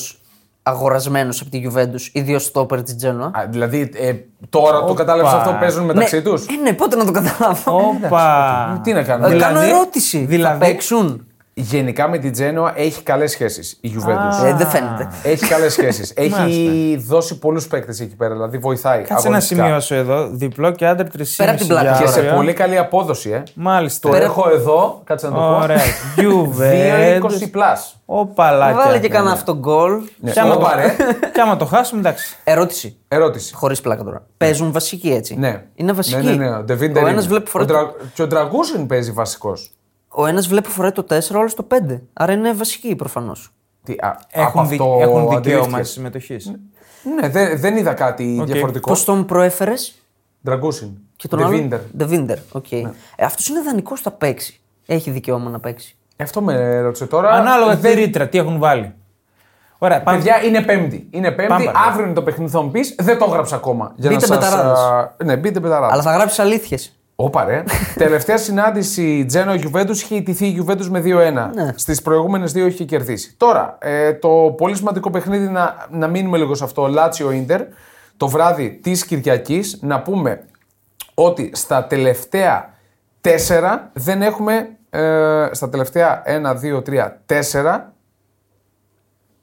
[SPEAKER 3] αγορασμένος από τη Γιουβέντους, οι δύο στόπερ τη Τζένοα.
[SPEAKER 1] Α, δηλαδή ε, τώρα το κατάλαβες αυτό παίζουν μεταξύ τους.
[SPEAKER 3] Ε, ναι, πότε να το καταλάβω.
[SPEAKER 2] Όπα.
[SPEAKER 1] Τι να
[SPEAKER 3] Ε,
[SPEAKER 1] κάνουμε.
[SPEAKER 2] δηλαδή-
[SPEAKER 3] Κάνω ερώτηση.
[SPEAKER 2] δηλαδή-
[SPEAKER 3] θα παίξουν.
[SPEAKER 1] Γενικά με την Τζένοα έχει καλές σχέσεις η Juventus.
[SPEAKER 3] Ε, δεν φαίνεται.
[SPEAKER 1] Έχει καλές σχέσεις. Έχει δώσει πολλούς παίκτες εκεί πέρα, δηλαδή βοηθάει.
[SPEAKER 2] Κάτσε να
[SPEAKER 1] αγωνιστικά.
[SPEAKER 2] σημειώσω εδώ. Διπλό και άντερ 3,5.
[SPEAKER 3] Πέρα από την πλάτη.
[SPEAKER 2] για
[SPEAKER 1] Και σε
[SPEAKER 2] αύριο.
[SPEAKER 1] πολύ καλή απόδοση, ε.
[SPEAKER 2] Μάλιστα.
[SPEAKER 1] Το έχω εδώ, κάτσε να το πω.
[SPEAKER 2] Ωραία.
[SPEAKER 1] 2,20
[SPEAKER 2] Juventus.
[SPEAKER 1] plus.
[SPEAKER 2] Οπαλάκια.
[SPEAKER 3] Βάλε και κανένα αυτό γκολ.
[SPEAKER 1] Ναι.
[SPEAKER 2] Και άμα, το,
[SPEAKER 1] Όπα, ρε.
[SPEAKER 2] και Ε, άμα το χάσουμε, εντάξει.
[SPEAKER 3] Ερώτηση.
[SPEAKER 1] Ερώτηση.
[SPEAKER 3] Χωρίς πλάκα τώρα. Παίζουν βασικοί έτσι.
[SPEAKER 1] Ναι.
[SPEAKER 3] Είναι βασικοί.
[SPEAKER 1] Ναι, ναι, ναι. Ο Ντεβίντερ
[SPEAKER 3] Ο
[SPEAKER 1] είναι.
[SPEAKER 3] ένα βλέπει φοράει
[SPEAKER 1] Ο
[SPEAKER 3] το-
[SPEAKER 1] Δρα- Και ο Ντραγκούσιν παίζει βασικός.
[SPEAKER 3] Ο ένας βλέπει φοράει το 4, ο άλλος το 5. Άρα είναι βασική προφανώς.
[SPEAKER 1] Τι, α, από
[SPEAKER 2] Έχουν, δι-
[SPEAKER 1] αυτό
[SPEAKER 2] έχουν δικαίωμα
[SPEAKER 1] αντιλήφθηκες.
[SPEAKER 2] συμμετοχής.
[SPEAKER 1] Ναι, δεν, δεν είδα κάτι διαφορετικό.
[SPEAKER 3] Πώς τον προέφερες
[SPEAKER 1] Ντραγκούσιν.
[SPEAKER 3] και τον
[SPEAKER 1] Ντεβίντερ.
[SPEAKER 3] άλλο. Ντεβίντερ. οκ.
[SPEAKER 1] Ναι.
[SPEAKER 3] Ε, Αυτός είναι δανεικό, θα παίξει. Έχει δικαίωμα να παίξει.
[SPEAKER 1] Ε, Αυτό με ρώτησε τώρα.
[SPEAKER 2] Ανάλογα
[SPEAKER 1] ε, Δεν-
[SPEAKER 2] τη ρήτρα, τι έχουν βάλει. Ωραία, πάμε.
[SPEAKER 1] Παιδιά, είναι Πέμπτη. Είναι Πέμπτη.
[SPEAKER 2] Πάμε, παιδιά.
[SPEAKER 1] Αύριο είναι το παιχνίδι, θα μου πεις. Δεν το έγραψα ακόμα. Για
[SPEAKER 3] Μπείτε
[SPEAKER 1] να σας,
[SPEAKER 3] πεταράδες.
[SPEAKER 1] α, Ναι, μπείτε πεταράδε.
[SPEAKER 3] Αλλά θα γράψεις αλήθειες.
[SPEAKER 1] Όπα ρε. Τελευταία συνάντηση Τζένο Γιουβέντου είχε ιτηθεί η Γιουβέντου με 2-1.
[SPEAKER 3] Ναι.
[SPEAKER 1] Στις προηγούμενες δύο είχε κερδίσει. Τώρα, ε, το πολύ σημαντικό παιχνίδι, να, να μείνουμε λίγο σε αυτό, Λάτσιο Ιντερ, το βράδυ της Κυριακής, να πούμε ότι στα τελευταία τέσσερα δεν έχουμε. Ε, στα τελευταία 1, 2, 3, 4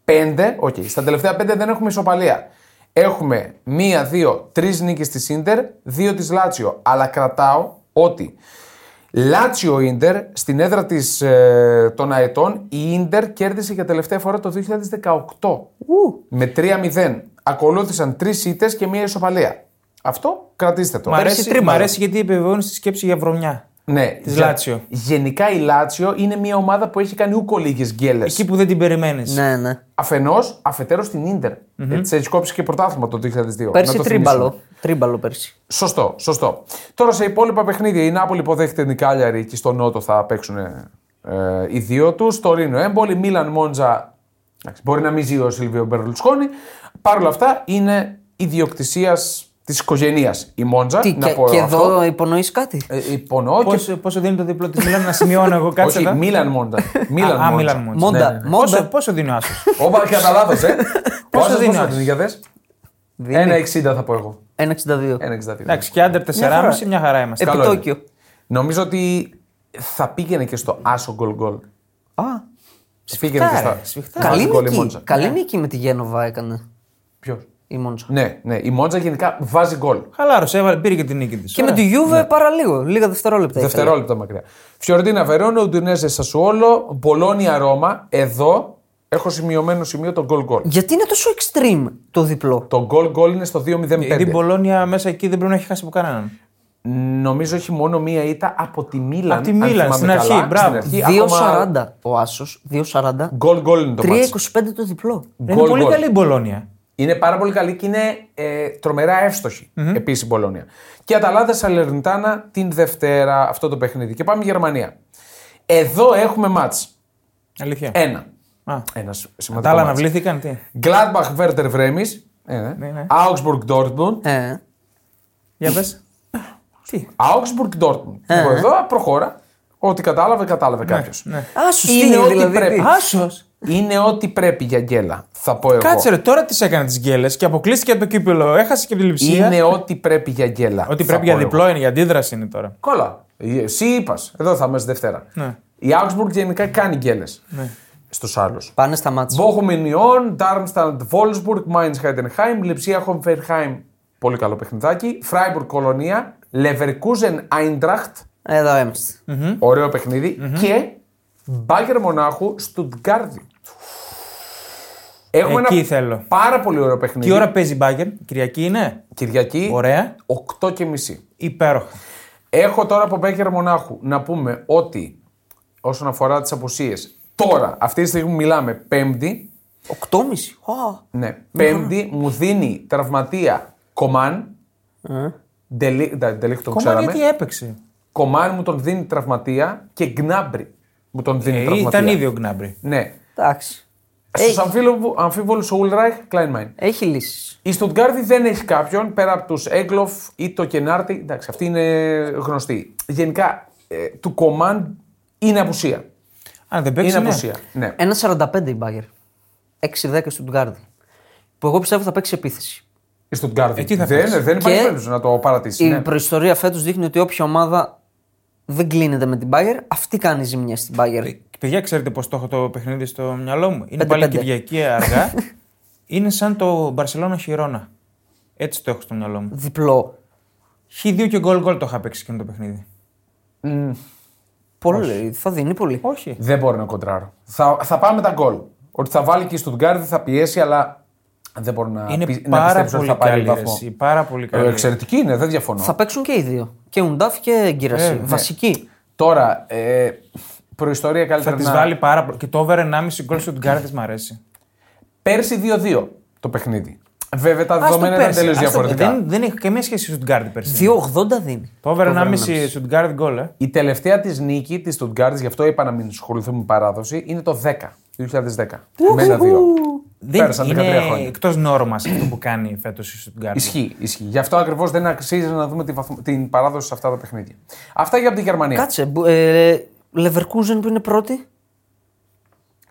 [SPEAKER 1] πέντε, οκ, στα τελευταία πέντε δεν έχουμε ισοπαλία. Έχουμε μία, δύο, τρεις νίκες της Ίντερ, δύο της Λάτσιο. Αλλά κρατάω ότι Λάτσιο Ίντερ στην έδρα της, ε, των Αετών η Ίντερ κέρδισε για τελευταία φορά το 2018 με 3-0. Ακολούθησαν τρεις ήττες και μία ισοπαλία. Αυτό κρατήστε το.
[SPEAKER 2] Μ' αρέσει, μ
[SPEAKER 3] τρίμαρο.
[SPEAKER 2] αρέσει γιατί επιβεβαιώνεις τη σκέψη για βρωμιά.
[SPEAKER 1] Ναι,
[SPEAKER 2] της
[SPEAKER 1] για-
[SPEAKER 2] Λάτσιο.
[SPEAKER 1] Γενικά η Λάτσιο είναι μια ομάδα που έχει κάνει ούκο λίγες γκέλες.
[SPEAKER 2] Εκεί που δεν την περιμένεις.
[SPEAKER 3] Ναι, ναι.
[SPEAKER 1] Αφενός, αφετέρου στην ντερ. Mm-hmm. Έτσι, έχει κόψει και πρωτάθλημα το 2002.
[SPEAKER 3] Πέρσι
[SPEAKER 1] Να το θυμίσουμε.
[SPEAKER 3] τρίμπαλο. Τρίμπαλο πέρσι.
[SPEAKER 1] Σωστό, σωστό. Τώρα σε υπόλοιπα παιχνίδια, η Νάπολη υποδέχεται την Κάλιαρη και στο Νότο θα παίξουν ε, ε, οι δύο τους. Το Ρήνο Έμπολη, Μίλαν Μόντζα. εντάξει, Μπορεί να μην ζει ο Σιλβίο Μπερλουσκόνη. Παρ' όλα αυτά είναι ιδιοκτησίας της οικογένειας η Μόντζα.
[SPEAKER 3] Τι,
[SPEAKER 1] να
[SPEAKER 3] και,
[SPEAKER 1] πω
[SPEAKER 3] και
[SPEAKER 1] αυτό.
[SPEAKER 3] εδώ υπονοείς κάτι.
[SPEAKER 1] Ε, υπονοώ και.
[SPEAKER 2] Πόσο, πόσο δίνει το διπλό της Μιλάνου, να σημειώνω εγώ κάτι
[SPEAKER 1] Όχι,
[SPEAKER 2] εδώ.
[SPEAKER 1] Μίλαν Μόντζα. Μίλαν
[SPEAKER 2] Α,
[SPEAKER 1] Μόντζα.
[SPEAKER 2] Μίλαν Μόντζα.
[SPEAKER 3] Μόντα.
[SPEAKER 1] ναι, ναι.
[SPEAKER 2] Πόσο,
[SPEAKER 3] Μόντα.
[SPEAKER 2] πόσο δίνει ο Άσος.
[SPEAKER 1] Όπα, κατά λάθος, ε. Πόσο
[SPEAKER 2] δίνει ο
[SPEAKER 1] δίνει,
[SPEAKER 2] Άσος?
[SPEAKER 1] για δες. 1,60 θα πω εγώ.
[SPEAKER 3] 1,62.
[SPEAKER 1] 1,62.
[SPEAKER 2] Εντάξει, και άντερ 4,5 μια χαρά είμαστε.
[SPEAKER 1] Ε, Καλό
[SPEAKER 3] Επιτόκιο.
[SPEAKER 1] είναι. Νομίζω ότι θα πήγαινε και στο άσο γκολ γκολ.
[SPEAKER 3] Α,
[SPEAKER 1] Πήγαινε και στα.
[SPEAKER 2] ρε, σφιχτά.
[SPEAKER 1] βάζει
[SPEAKER 3] καλή
[SPEAKER 1] γκολ η
[SPEAKER 3] νίκη.
[SPEAKER 1] Μόντζα.
[SPEAKER 3] Καλή νίκη με τη Γένοβα έκανε
[SPEAKER 1] Ναι. Ποιος?
[SPEAKER 3] η Μόντσα.
[SPEAKER 1] Ναι, ναι. Η Μόντζα γενικά βάζει γκολ.
[SPEAKER 2] Χαλάρωσε, έβαλε, πήρε και την νίκη της.
[SPEAKER 3] Και με τη
[SPEAKER 1] Ναι.
[SPEAKER 3] Γιούβε παρά λίγο. Λίγα δευτερόλεπτα. ήθελε.
[SPEAKER 1] Δευτερόλεπτα μακριά. Φιωρντίνα Βερόνο, Ουντινέζε Σασουόλο, Μπολόνια Ρώμα. Εδώ έχω σημειωμένο σημείο το γκολ γκολ.
[SPEAKER 3] Γιατί είναι τόσο extreme το διπλό.
[SPEAKER 1] Το γκολ γκολ είναι στο
[SPEAKER 2] Γιατί η
[SPEAKER 1] 2-0-5.
[SPEAKER 2] Μπολόνια μέσα εκεί δεν πρέπει να έχει χάσει από κανέναν.
[SPEAKER 1] Νομίζω έχει μόνο μία ήττα από τη Μίλαν.
[SPEAKER 2] Από τη
[SPEAKER 1] αν
[SPEAKER 2] Μίλαν,
[SPEAKER 1] θυμάμαι
[SPEAKER 2] στην
[SPEAKER 1] καλά.
[SPEAKER 2] αρχή, μπράβο.
[SPEAKER 1] αρχή,
[SPEAKER 3] 2,40
[SPEAKER 1] ακόμα
[SPEAKER 3] ο Άσος. 2,40.
[SPEAKER 1] Γκολ γκολ είναι το μάτς.
[SPEAKER 3] 3,25 το διπλό.
[SPEAKER 2] Είναι
[SPEAKER 1] Γκολ,
[SPEAKER 2] πολύ
[SPEAKER 1] γκολ.
[SPEAKER 2] καλή η Μπολόνια.
[SPEAKER 1] Είναι πάρα πολύ καλή και είναι ε, τρομερά εύστοχη επίσης η Μπολόνια. Και Αταλάντα Σαλερνιτάνα την Δευτέρα αυτό το παιχνίδι. Και πάμε Γερμανία. Εδώ έχουμε μάτ.
[SPEAKER 2] Αλήθεια.
[SPEAKER 1] Ένα.
[SPEAKER 2] Α.
[SPEAKER 1] Ένας σημαντικό.
[SPEAKER 2] Τα άλλα
[SPEAKER 1] Αταλάντα
[SPEAKER 2] αναβλήθηκαν, τι.
[SPEAKER 1] Gladbach Werder Βρέμι. Ε, ναι.
[SPEAKER 2] Ναι, ναι.
[SPEAKER 1] Augsburg Dortmund.
[SPEAKER 3] Ε,
[SPEAKER 2] Για πες. Τι.
[SPEAKER 1] Augsburg Dortmund.
[SPEAKER 2] Ε,
[SPEAKER 1] Εγώ εδώ προχώρα. Ό,τι κατάλαβε,
[SPEAKER 2] Ναι,
[SPEAKER 1] κατάλαβε κάποιο.
[SPEAKER 3] Άσου
[SPEAKER 1] Είναι
[SPEAKER 3] στείλει
[SPEAKER 1] ό,τι
[SPEAKER 3] δηλαδή.
[SPEAKER 1] πρέπει.
[SPEAKER 3] τι.
[SPEAKER 2] Άσος.
[SPEAKER 1] Είναι ό,τι πρέπει για γκέλα. Θα πω εγώ.
[SPEAKER 2] Κάτσε ρε, τώρα τις έκανε τις γκέλες και αποκλείστηκε από το κύπελο. Έχασε και από τη λειψία.
[SPEAKER 1] Είναι ό,τι πρέπει για γκέλα.
[SPEAKER 2] Ό,τι
[SPEAKER 1] θα
[SPEAKER 2] πρέπει για
[SPEAKER 1] πω εγώ.
[SPEAKER 2] διπλό είναι, για αντίδραση είναι τώρα.
[SPEAKER 1] Κόλλα. Ε, Εσύ είπας. Εδώ θα είμαστε Δευτέρα.
[SPEAKER 2] Ναι.
[SPEAKER 1] Η Augsburg γενικά κάνει γκέλες. Στους άλλους.
[SPEAKER 3] Πάνε στα μάτια.
[SPEAKER 1] Bochum Union, Darmstadt Wolfsburg, Mainz Heidenheim, Λιψία Hoffenheim. Πολύ καλό παιχνιδάκι. Freiburg Κολονία, Leverkusen Eintracht.
[SPEAKER 3] Ε, Εδώ είμαστε.
[SPEAKER 1] Ωραίο παιχνίδι. Και Μπάγκερ Μονάχου Στουτγκάρδι. Έχουμε
[SPEAKER 2] Εκεί
[SPEAKER 1] ένα
[SPEAKER 2] θέλω.
[SPEAKER 1] πάρα πολύ ωραίο παιχνίδι.
[SPEAKER 2] Τι ώρα παίζει η Μπάγκερ, Κυριακή είναι.
[SPEAKER 1] Κυριακή,
[SPEAKER 2] Ωραία.
[SPEAKER 1] 8.30.
[SPEAKER 2] Υπέροχα.
[SPEAKER 1] Έχω τώρα από Μπέκερ Μονάχου να πούμε ότι όσον αφορά τις απουσίες, τώρα αυτή τη στιγμή μιλάμε πέμπτη,
[SPEAKER 3] 8,5. Ω.
[SPEAKER 1] ναι, πέμπτη μου δίνει τραυματία Κομάν, Ντελί- ντα- Ντελίχ τον
[SPEAKER 2] Κόμμα
[SPEAKER 1] ξέραμε,
[SPEAKER 2] Ε. γιατί έπαιξε.
[SPEAKER 1] Κομάν μου τον δίνει τραυματία και Γκνάμπρι μου τον δίνει
[SPEAKER 2] Ε,
[SPEAKER 1] τραυματία.
[SPEAKER 2] ήταν ήδη Ε. ο Γκνάμπρι.
[SPEAKER 1] Ναι.
[SPEAKER 3] Εντάξει.
[SPEAKER 1] Στους αμφίβολου- αμφίβολους ο Ουλράιχ, Κλάινμαϊν.
[SPEAKER 3] Έχει λύσεις.
[SPEAKER 1] Η Στουτγκάρδη δεν έχει κάποιον πέρα από τους Έγκλοφ ή το Κενάρτη. Εντάξει, αυτή είναι γνωστή. Γενικά ε, του Κομάν είναι απουσία.
[SPEAKER 2] Αν δεν παίξει.
[SPEAKER 1] Είναι
[SPEAKER 2] ναι.
[SPEAKER 1] απουσία. Ναι.
[SPEAKER 3] 1,45 η μπάγκερ. 6-10 στον Τουγκάρδι. Που εγώ πιστεύω θα παίξει επίθεση.
[SPEAKER 1] Η Στουτγκάρδη.
[SPEAKER 2] Εκεί θα παίξει.
[SPEAKER 1] δεν, δεν υπάρχει
[SPEAKER 3] Και-
[SPEAKER 1] περίπτωση να το παρατήσει.
[SPEAKER 3] Η
[SPEAKER 1] Ναι.
[SPEAKER 3] προϊστορία φέτος δείχνει ότι όποια ομάδα δεν κλείνεται με την Bayer, αυτή κάνει ζημιά στην
[SPEAKER 1] Ε.
[SPEAKER 3] Bayer.
[SPEAKER 2] Παιδιά, ξέρετε πώ το έχω το παιχνίδι στο μυαλό μου. Είναι
[SPEAKER 3] Πέντε,
[SPEAKER 2] πάλι
[SPEAKER 3] πέντε.
[SPEAKER 2] Κυριακή αργά. είναι σαν το Μπαρσελόνα Χιρόνα. Έτσι το έχω στο μυαλό μου.
[SPEAKER 3] Διπλό.
[SPEAKER 2] Χ2 και γκολ γκολ το είχα παίξει εκείνο το παιχνίδι.
[SPEAKER 3] Πολύ. Θα δίνει πολύ.
[SPEAKER 2] Όχι.
[SPEAKER 1] Δεν μπορεί να κοντράρω. Θα, θα πάμε τα γκολ. Ότι θα βάλει και η Στουτγκάρδη, θα πιέσει, αλλά δεν μπορεί να,
[SPEAKER 2] Είναι
[SPEAKER 1] πι- να
[SPEAKER 2] πάρα
[SPEAKER 1] πιστέψω ότι
[SPEAKER 2] πολύ
[SPEAKER 1] θα πάρει
[SPEAKER 2] καλή. ρε,
[SPEAKER 1] βαθμό.
[SPEAKER 2] εσύ, Πάρα πολύ
[SPEAKER 1] Ε,
[SPEAKER 2] καλή.
[SPEAKER 1] Εξαιρετική είναι, δεν διαφωνώ.
[SPEAKER 3] Θα παίξουν και οι δύο. Και Ουντάφ και Γκύραση.
[SPEAKER 1] Ε, ναι.
[SPEAKER 3] Βασική.
[SPEAKER 1] Τώρα, ε, προϊστορία καλύτερα
[SPEAKER 2] Θα τη
[SPEAKER 1] να-
[SPEAKER 2] βάλει πάρα πολύ. Και το over 1,5 γκολ στον Γκάρδη μ' αρέσει.
[SPEAKER 1] Πέρσι 2-2 το παιχνίδι. Βέβαια τα
[SPEAKER 2] Ας το
[SPEAKER 1] δεδομένα ήταν
[SPEAKER 2] πέρσι.
[SPEAKER 1] τελείως
[SPEAKER 2] Ας το-
[SPEAKER 1] διαφορετικά.
[SPEAKER 2] Δεν, δεν έχει καμία σχέση στον Γκάρδη
[SPEAKER 1] Ε.
[SPEAKER 2] πέρσι.
[SPEAKER 3] 2,80 δίνει.
[SPEAKER 2] Το over 1,5 στον Γκάρδη γκολ. ε.
[SPEAKER 1] Η τελευταία της νίκη της Stuttgart, γι' αυτό είπα να μην ασχοληθούμε με παράδοση, είναι το 10. 2010. Με ένα δύο.
[SPEAKER 2] Δεν
[SPEAKER 1] Πέρασαν 13
[SPEAKER 2] είναι
[SPEAKER 1] χρόνια.
[SPEAKER 2] εκτός νόρμας αυτό που κάνει φέτος η Στουτγκάρδη.
[SPEAKER 1] Ισχύει, ισχύει. Γι' αυτό ακριβώς δεν αξίζει να δούμε τη βαθμο- την παράδοση σε αυτά τα παιχνίδια. Αυτά για από την Γερμανία.
[SPEAKER 3] Κάτσε. μπο- Ε, Leverkusen που είναι πρώτη.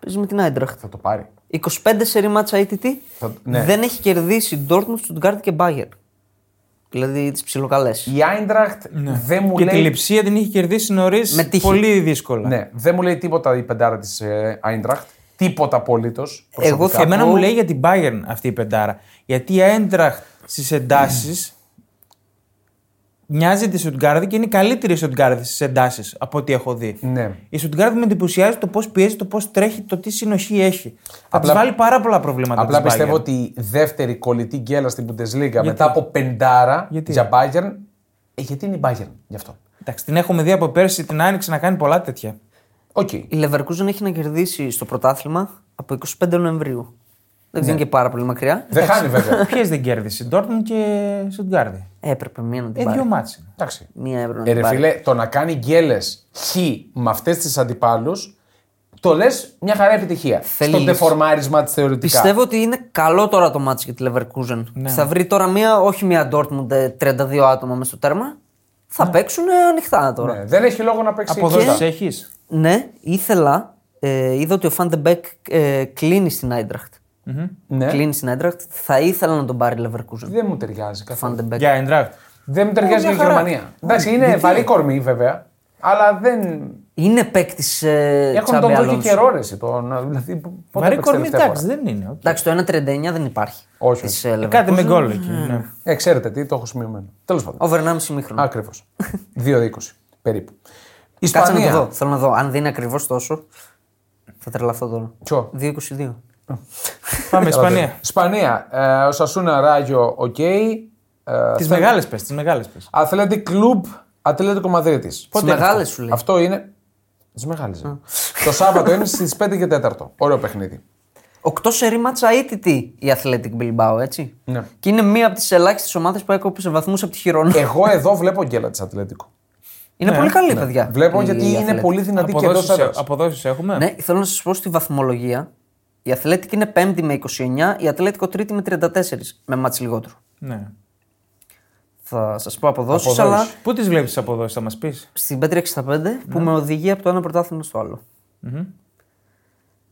[SPEAKER 3] Παίζει με την Άιντραχτ.
[SPEAKER 1] Θα το πάρει.
[SPEAKER 3] 25 σερή μάτσα ITT.
[SPEAKER 1] Θα- ναι.
[SPEAKER 3] Δεν έχει κερδίσει Dortmund, Stuttgart και Bayer. Δηλαδή τις ψιλοκαλές.
[SPEAKER 1] Η Άιντραχτ δεν μου
[SPEAKER 2] Ναι. Και τη
[SPEAKER 1] λέει.
[SPEAKER 2] λειψία την είχε κερδίσει νωρίς
[SPEAKER 3] Με τύχη.
[SPEAKER 2] πολύ δύσκολα.
[SPEAKER 1] Ναι, δεν μου λέει τίποτα η πεντάρα της Άιντραχτ. Τίποτα απολύτως.
[SPEAKER 3] Εγώ θα
[SPEAKER 2] Εμένα
[SPEAKER 3] πω-
[SPEAKER 2] μου λέει για την Bayern αυτή η πεντάρα. Γιατί η Έντραχ στις εντάσεις μοιάζει τη Σουτγκάρδη και είναι η καλύτερη η Σουτγκάρδη στις εντάσεις από ό,τι έχω δει.
[SPEAKER 1] Ναι.
[SPEAKER 2] Η Σουτγκάρδη με εντυπωσιάζει το πώς πιέζει, το πώς τρέχει, το τι συνοχή έχει. Θα τη
[SPEAKER 1] Απλά-
[SPEAKER 2] βάλει πάρα πολλά προβλήματα.
[SPEAKER 1] Απλά
[SPEAKER 2] της
[SPEAKER 1] πιστεύω
[SPEAKER 2] Bayern.
[SPEAKER 1] ότι η δεύτερη κολλητή γκέλα στην Bundesliga μετά από πεντάρα
[SPEAKER 2] Γιατί?
[SPEAKER 1] για Bayern. Ε, γιατί είναι η Bayern γι' αυτό.
[SPEAKER 2] Εντάξει, την έχουμε δει από πέρσι την άνοιξε να κάνει πολλά τέτοια.
[SPEAKER 1] Οκ.
[SPEAKER 3] Η Leverkusen έχει να κερδίσει στο πρωτάθλημα από 25 Νοεμβρίου. Δεν
[SPEAKER 1] Ναι.
[SPEAKER 3] είναι και πάρα πολύ μακριά.
[SPEAKER 1] Δεν χάνει βέβαια.
[SPEAKER 2] Ποιες δεν κέρδισε, Ντόρτμουν και Σουτγκάρδη.
[SPEAKER 3] Έπρεπε μία να την
[SPEAKER 2] Ε, δύο
[SPEAKER 3] πάρει.
[SPEAKER 2] μάτσε.
[SPEAKER 1] Εντάξει.
[SPEAKER 3] Μία έπρεπε να
[SPEAKER 1] Ε,
[SPEAKER 3] την
[SPEAKER 1] ρε
[SPEAKER 3] πάρει.
[SPEAKER 1] φίλε, το να κάνει γκέλες χ με αυτές τις αντιπάλους, το λες μια χαρά επιτυχία.
[SPEAKER 3] Θέλεις.
[SPEAKER 1] Στο τεφορμάρισμα της θεωρητικά.
[SPEAKER 3] Πιστεύω ότι είναι καλό τώρα το μάτς για τη Leverkusen.
[SPEAKER 1] Ναι,
[SPEAKER 3] Θα βρει τώρα μία, όχι μία Dortmund ε, 32 άτομα μέσα στο τέρμα. Θα παίξουν ε, ανοιχτά τώρα. Ναι,
[SPEAKER 1] Ναι, δεν έχει λόγο να παίξει
[SPEAKER 2] Αποδόσει
[SPEAKER 1] εκεί.
[SPEAKER 2] έχει.
[SPEAKER 1] Ναι.
[SPEAKER 3] ήθελα, ε, είδα ότι ο Van de Beek ε, κλείνει στην Eintracht.
[SPEAKER 1] Ναι.
[SPEAKER 3] Κλείνει στην Eintracht. Θα ήθελα να τον πάρει η Leverkusen.
[SPEAKER 1] Δεν μου ταιριάζει καθόλου.
[SPEAKER 3] Van de Beek.
[SPEAKER 2] Για Έντραχ.
[SPEAKER 1] Δεν μου ταιριάζει για
[SPEAKER 2] Ε, μια
[SPEAKER 1] η
[SPEAKER 2] χαρά.
[SPEAKER 1] Γερμανία. Εντάξει, είναι βαρύ κορμί βέβαια, αλλά δεν.
[SPEAKER 3] Είναι παίκτης ε,
[SPEAKER 1] Έχουν
[SPEAKER 3] Xabi
[SPEAKER 1] τον δω
[SPEAKER 3] Alonso.
[SPEAKER 1] και καιρό ρε, εσύ, τον. Δηλαδή, πότε
[SPEAKER 2] Βαρύ
[SPEAKER 1] έπαιξε
[SPEAKER 2] κορμί,
[SPEAKER 1] τελευταία
[SPEAKER 2] εντάξει,
[SPEAKER 1] φορά.
[SPEAKER 2] δεν είναι. οκ.
[SPEAKER 3] Εντάξει, το 1.39 δεν υπάρχει.
[SPEAKER 1] Όχι.
[SPEAKER 3] της, ε,
[SPEAKER 2] Κάτι με
[SPEAKER 3] Leverkusen.
[SPEAKER 2] γκολ εκεί. ναι.
[SPEAKER 1] Ε, ξέρετε τι, το έχω σημειωμένο. Τέλος πάντων.
[SPEAKER 3] Over 1,5 μήχρονο.
[SPEAKER 1] Ακριβώς. 2-20 περίπου.
[SPEAKER 3] Κάτσε να το
[SPEAKER 1] Ισπανία.
[SPEAKER 3] δω. Θέλω να δω. Αν δεν είναι ακριβώς τόσο. Θα τρελαθώ τώρα.
[SPEAKER 1] Ποιο?
[SPEAKER 3] 2,22.
[SPEAKER 2] Πάμε Ισπανία.
[SPEAKER 1] Ισπανία. Ε, ο Σασούνα Ράγιο, οκ. Ε,
[SPEAKER 2] Τις μεγάλες πες, τις μεγάλες πες.
[SPEAKER 1] Athletic Club Ατλέτικο Μαδρίτης.
[SPEAKER 3] Τις μεγάλες σου λέει.
[SPEAKER 1] Αυτό είναι. Τις μεγάλες. το Σάββατο είναι στις 5 και 4. Ωραίο παιχνίδι.
[SPEAKER 3] Οκτώ σερή μάτσα αίτητη η Athletic Bilbao, έτσι.
[SPEAKER 1] Ναι. Ε,
[SPEAKER 3] Και είναι μία από τις ελάχιστες ομάδες που έκοψε βαθμούς από τη Χιρόνα.
[SPEAKER 1] Εγώ εδώ βλέπω γκέλα της Ατλέτικο.
[SPEAKER 3] είναι πολύ καλή, παιδιά.
[SPEAKER 1] ναι, Βλέπω
[SPEAKER 3] η
[SPEAKER 1] γιατί είναι
[SPEAKER 3] Athletic.
[SPEAKER 1] πολύ δυνατή και εντός έδρα.
[SPEAKER 2] Αποδόσεις έχουμε.
[SPEAKER 3] Ναι, θέλω να σας πω στη βαθμολογία Η Αθλέτικη είναι 5η με 29, η Ατλέτικο 3η με 34. Με μάτς λιγότερο.
[SPEAKER 2] Ναι.
[SPEAKER 3] Θα σας πω αποδόσεις,
[SPEAKER 1] Αποδόσεις.
[SPEAKER 3] αλλά
[SPEAKER 2] Πού τις βλέπεις τις αποδόσεις, θα μας πεις.
[SPEAKER 3] στην Πέτρια 65 που
[SPEAKER 1] Ναι.
[SPEAKER 3] με οδηγεί από το ένα πρωτάθλημα στο αλλο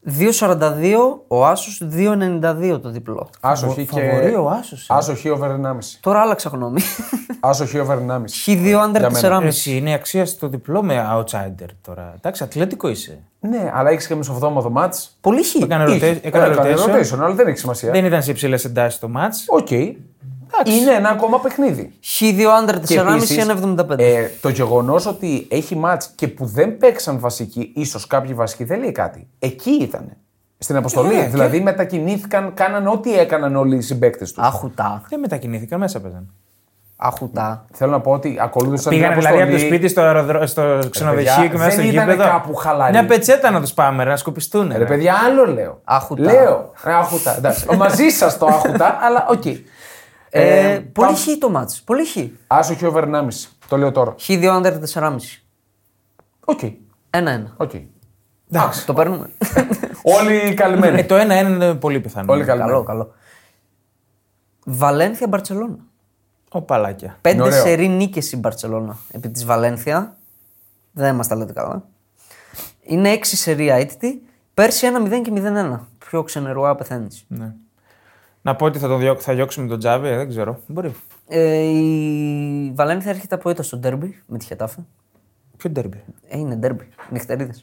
[SPEAKER 3] 2.42 ο Άσος, 2.92 το διπλό.
[SPEAKER 1] Άσοχη
[SPEAKER 2] Φαβορεί
[SPEAKER 1] και.
[SPEAKER 2] ο Άσος, ε.
[SPEAKER 1] Άσοχη over 1,5.
[SPEAKER 3] Τώρα άλλαξα γνώμη.
[SPEAKER 1] Άσοχη over 1,5.
[SPEAKER 3] Χ2 under
[SPEAKER 1] Για μένα. Ε.
[SPEAKER 3] 4,5.
[SPEAKER 2] Εσύ είναι αξία στο διπλό με outsider τώρα. Εντάξει, αθλητικό είσαι.
[SPEAKER 1] Ναι, αλλά έχεις και μισοβδόμαδο μάτ.
[SPEAKER 3] Πολύ χ.
[SPEAKER 2] Έκανε
[SPEAKER 3] Είχε.
[SPEAKER 2] rotation. Έκανε rotation.
[SPEAKER 1] Ε, rotation, αλλά δεν έχει σημασία.
[SPEAKER 2] Δεν ήταν σε υψηλές εντάσεις το match.
[SPEAKER 1] Οκ. Είναι ένα ακόμα παιχνίδι.
[SPEAKER 3] Χ2 under
[SPEAKER 1] Και
[SPEAKER 3] 4,5
[SPEAKER 1] επίσης,
[SPEAKER 3] 1,75.
[SPEAKER 1] ε, το γεγονός ότι έχει μάτ και που δεν παίξαν βασικοί, ίσως κάποιοι βασικοί, δεν λέει κάτι. Εκεί ήταν. Στην αποστολή.
[SPEAKER 2] Ε,
[SPEAKER 3] ναι,
[SPEAKER 2] και-
[SPEAKER 1] δηλαδή μετακινήθηκαν, κάναν ό,τι έκαναν όλοι οι συμπαίκτες τους.
[SPEAKER 3] Αχουτά.
[SPEAKER 2] Δεν μετακινήθηκαν, μέσα παίζαν.
[SPEAKER 3] Αχουτά.
[SPEAKER 1] Θέλω να πω ότι ακολούθησαν
[SPEAKER 2] Πήγανε
[SPEAKER 1] την
[SPEAKER 2] δηλαδή
[SPEAKER 1] αποστολή.
[SPEAKER 2] από το σπίτι στο, αεροδρο... στο ξενοδοχείο
[SPEAKER 1] παιδιά,
[SPEAKER 2] και μέσα στο
[SPEAKER 1] δεν ήταν
[SPEAKER 2] γήπεδο.
[SPEAKER 1] κάπου χαλαροί.
[SPEAKER 2] Μια πετσέτα να τους πάμε, ρε, να σκοπιστούν.
[SPEAKER 1] Ρε παιδιά, άλλο λέω.
[SPEAKER 3] Άχουτα.
[SPEAKER 1] Λέω. Ε, Άχουτα. Εντάξει. Μαζί σας το άχουτα, αλλά οκ.
[SPEAKER 3] Ε,
[SPEAKER 1] Ε,
[SPEAKER 3] πολύ
[SPEAKER 1] πάμε.
[SPEAKER 3] χ το μάτς. Πολύ χ.
[SPEAKER 1] Άσοχη over 1,5. Το λέω τώρα.
[SPEAKER 3] Χ2 under 4,5.
[SPEAKER 1] Οκ.
[SPEAKER 3] Ένα-ένα.
[SPEAKER 1] Οκ.
[SPEAKER 2] Εντάξει.
[SPEAKER 3] Το παίρνουμε.
[SPEAKER 1] Όλοι
[SPEAKER 2] Ε,
[SPEAKER 1] καλυμμένοι.
[SPEAKER 2] το ένα είναι πολύ πιθανό.
[SPEAKER 1] Όλοι καλυμμένοι.
[SPEAKER 3] Ναι. καλό, καλό. Βαλένθια Μπαρσελόνα.
[SPEAKER 2] Ο Παλάκια.
[SPEAKER 3] Πέντε
[SPEAKER 1] ωραίο.
[SPEAKER 3] σερή νίκες η Μπαρσελόνα επί της Βαλένθια. Δεν μας τα λέτε καλά. Είναι έξι σερή αίτητη. Πέρσι 1-0 και 0-1. Πιο ξενερουά πεθαίνεις.
[SPEAKER 2] Ναι. Να πω ότι θα, τον διώ... θα διώξουμε τον Τζάβη, ε, δεν ξέρω. Μπορεί.
[SPEAKER 3] Ε, η Βαλένθια έρχεται από ήττα στο ντέρμπι με τη Χετάφε.
[SPEAKER 2] Ποιο ντέρμπι.
[SPEAKER 3] Ε, είναι ντέρμπι. Νυχτερίδες.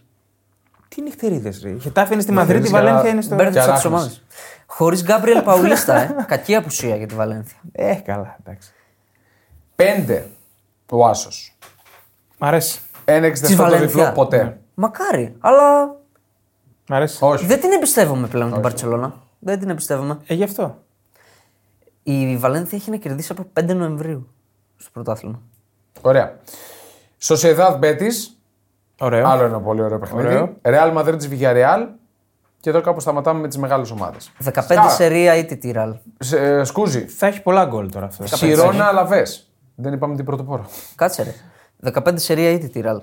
[SPEAKER 2] Τι νυχτερίδες, ρε. Η Χετάφη είναι στη Μαδρίτη, η
[SPEAKER 1] Νυχτερίδες
[SPEAKER 2] Βαλένθια
[SPEAKER 1] για-
[SPEAKER 2] είναι στο.
[SPEAKER 1] Μπέρδε-
[SPEAKER 3] Μπέρδεψα τις
[SPEAKER 1] Αράχνης.
[SPEAKER 3] ομάδες. Χωρίς Γκάμπριελ Παουλίστα, ε. Κακή απουσία για τη Βαλένθια.
[SPEAKER 2] Ε, καλά, εντάξει.
[SPEAKER 1] Πέντε ο Άσος.
[SPEAKER 2] Μ' αρέσει.
[SPEAKER 1] Ένα 67
[SPEAKER 3] Τη
[SPEAKER 1] το διπλό
[SPEAKER 3] Βαλένθια. Ναι.
[SPEAKER 1] ποτέ.
[SPEAKER 3] Μακάρι, αλλά
[SPEAKER 2] Μ' αρέσει.
[SPEAKER 1] Όχι.
[SPEAKER 3] δεν την εμπιστεύομαι πλέον την Παρσελώνα. Δεν την εμπιστεύομαι.
[SPEAKER 2] Ε, γι' αυτό.
[SPEAKER 3] Η Βαλένθια έχει να κερδίσει από 5 Νοεμβρίου στο πρωτάθλημα.
[SPEAKER 1] Ωραία. Σοσιαδάδ Μπέτη.
[SPEAKER 2] Ωραίο.
[SPEAKER 1] Άλλο ένα πολύ ωραίο παιχνίδι.
[SPEAKER 2] Ωραίο.
[SPEAKER 1] Ρεάλ Μαδρίτη Βηγιαρεάλ. Και εδώ κάπου σταματάμε με τις μεγάλες ομάδες.
[SPEAKER 3] 15 σερία ή τη Τιράλ.
[SPEAKER 1] ε, Σκούζι.
[SPEAKER 2] Θα έχει πολλά γκολ τώρα αυτός.
[SPEAKER 1] Χιρόνα Αλαβέ. Δεν είπαμε την πρωτοπόρο.
[SPEAKER 3] Κάτσε ρε. 15 σερία ή τη Τιράλ.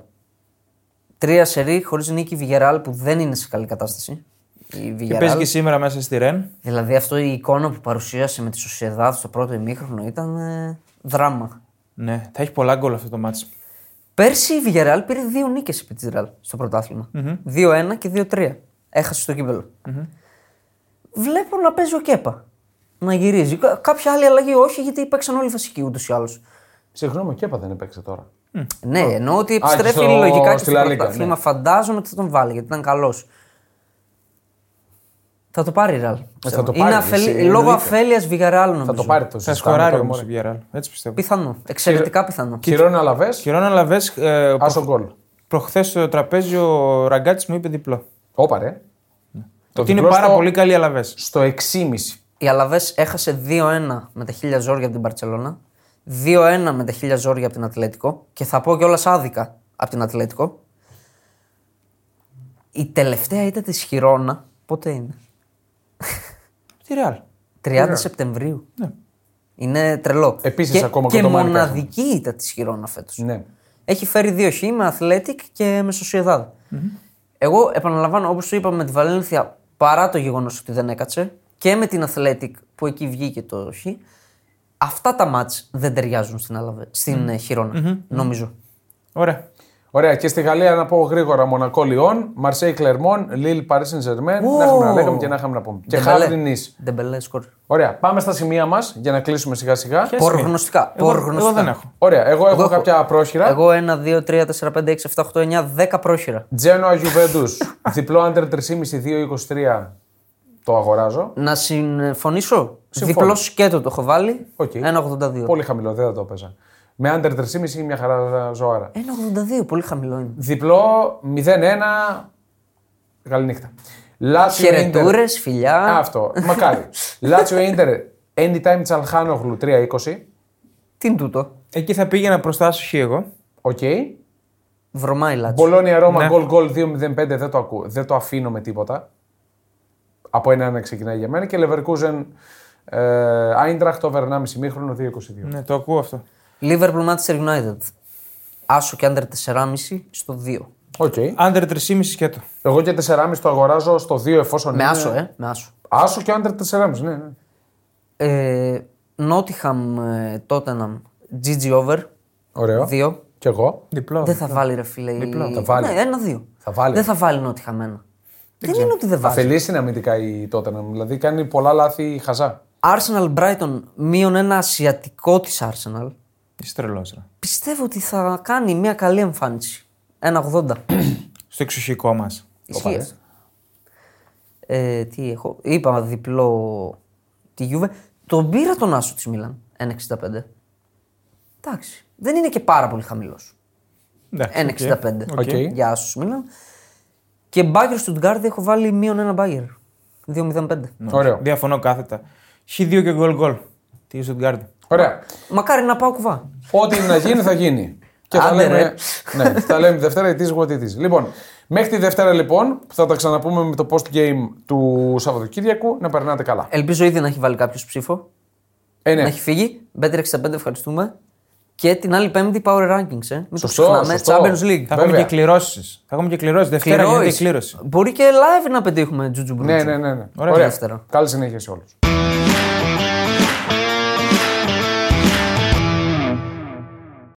[SPEAKER 3] Τρία σερί χωρίς νίκη η Βιγεράλ που δεν είναι σε καλή κατάσταση. Η
[SPEAKER 2] Και παίζει
[SPEAKER 3] Βιγεράλ.
[SPEAKER 2] και σήμερα μέσα στη Ρεν.
[SPEAKER 3] Δηλαδή αυτό η εικόνα που παρουσίασε με τη Σοσιαδάδ στο πρώτο ημίχρονο ήταν ε, δράμα.
[SPEAKER 2] Ναι, θα έχει πολλά γκολ αυτό το μάτσο.
[SPEAKER 3] Πέρσι η Βιγεράλ πήρε δύο νίκες επί της Ρεάλ στο πρωταθλημα 2-1 και 2-3. Έχασε στο κυπελο Βλέπω να παίζει ο Κέπα. Να γυρίζει. Κα- Κάποια άλλη αλλαγή όχι, γιατί παίξαν όλοι βασικοί ούτως ή άλλως.
[SPEAKER 1] Συγγνώμη, Κέπα δεν έπαιξε τώρα.
[SPEAKER 3] Ναι, εννοώ ότι
[SPEAKER 1] και
[SPEAKER 3] επιστρέφει
[SPEAKER 1] στο-
[SPEAKER 3] λογικά και
[SPEAKER 1] στη
[SPEAKER 3] στο
[SPEAKER 1] La Liga,
[SPEAKER 3] πρωτάθλημα.
[SPEAKER 1] ναι.
[SPEAKER 3] Φαντάζομαι ότι θα τον βάλει γιατί ήταν καλός. Θα το πάρει η Ραλ.
[SPEAKER 1] Ε, θα το πάρει,
[SPEAKER 3] Είναι αφελή...
[SPEAKER 1] εσύ,
[SPEAKER 3] λόγω
[SPEAKER 1] εννοείται.
[SPEAKER 3] αφέλειας Βιγαρεάλ νομίζω.
[SPEAKER 1] Θα το πάρει το
[SPEAKER 2] Θα
[SPEAKER 1] συζητάμε
[SPEAKER 2] σκοράρει
[SPEAKER 1] τώρα,
[SPEAKER 2] όμως
[SPEAKER 1] μωρέ.
[SPEAKER 2] η Villarreal. Έτσι πιστεύω.
[SPEAKER 3] Πιθανό. Εξαιρετικά πιθανό.
[SPEAKER 1] Χιρόνα Αλαβέ.
[SPEAKER 2] Χειρόνα Λαβές, ε,
[SPEAKER 1] Άσο γκολ.
[SPEAKER 2] προχθές στο τραπέζι ο Ραγκάτης μου είπε διπλό.
[SPEAKER 1] Όπα ρε. Το
[SPEAKER 2] Ναι. ότι είναι
[SPEAKER 1] διπλό
[SPEAKER 2] πάρα
[SPEAKER 1] στο-
[SPEAKER 2] πολύ καλή Αλαβές.
[SPEAKER 1] Στο 6,5.
[SPEAKER 3] Η Αλαβές έχασε 2-1 με τα χίλια ζόρια από την Παρσελώνα. 2-1 με τα χίλια ζόρια από την Ατλέτικο. Και θα πω κιόλας άδικα από την Ατλέτικο. Η τελευταία ήταν της Χιρόνα. Πότε είναι.
[SPEAKER 2] Τη Ρεάλ.
[SPEAKER 3] 30 Σεπτεμβρίου. Είναι τρελό.
[SPEAKER 1] Ναι. Επίσης,
[SPEAKER 3] και,
[SPEAKER 1] ακόμα
[SPEAKER 3] και
[SPEAKER 1] κοντομάρικα
[SPEAKER 3] μοναδική ήταν της Χιρόνα φέτος.
[SPEAKER 1] Ναι.
[SPEAKER 3] Έχει φέρει δύο χ με Αθλέτικ και με Sociedad. Εγώ επαναλαμβάνω, όπως το είπαμε με τη Βαλένθια, παρά το γεγονός ότι δεν έκατσε και με την Αθλέτικ που εκεί βγήκε το χ, αυτά τα μάτς δεν ταιριάζουν στην, Αλαβε, στην ε, Χιρόνα, νομίζω.
[SPEAKER 2] Ωραία.
[SPEAKER 1] Ωραία, και στη Γαλλία να πω γρήγορα Μονακό Λιόν, Μαρσέη Κλερμόν, Λίλ Παρί Σεν Ζερμέν. Να έχουμε να λέγαμε και να είχαμε να πούμε. Και
[SPEAKER 3] Ντεμπελέ.
[SPEAKER 1] Χάβριν Νις.
[SPEAKER 3] Ντεμπελέ σκορ.
[SPEAKER 1] Ωραία, πάμε στα σημεία μας για να κλείσουμε σιγά σιγά.
[SPEAKER 2] Ποια σημεία?
[SPEAKER 3] Πορογνωστικά.
[SPEAKER 2] Εγώ, εγώ δεν έχω.
[SPEAKER 1] Ωραία, εγώ έχω
[SPEAKER 3] έχω.
[SPEAKER 1] κάποια πρόχειρα.
[SPEAKER 3] Εγώ 1, 2, 3, 4, 5, 6, 7, 8, 9, 10 πρόχειρα.
[SPEAKER 1] Τζένοα Γιουβέντου. διπλό under 3,5-2,23 το αγοράζω.
[SPEAKER 3] Να συμφωνήσω.
[SPEAKER 1] Συμφωνώ.
[SPEAKER 3] Διπλό σκέτο το έχω βάλει.
[SPEAKER 1] Οκ.
[SPEAKER 3] 1,82.
[SPEAKER 1] Πολύ χαμηλό, δεν θα το έπαιζα. Με under 3,5 είναι μια χαρά ζωάρα.
[SPEAKER 3] 1,82, πολύ χαμηλό είναι.
[SPEAKER 1] Διπλό 0-1. Καληνύχτα. Λάτσιο Ίντερ.
[SPEAKER 3] Χαιρετούρες, φιλιά.
[SPEAKER 1] Α, Αυτό. Μακάρι. Λάτσιο Ίντερ. Anytime Τσαλχάνογλου 3-20.
[SPEAKER 3] Τι είναι τούτο.
[SPEAKER 2] Εκεί θα πήγαινα μπροστά σου χι εγώ.
[SPEAKER 1] Οκ.
[SPEAKER 3] Βρωμάει λάτσο.
[SPEAKER 1] Μπολόνια Ρώμα
[SPEAKER 2] Ναι.
[SPEAKER 1] γκολ γκολ 2-0-5 δεν το, ακούω, δεν το αφήνω με τίποτα. Από ένα να ξεκινάει για μένα και Λεβερκούζεν Άιντραχτ over 1,5 μήχρονο 2-22.
[SPEAKER 2] Ναι, το ακούω αυτό.
[SPEAKER 3] Liverpool Manchester United. Άσο και under 4,5 στο 2.
[SPEAKER 1] Οκ.
[SPEAKER 2] Άντερ 3,5 σκέτο.
[SPEAKER 1] Εγώ και 4,5 το αγοράζω στο 2 εφόσον
[SPEAKER 3] Με
[SPEAKER 1] είναι.
[SPEAKER 3] άσο, ε. Με άσο.
[SPEAKER 1] Ναι. Άσο και άντερ 4,5, ναι. ναι.
[SPEAKER 3] Ε, Νότιχαμ, ε, Tottenham, GG over.
[SPEAKER 1] Ωραίο.
[SPEAKER 3] Δύο.
[SPEAKER 1] Κι εγώ.
[SPEAKER 2] Διπλό.
[SPEAKER 3] Δεν θα βάλει ρε φίλε. η-
[SPEAKER 1] Θα βάλει.
[SPEAKER 3] Ναι, ένα-δύο.
[SPEAKER 1] Θα βάλει.
[SPEAKER 3] Δεν θα βάλει Νότιχαμ ένα. Δεν είναι ότι δεν
[SPEAKER 1] Θα
[SPEAKER 3] βάζει.
[SPEAKER 1] θελήσει να αμυντικά η Tottenham. Δηλαδή κάνει πολλά λάθη η χαζά.
[SPEAKER 3] Arsenal Brighton, μείον ένα ασιατικό της Arsenal.
[SPEAKER 2] Είσαι τρελός, ρε.
[SPEAKER 3] Πιστεύω ότι θα κάνει μια καλή εμφάνιση. 1,80.
[SPEAKER 2] Στο εξοχικό μας.
[SPEAKER 3] Ισχύει.
[SPEAKER 1] ναι.
[SPEAKER 3] αυτό. Ε, τι έχω. Είπα διπλό τη Juve. Τον πήρα τον Άσο της Μίλαν. 1,65. Εντάξει. Δεν είναι και πάρα πολύ χαμηλός. 1,65
[SPEAKER 1] Οκ.
[SPEAKER 3] για Άσο της Μίλαν. Και μπάγκερ του Τγκάρντ έχω βάλει μείον ένα μπάγκερ. 2,05.
[SPEAKER 1] Ωραίο.
[SPEAKER 2] Διαφωνώ κάθετα. Χ2 και γκολ γκολ. Τι είσαι Stuttgart.
[SPEAKER 1] Ωραία.
[SPEAKER 3] Μακάρι να πάω κουβά.
[SPEAKER 1] Ό,τι να γίνει, θα γίνει. Και θα
[SPEAKER 3] Άντε,
[SPEAKER 1] λέμε,
[SPEAKER 3] ρε.
[SPEAKER 1] ναι, θα λέμε τη Δευτέρα γιατί is what it is. Λοιπόν, μέχρι τη Δευτέρα λοιπόν, που θα τα ξαναπούμε με το post-game του Σαββατοκύριακου, να περνάτε καλά.
[SPEAKER 3] Ελπίζω ήδη να έχει βάλει κάποιος ψήφο.
[SPEAKER 1] Ε, ναι.
[SPEAKER 3] Να έχει φύγει. Μπέτρι 65, ευχαριστούμε. Και την άλλη Πέμπτη Power Rankings. Ε. Μην
[SPEAKER 1] Σωστό,
[SPEAKER 3] το ξεχνάμε.
[SPEAKER 1] σωστό.
[SPEAKER 3] Champions League.
[SPEAKER 2] Θα έχουμε
[SPEAKER 1] Βέβαια.
[SPEAKER 2] και κληρώσεις. Θα έχουμε και κληρώσεις. Δευτέρα γίνεται η
[SPEAKER 3] Κληρώνεις.
[SPEAKER 2] κλήρωση.
[SPEAKER 3] Μπορεί και live να πετύχουμε Τζουτζου Μπρούτσου.
[SPEAKER 1] ναι, ναι, ναι. ναι.
[SPEAKER 2] Ωραία,
[SPEAKER 3] Δευτέρα.
[SPEAKER 1] Καλή συνέχεια σε όλους.